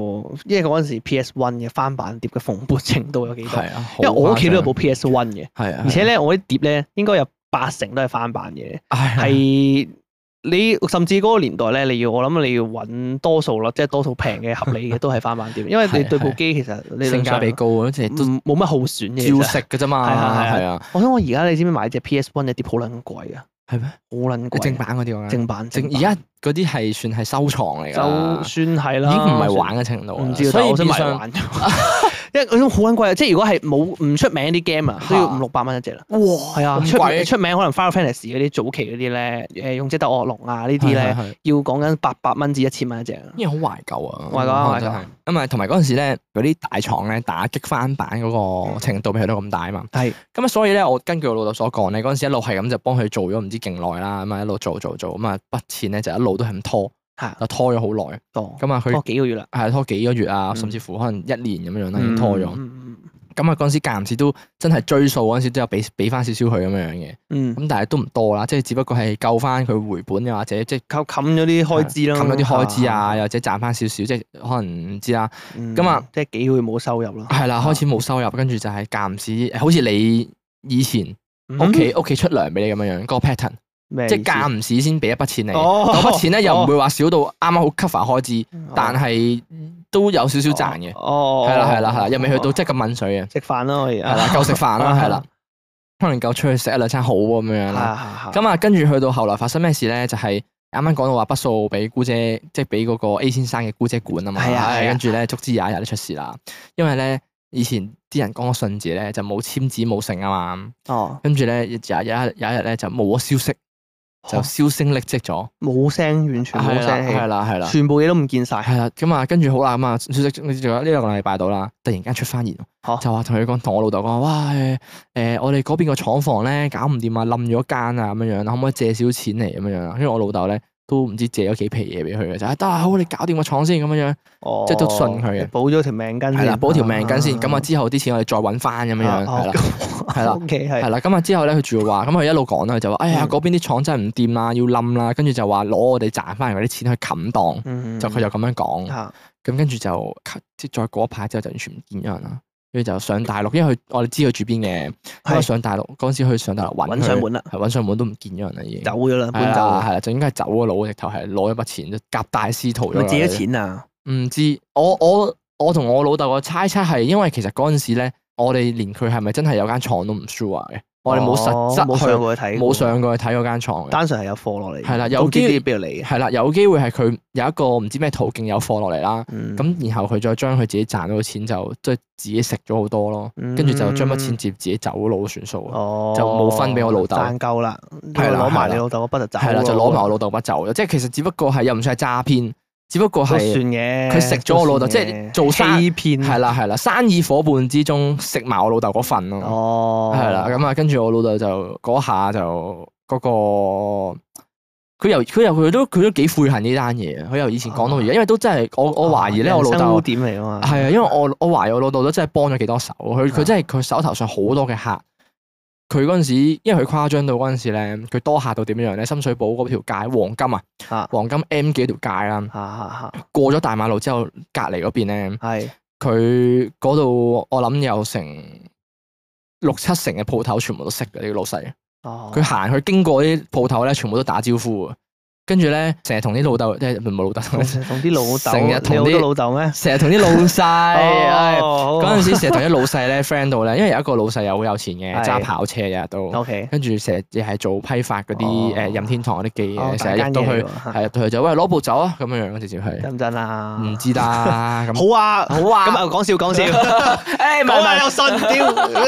Speaker 1: 因為嗰陣時 PS One 嘅翻版碟嘅蓬勃程度有幾多。
Speaker 2: 係啊，
Speaker 1: 因為我屋企都有
Speaker 2: 好
Speaker 1: 部 PS One 嘅，
Speaker 2: 誇張，係啊，
Speaker 1: 而且咧我啲碟咧應該有八成都係翻版嘅，
Speaker 2: 係啊
Speaker 1: 係。你甚至嗰個年代咧，你要我諗你要揾多數咯，即係多數平嘅合理嘅都係翻版碟，因為你
Speaker 2: 係
Speaker 1: 對部
Speaker 2: 係
Speaker 1: 機其實你
Speaker 2: 性價比高啊，即係都
Speaker 1: 嗯冇乜耗損嘅。其實
Speaker 2: 照食嘅啫嘛，
Speaker 1: 係啊係啊
Speaker 2: 係啊，
Speaker 1: 我想我而家你知唔知買只 PS One 嘅碟好撚貴啊？
Speaker 2: 係咩？
Speaker 1: 好撚貴啊，
Speaker 2: 正版嗰啲講緊，
Speaker 1: 正版
Speaker 2: 正
Speaker 1: 版
Speaker 2: 而家嗰啲係算係收藏嚟㗎啦
Speaker 1: 就，算係
Speaker 2: 已
Speaker 1: 啦，
Speaker 2: 經唔係玩嘅程度啦，
Speaker 1: 唔知道，啊
Speaker 2: 所
Speaker 1: 但
Speaker 2: 以
Speaker 1: 我想
Speaker 2: 變
Speaker 1: 買嚟
Speaker 2: 相
Speaker 1: 玩， [laughs] 因為嗰種好撚貴啊！即係如果係冇唔出名啲 game 啊，都要五六百蚊一隻啦。
Speaker 2: 哇，
Speaker 1: 係啊，
Speaker 2: 咁
Speaker 1: 出
Speaker 2: 貴
Speaker 1: 名出名可能 Final Fantasy 嗰啲早期嗰啲咧，誒勇者鬥惡龍啊呢啲
Speaker 2: 係係
Speaker 1: 咧，
Speaker 2: 係
Speaker 1: 要講緊八百蚊至一千蚊一隻啊。
Speaker 2: 因為好懷舊啊，
Speaker 1: 懷舊啊
Speaker 2: 可能真係。咁啊，同埋嗰陣時咧，嗰啲大廠咧打擊翻版嗰
Speaker 1: 嗯
Speaker 2: 個程度未去到咁大啊嘛。
Speaker 1: 係
Speaker 2: 咁啊，所以咧，我根據我老豆所講咧，嗰陣時一路係咁就幫佢做咗唔知勁耐啦，咁啊一路做做做，咁啊筆錢咧就一路都係咁拖，
Speaker 1: 嚇，
Speaker 2: 就拖咗好耐。
Speaker 1: 多
Speaker 2: 咁啊，
Speaker 1: 多
Speaker 2: 佢
Speaker 1: 哦幾個月啦，
Speaker 2: 係拖幾個月啊，
Speaker 1: 嗯
Speaker 2: 甚至乎可能一年咁樣樣啦，已經拖咗。
Speaker 1: 嗯嗯
Speaker 2: 咁啊，嗰陣時間唔時都真係追數嗰陣時都有俾俾翻少少佢咁樣樣嘅，
Speaker 1: 嗯，嗯
Speaker 2: 咁但係都唔多啦，即係只不過係夠翻佢回本又或者即係
Speaker 1: 靠冚咗啲開支啦，
Speaker 2: 冚咗啲開支啊，又或者賺翻少少，即係可能唔知啦。
Speaker 1: 嗯，
Speaker 2: 咁啊
Speaker 1: 即係幾個月冇收入啦。
Speaker 2: 係啦，開始冇收入，跟住就係間唔時，好似你以前屋企屋企出糧俾你咁樣樣，嗰個 pattern，
Speaker 1: 嗯咩
Speaker 2: 即
Speaker 1: 意
Speaker 2: 係
Speaker 1: 思
Speaker 2: 間唔時先俾一筆錢你，嗰
Speaker 1: 哦
Speaker 2: 筆錢咧又唔會話少到啱啱好 cover 開支，但係都有少少賺嘅，
Speaker 1: 哦，
Speaker 2: 係啦係啦係啦，又未去到
Speaker 1: 哦
Speaker 2: 即係咁抿水嘅，
Speaker 1: 食飯啦，我而家
Speaker 2: 係啦夠食飯
Speaker 1: [laughs]
Speaker 2: 啦
Speaker 1: 啊
Speaker 2: 係啦，可能夠出去食一兩餐好咁樣樣啦。
Speaker 1: 啦
Speaker 2: 咁啊，跟住去到後來發生咩事咧？就係啱啱講到話筆數俾姑姐，即係俾嗰個 A 先生嘅姑姐管啊嘛。
Speaker 1: 係啊
Speaker 2: 唉
Speaker 1: 係啊
Speaker 2: 跟住咧，足之有一日都出事啦。因為咧，以前啲人講個信字咧，就冇簽字冇成啊嘛。
Speaker 1: 哦，
Speaker 2: 跟住咧，有有一日有一日咧就冇咗消息，就
Speaker 1: 哦
Speaker 2: 銷聲匿跡咗。
Speaker 1: 冇聲，完全冇
Speaker 2: 係啦，
Speaker 1: 聲
Speaker 2: 係
Speaker 1: 氣，
Speaker 2: 啦，係啦。
Speaker 1: 全部嘢都唔見晒。
Speaker 2: 係啦，咁啊，跟住好啦，咁啊，消息仲有呢兩個禮拜到啦，突然間出翻言
Speaker 1: 嚇，
Speaker 2: 就話同佢講，同我老豆講，哇，誒、誒我哋嗰邊個廠房咧搞唔掂啊，冧咗間啊，咁樣樣，可唔可以借少錢嚟咁樣樣啊？因為我老豆咧都唔知借咗幾皮嘢俾佢嘅，就係得啊，好，你搞掂個廠先咁樣樣，
Speaker 1: 哦，
Speaker 2: 即係都信佢嘅
Speaker 1: 你保咗條命根
Speaker 2: 係啦，
Speaker 1: 先，嗯哦
Speaker 2: 補條命根先，咁啊之後啲錢我哋再揾翻咁樣樣，係啦。係啦
Speaker 1: O K
Speaker 2: 係
Speaker 1: 係
Speaker 2: 啦，咁啊之後咧，佢仲要話，咁佢一路講啦，佢就話，哎呀，
Speaker 1: 嗯
Speaker 2: 嗰邊啲廠真係唔掂啦，要冧啦，跟住就話攞我哋賺翻嚟嗰啲錢去冚檔，
Speaker 1: 嗯
Speaker 2: 就佢就咁樣講。
Speaker 1: 嚇
Speaker 2: 咁跟住就即係再過一排之後就完全唔見咗人啦。跟住就上大陸，因為佢我哋知佢住邊嘅，咁啊
Speaker 1: 係
Speaker 2: 上大陸嗰陣時去上大陸揾
Speaker 1: 揾上門啦，
Speaker 2: 係揾上門都唔見咗人啦已經。
Speaker 1: 走咗啦，
Speaker 2: 係
Speaker 1: 搬走
Speaker 2: 啦，
Speaker 1: 啦，
Speaker 2: 係啦，就應該係走咗佬，直頭係攞一筆錢，就夾大師徒咗。
Speaker 1: 咪借咗？錢啊？
Speaker 2: 唔知我我我同我老豆個猜測係因為其實嗰陣時咧，我哋連佢係咪真係有間廠都唔 sure 嘅，我哋冇實
Speaker 1: 哦冇上
Speaker 2: 質
Speaker 1: 過去
Speaker 2: 去
Speaker 1: 睇，
Speaker 2: 冇，上過去睇嗰間廠嘅。
Speaker 1: 單純係有貨落嚟，
Speaker 2: 係啦有
Speaker 1: 都唔知
Speaker 2: 機
Speaker 1: 啲邊度嚟嘅，
Speaker 2: 係啦，有機會係佢有一個唔知咩途徑有貨落嚟啦。
Speaker 1: 嗯
Speaker 2: 咁然後佢再將佢自己賺到嘅錢就即係自己食咗好多咯，跟住就將筆錢
Speaker 1: 嗯
Speaker 2: 接自己走佬算數啊，
Speaker 1: 哦
Speaker 2: 就冇分俾我老豆
Speaker 1: 賺夠啦，
Speaker 2: 係啦
Speaker 1: 攞埋
Speaker 2: 係啦
Speaker 1: 你老豆個筆就走，啊
Speaker 2: 係啦，就攞埋我老豆筆走啦，啊即係其實只不過係又唔算係詐騙，只不過
Speaker 1: 都算
Speaker 2: 係
Speaker 1: 嘅，
Speaker 2: 佢食咗我老豆
Speaker 1: 都算
Speaker 2: 即係
Speaker 1: 嘅
Speaker 2: 做生
Speaker 1: 欺騙
Speaker 2: 係啦係啦，生意伙伴之中食埋我老豆嗰份咯，
Speaker 1: 哦，
Speaker 2: 係啦，咁啊跟住我老豆就嗰下就嗰個。佢由佢由佢都佢都幾悔恨呢單嘢，啊佢由以前講到而家，因為都真係我我懷疑咧，我老
Speaker 1: 哦人生
Speaker 2: 豆
Speaker 1: 污點嚟啊嘛，
Speaker 2: 係啊，因為我我懷疑我老豆都真係幫咗幾多手，佢
Speaker 1: 啊
Speaker 2: 佢真係佢手頭上好多嘅客。佢嗰陣時，因為佢誇張到嗰陣時咧，佢多客到點樣樣咧？深水埗嗰條街黃金啊，
Speaker 1: 啊
Speaker 2: 黃金 M 幾條街啦，
Speaker 1: 嚇嚇
Speaker 2: 過咗大馬路之後，隔離嗰邊咧，
Speaker 1: 嚇，係
Speaker 2: 佢嗰度我諗有成六七成嘅鋪頭全部都識嘅呢個老細。
Speaker 1: 哦，
Speaker 2: 佢行去經過啲鋪頭咧，全部都打招呼啊！跟住咧成日同啲老豆，即係唔
Speaker 1: [laughs]
Speaker 2: 係老豆，
Speaker 1: 同同啲老豆，
Speaker 2: 成日同
Speaker 1: 你好
Speaker 2: 啲
Speaker 1: 多老豆咩？
Speaker 2: 成日同啲老細，唉
Speaker 1: 哦，
Speaker 2: 嗰陣時成日同啲老細咧 [laughs] friend 到咧，因為有一個老細又好有錢嘅，
Speaker 1: 係
Speaker 2: 揸跑車日日都。
Speaker 1: O K，
Speaker 2: 跟住成日亦係做批發嗰
Speaker 1: 哦
Speaker 2: 啲誒任天堂嗰啲機
Speaker 1: 哦
Speaker 2: 嘅，成日入
Speaker 1: 大
Speaker 2: 到
Speaker 1: 間嘢
Speaker 2: 去
Speaker 1: 嚟喎
Speaker 2: 係入到去就喂攞部走啊咁樣樣咯，直接係
Speaker 1: 真唔真啊？
Speaker 2: 唔知啦咁。
Speaker 1: 好啊，
Speaker 2: 好啊
Speaker 1: 咁啊，講笑 [laughs] 講笑，
Speaker 2: 誒唔
Speaker 1: 講下
Speaker 2: 係
Speaker 1: 有信，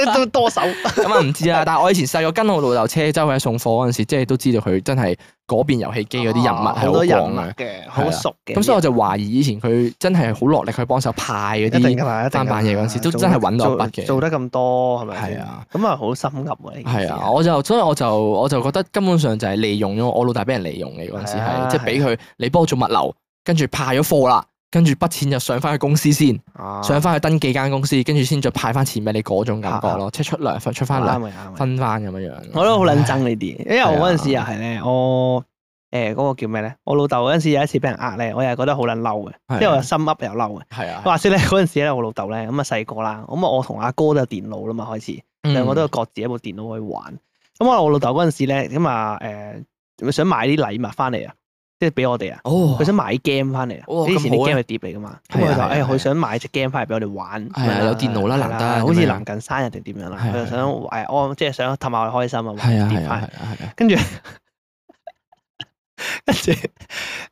Speaker 1: 屌都多手。
Speaker 2: 咁啊唔知啦，但係我以前細個跟我老豆車周圍送貨嗰陣時，即係都知道佢真係嗰邊遊戲機嗰啲人物係
Speaker 1: 哦好
Speaker 2: 好
Speaker 1: 多人
Speaker 2: 廣
Speaker 1: 物
Speaker 2: 嘅。
Speaker 1: 嘅，好
Speaker 2: 係啊
Speaker 1: 熟嘅。
Speaker 2: 咁所以我就懷疑以前佢真係好落力去幫手派嗰
Speaker 1: 一定
Speaker 2: 啲
Speaker 1: 噶嘛，一定㗎
Speaker 2: 翻版嘢嗰陣時都真係揾到一筆嘅
Speaker 1: 做得做得咁多係咪？
Speaker 2: 係啊，
Speaker 1: 咁啊好心噏喎。呢件事
Speaker 2: 係啊，，我就所以我就我就覺得根本上就係利用咗我老大俾人利用嘅嗰陣時
Speaker 1: 係啊
Speaker 2: 係，即係俾佢你幫我做物流，跟住派咗貨啦，跟住筆錢就上翻去公司先，
Speaker 1: 啊
Speaker 2: 上翻去登記間公司，跟住先再派翻錢俾你嗰種感覺咯，即係出糧分出翻
Speaker 1: 啱嘅啱
Speaker 2: 糧
Speaker 1: 嘅。
Speaker 2: 分啊翻咁樣樣。
Speaker 1: 我啊都好撚憎呢啲，因為我嗰陣時又係咧，我誒嗰個叫咩咧？我老豆嗰陣時有一次俾人呃咧，我又係覺得好撚嬲嘅，
Speaker 2: 係啊
Speaker 1: 因為我心噏又嬲嘅。
Speaker 2: 係啊，
Speaker 1: 話説咧嗰陣時咧，我老豆咧咁啊細個啦，咁啊我同阿哥都有電腦啦嘛，開始
Speaker 2: 嗯
Speaker 1: 兩個都有各自一部電腦去玩。咁啊我老豆嗰陣時咧，咁啊誒想買啲禮物翻嚟啊，即係俾我哋啊。
Speaker 2: 哦
Speaker 1: 佢，想買 game 翻嚟
Speaker 2: 哇
Speaker 1: 啊！以前
Speaker 2: 咁
Speaker 1: 啲
Speaker 2: 好啊
Speaker 1: game 係碟嚟噶嘛，咁
Speaker 2: 係啊
Speaker 1: 佢就
Speaker 2: 係啊係
Speaker 1: 誒
Speaker 2: 啊
Speaker 1: 佢想買只 game 翻嚟俾我哋玩，
Speaker 2: 係啊有電腦啦
Speaker 1: 係
Speaker 2: 難得
Speaker 1: 好似
Speaker 2: 咁樣
Speaker 1: 臨近生日定點樣啦，
Speaker 2: 係啊
Speaker 1: 佢就
Speaker 2: 係啊
Speaker 1: 想誒我即係想氹下我開心啊，買
Speaker 2: 係啊
Speaker 1: 碟
Speaker 2: 係
Speaker 1: 翻嚟，
Speaker 2: 啊係啊係啊，
Speaker 1: 跟住跟住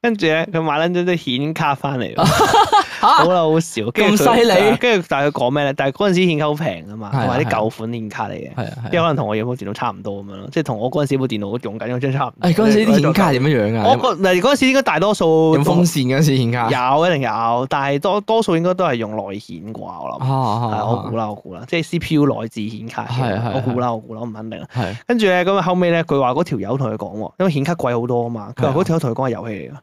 Speaker 1: 跟住咧，佢買撚咗啲顯卡翻嚟喎，
Speaker 2: [laughs]
Speaker 1: 好啦好笑，跟住佢
Speaker 2: 咁犀利
Speaker 1: 跟住但係佢講咩咧？但係嗰陣時顯卡好平噶嘛，
Speaker 2: 係
Speaker 1: 同
Speaker 2: 啊
Speaker 1: 埋啲
Speaker 2: 係啊
Speaker 1: 舊款顯卡嚟嘅。
Speaker 2: 係啊
Speaker 1: 即係
Speaker 2: 係啊。
Speaker 1: 可能同我有部電腦差唔多咁樣咯，即係同我嗰陣時部電腦用緊嗰張差唔多。
Speaker 2: 誒哎嗰陣時啲顯卡係點樣樣啊？
Speaker 1: 我覺嗱嗰陣時應該大多數
Speaker 2: 有冇啊風扇嗰陣時顯卡？
Speaker 1: 有一定有，但係多多數應該都係用內顯啩，我諗。
Speaker 2: 啊啊
Speaker 1: 係
Speaker 2: 啊
Speaker 1: 我估啦，我估啦，即係 C P U 內置顯卡嘅
Speaker 2: 係係
Speaker 1: 我估啦，我估啦，我唔肯定啦。
Speaker 2: 係
Speaker 1: 跟住咧，咁後尾咧，佢話嗰條友同佢講喎，因為顯卡貴好多啊嘛。佢話
Speaker 2: 係啊
Speaker 1: 嗰條友同佢講係遊戲嚟㗎。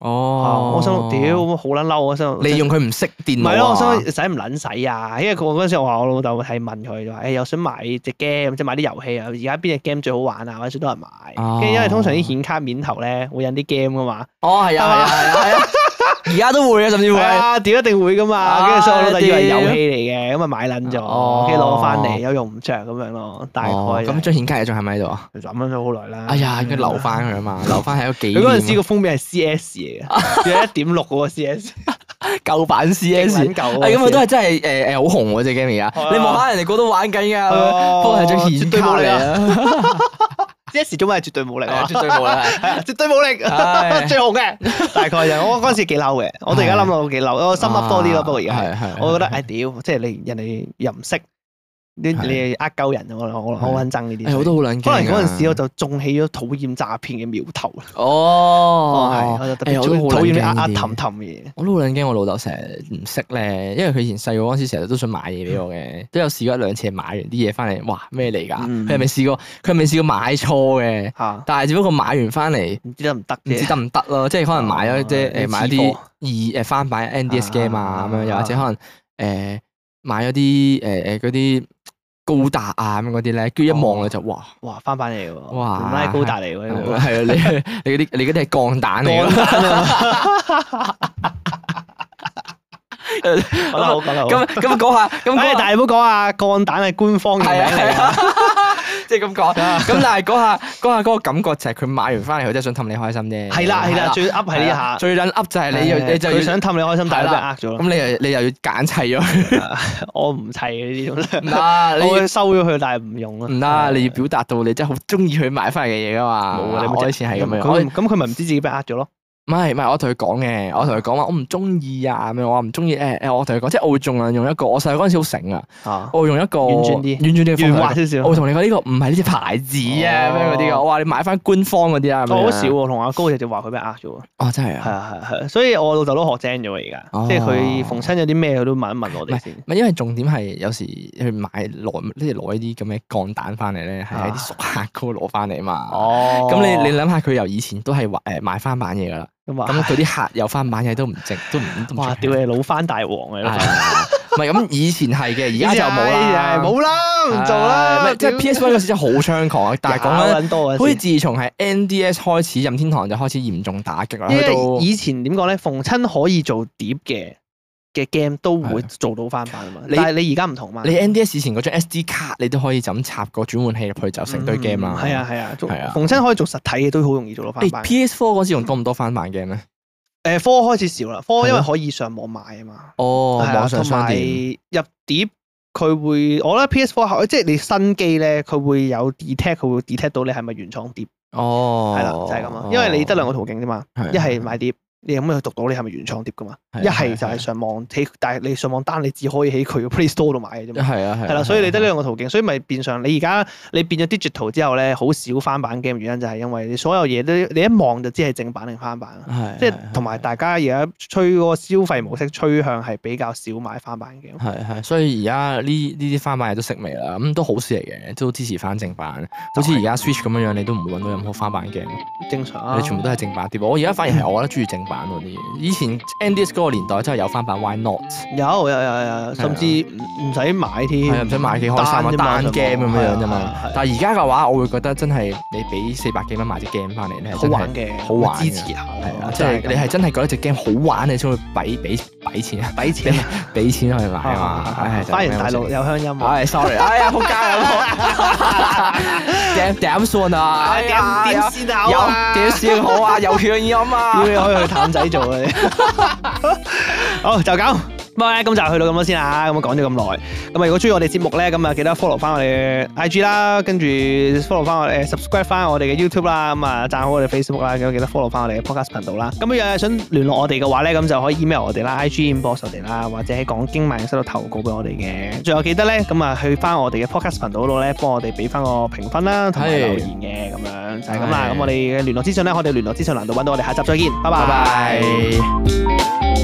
Speaker 2: 哦
Speaker 1: 啊，我心諗屌，咁好撚嬲，我心諗
Speaker 2: 你哦用佢唔識電
Speaker 1: 唔
Speaker 2: 腦
Speaker 1: 係
Speaker 2: 啊
Speaker 1: 咯？我心諗使唔撚使啊？因為佢嗰陣時我話我老豆係問佢就話，誒又想買隻 game，即係買啲遊戲啊。而家邊隻 game 最好玩啊？或者最多人買？
Speaker 2: 哦
Speaker 1: 跟住因為通常啲顯卡面頭咧會印啲 game 㗎嘛。
Speaker 2: 哦，係啊，係啊，係啊，而家都會啊，甚至會
Speaker 1: 係啊，屌一定會噶嘛，跟住所以我老豆以為
Speaker 2: 啊
Speaker 1: 遊
Speaker 2: 屌
Speaker 1: 戲嚟嘅，咁啊買撚
Speaker 2: 哦
Speaker 1: 咗，跟住攞翻嚟又用唔着咁樣咯，大概
Speaker 2: 哦
Speaker 1: 就
Speaker 2: 咁
Speaker 1: 係
Speaker 2: 張顯卡嘢仲喺咪喺度啊？
Speaker 1: 就諗咗咗好耐啦。
Speaker 2: 哎呀，應該留翻佢啊嘛，留翻喺個紀
Speaker 1: 嗯佢
Speaker 2: 念啊。
Speaker 1: 嗰陣時個封面係 C S 嚟嘅， [laughs] 有一點六嗰個 C S，
Speaker 2: 舊版 CS，
Speaker 1: 勁撚舊嗰個
Speaker 2: 哎咁啊都係真係誒誒好紅喎隻 game 而
Speaker 1: 係
Speaker 2: 家。
Speaker 1: 啊
Speaker 2: 你望下人哋個都玩緊㗎，
Speaker 1: 啊
Speaker 2: 不過係張顯卡嚟 [laughs] 啊，
Speaker 1: C S 中文係絕對冇力
Speaker 2: 係啊
Speaker 1: 啊，
Speaker 2: [laughs] 絕對冇啦。
Speaker 1: 係啊絕對冇
Speaker 2: 唉 [laughs]
Speaker 1: 力，最紅嘅，大概就我嗰陣時幾嬲嘅，我到而家諗落我幾嬲，我心噏多啲咯，不過而家係
Speaker 2: 係啊係，
Speaker 1: 我覺得唉哎屌，即係你人哋又唔識，你
Speaker 2: 係
Speaker 1: 你呃鳩人，我我我好撚憎呢啲
Speaker 2: 誒
Speaker 1: 所
Speaker 2: 我
Speaker 1: 以。
Speaker 2: 都好撚驚
Speaker 1: 可
Speaker 2: 啊。
Speaker 1: 能嗰陣時我就種起咗討厭詐騙嘅苗頭啦。
Speaker 2: 哦
Speaker 1: 係，我就特
Speaker 2: 哎
Speaker 1: 別
Speaker 2: 我
Speaker 1: 中
Speaker 2: 都
Speaker 1: 意討
Speaker 2: 好撚
Speaker 1: 厭
Speaker 2: 驚
Speaker 1: 啲呃呃
Speaker 2: 呢啲
Speaker 1: 氹氹嘅嘢。
Speaker 2: 我都好撚驚，我老豆成日唔識咧，因為佢以前細個嗰陣時，成日都想買嘢俾我嘅，都有試過一兩次買完啲嘢翻嚟，哇咩嚟㗎？
Speaker 1: 嗯
Speaker 2: 佢係咪試過？佢係咪試過買錯嘅？
Speaker 1: 嚇，
Speaker 2: 但係只不過買完翻嚟
Speaker 1: 唔知得唔得
Speaker 2: 唔知
Speaker 1: 啫？
Speaker 2: 得唔得咯，即係可能買
Speaker 1: 啊
Speaker 2: 哦咗即係
Speaker 1: 你
Speaker 2: 誒買
Speaker 1: 知
Speaker 2: 啲
Speaker 1: 貨
Speaker 2: 二誒翻版 NDS game 啊咁樣，又或者
Speaker 1: 啊
Speaker 2: 可能誒買咗啲誒誒嗰啲高達啊咁樣嗰啲咧，跟住一望
Speaker 1: 哦
Speaker 2: 你就哇
Speaker 1: 哇，翻版嚟喎，
Speaker 2: 哇
Speaker 1: 唔拉高達嚟喎，呢個
Speaker 2: 係啊你你嗰啲你嗰啲係鋼彈嚟
Speaker 1: 鋼
Speaker 2: 咯，
Speaker 1: 彈啊！
Speaker 2: [laughs]
Speaker 1: [laughs] 講得好，講得好。
Speaker 2: 咁咁講下咁
Speaker 1: 唉
Speaker 2: 講下
Speaker 1: 哎但係唔好講啊，鋼彈係啊官方嘅
Speaker 2: 係啊
Speaker 1: 名嚟
Speaker 2: 係
Speaker 1: 㗎。
Speaker 2: 啊， [laughs] 即係咁講，咁但係嗰下嗰下嗰個感覺就係佢買完翻嚟，佢真係想氹你開心啫，
Speaker 1: 係啦係啦，最噏係呢一
Speaker 2: 係啊
Speaker 1: 下。
Speaker 2: 最撚噏就係你又你就
Speaker 1: 佢
Speaker 2: 要
Speaker 1: 想氹你開心，但係俾人呃咗
Speaker 2: 咁你又你又要揀砌咗佢，
Speaker 1: 啦。我 [laughs] 唔砌嘅呢
Speaker 2: 唔
Speaker 1: 種，
Speaker 2: 得 [laughs] 你
Speaker 1: 我。會收咗佢，但係唔用咯。
Speaker 2: 唔得，啊你要表達到你真係好中意佢買翻嚟嘅嘢噶嘛。
Speaker 1: 冇啊！你咪
Speaker 2: 我
Speaker 1: 即
Speaker 2: 以前係咁樣，我
Speaker 1: 佢咁佢咪唔知自己俾人呃咗咯。
Speaker 2: 唔係唔係，我同佢講嘅，我同佢講話我唔中意啊咁樣，我話唔中意誒誒，我同佢講，即係我會盡量用一個，我細個嗰陣時好醒啊，
Speaker 1: 啊，
Speaker 2: 我會用一個
Speaker 1: 婉轉啲
Speaker 2: 婉轉啲嘅
Speaker 1: 圓
Speaker 2: 方
Speaker 1: 滑
Speaker 2: 法。
Speaker 1: 少少
Speaker 2: 我。會同你講呢個唔係呢隻牌子啊
Speaker 1: 哦
Speaker 2: 咩嗰啲嘅，我話你買翻官方嗰啲啊，咁樣
Speaker 1: 我好少喎，同阿高直接話佢俾人呃咗喎。
Speaker 2: 哦真係
Speaker 1: 係
Speaker 2: 啊，
Speaker 1: 啊係啊係啊，所以我老豆都學精咗而家，
Speaker 2: 哦
Speaker 1: 即係佢逢親有啲咩佢都問一問我哋先。
Speaker 2: 唔係因為重點係有時去買攞呢攞呢啲咁嘅鋼彈翻嚟咧，係喺啲熟客嗰度攞翻嚟嘛。
Speaker 1: 啊哦
Speaker 2: 咁你你諗下佢由以前都係話誒買翻版嘢噶啦，
Speaker 1: 你
Speaker 2: 咁
Speaker 1: 咁
Speaker 2: 佢啲客又翻版嘢都唔值，
Speaker 1: [laughs]
Speaker 2: 都唔都唔值啊
Speaker 1: 哇，屌你老翻大王
Speaker 2: 係
Speaker 1: 啊！
Speaker 2: 啊唔係咁以前係嘅，而家就
Speaker 1: [laughs]
Speaker 2: 冇啦
Speaker 1: 係，哎冇啦，唔做
Speaker 2: 係
Speaker 1: 啦
Speaker 2: 咩，即係 PS One 嗰時真係好猖狂啊！但係講緊，
Speaker 1: 緊多啊，
Speaker 2: 好似自從係 NDS 開始，任天堂就開始嚴重打擊啦，
Speaker 1: 因
Speaker 2: 去到
Speaker 1: 為以前點講咧，逢親可以做碟嘅，嘅 game 都會
Speaker 2: 係
Speaker 1: 做到翻版啊嘛。
Speaker 2: 你
Speaker 1: 但係啊你而家唔同嘛，嗯
Speaker 2: 你 NDS 以前嗰張 SD 卡，你都可以就咁插個轉換器入去就成堆 game 啦。
Speaker 1: 係啊係啊，做
Speaker 2: 係啊
Speaker 1: 逢親可以做實體嘅都好容易做到翻
Speaker 2: 誒
Speaker 1: 版。
Speaker 2: PS4 嗰時用多唔多翻版 game 咧？
Speaker 1: 誒科開始少啦，科
Speaker 2: 係
Speaker 1: 因為
Speaker 2: 咩
Speaker 1: 可以上網買啊嘛。
Speaker 2: 哦，
Speaker 1: 係啊
Speaker 2: 網上商
Speaker 1: 同
Speaker 2: 店
Speaker 1: 埋入碟佢會，我覺得 PS4 後即係你新機咧，佢會有 detect，佢會 detect 到你係咪原廠碟，
Speaker 2: 哦，
Speaker 1: 係啦、就係咁啊啦。因為你得兩個途徑啫嘛，
Speaker 2: 係啊
Speaker 1: 一係買碟，你有咩讀到你係咪原廠碟噶嘛？
Speaker 2: 係啊
Speaker 1: 一係就
Speaker 2: 係
Speaker 1: 係上網起，但係你上網單你只可以喺佢個 Play Store 度買嘅啫 [laughs] 嘛。
Speaker 2: 係啊係
Speaker 1: 係啦，所以你得呢
Speaker 2: 呢
Speaker 1: 兩個途徑，所以咪變相你而家你變咗 digital 之後咧，好少翻版 game 原因就係因為你所有嘢都你一望就知係正版定翻版啦。
Speaker 2: 係啊
Speaker 1: 即係同埋大家而家吹嗰個消費模式趨向係比較少買翻版 game。
Speaker 2: 係係，所以而家呢呢啲翻版嘢都識味啦，咁都好事嚟嘅，都支持翻正版。好似而家 Switch 咁樣樣，你都唔會揾到任何翻版 game，
Speaker 1: 正常啊，
Speaker 2: 你全部都係正版碟。我而家反而係我覺得中意正版嗰啲嘢。以前 NDS 嗰個年代真係有翻版，Why not？
Speaker 1: 有有有有，甚至唔唔使買添，
Speaker 2: 啊係啊唔使買幾開心啊，單 game 咁樣樣啫嘛。
Speaker 1: 但
Speaker 2: 但係而啊家嘅話，我會覺得真係你俾四百幾蚊買只 game 翻嚟咧，
Speaker 1: 係啊好
Speaker 2: 真係
Speaker 1: 玩嘅，
Speaker 2: 好玩
Speaker 1: 會支
Speaker 2: 嘅
Speaker 1: 持下
Speaker 2: 係
Speaker 1: 咯，
Speaker 2: 啊，即係你係真係覺得只 game 好玩，你先會俾俾俾錢啊，俾錢 [laughs] 俾錢去買啊嘛。唉
Speaker 1: 花園大陸有鄉音啊，
Speaker 2: 唉，sorry，哎呀，仆街啊！ [laughs] 點點算啊？哎呀，
Speaker 1: 點先
Speaker 2: 有
Speaker 1: 好啊，
Speaker 2: 點算好啊？有血音 [laughs]
Speaker 1: 屌
Speaker 2: 啊！
Speaker 1: 你可以去淡仔做啊你！好就咁。咁咧，今集去到咁多先啦，咁啊講咗咁耐，咁啊如果中意我哋節目咧，咁啊記得 follow 翻我哋 IG 啦，跟住 follow 翻我哋 subscribe 翻我哋嘅 YouTube 啦，咁啊讚好我哋 Facebook 啦，咁記得 follow 翻我哋嘅 podcast 頻道啦。咁啊想聯絡我哋嘅話咧，咁就可以 email 我哋啦，IG inbox 我哋啦，或者喺講經萬應室度投稿俾我哋嘅。最後記得咧，咁啊去翻我哋嘅 podcast 頻道嗰度咧，幫我哋俾翻個評分啦，同埋
Speaker 2: 係
Speaker 1: 留言嘅咁樣，就係咁啦。
Speaker 2: 係
Speaker 1: 咁我哋嘅聯絡資訊咧，我哋聯絡資訊欄度揾到我哋下集再見，拜拜。
Speaker 2: 拜拜。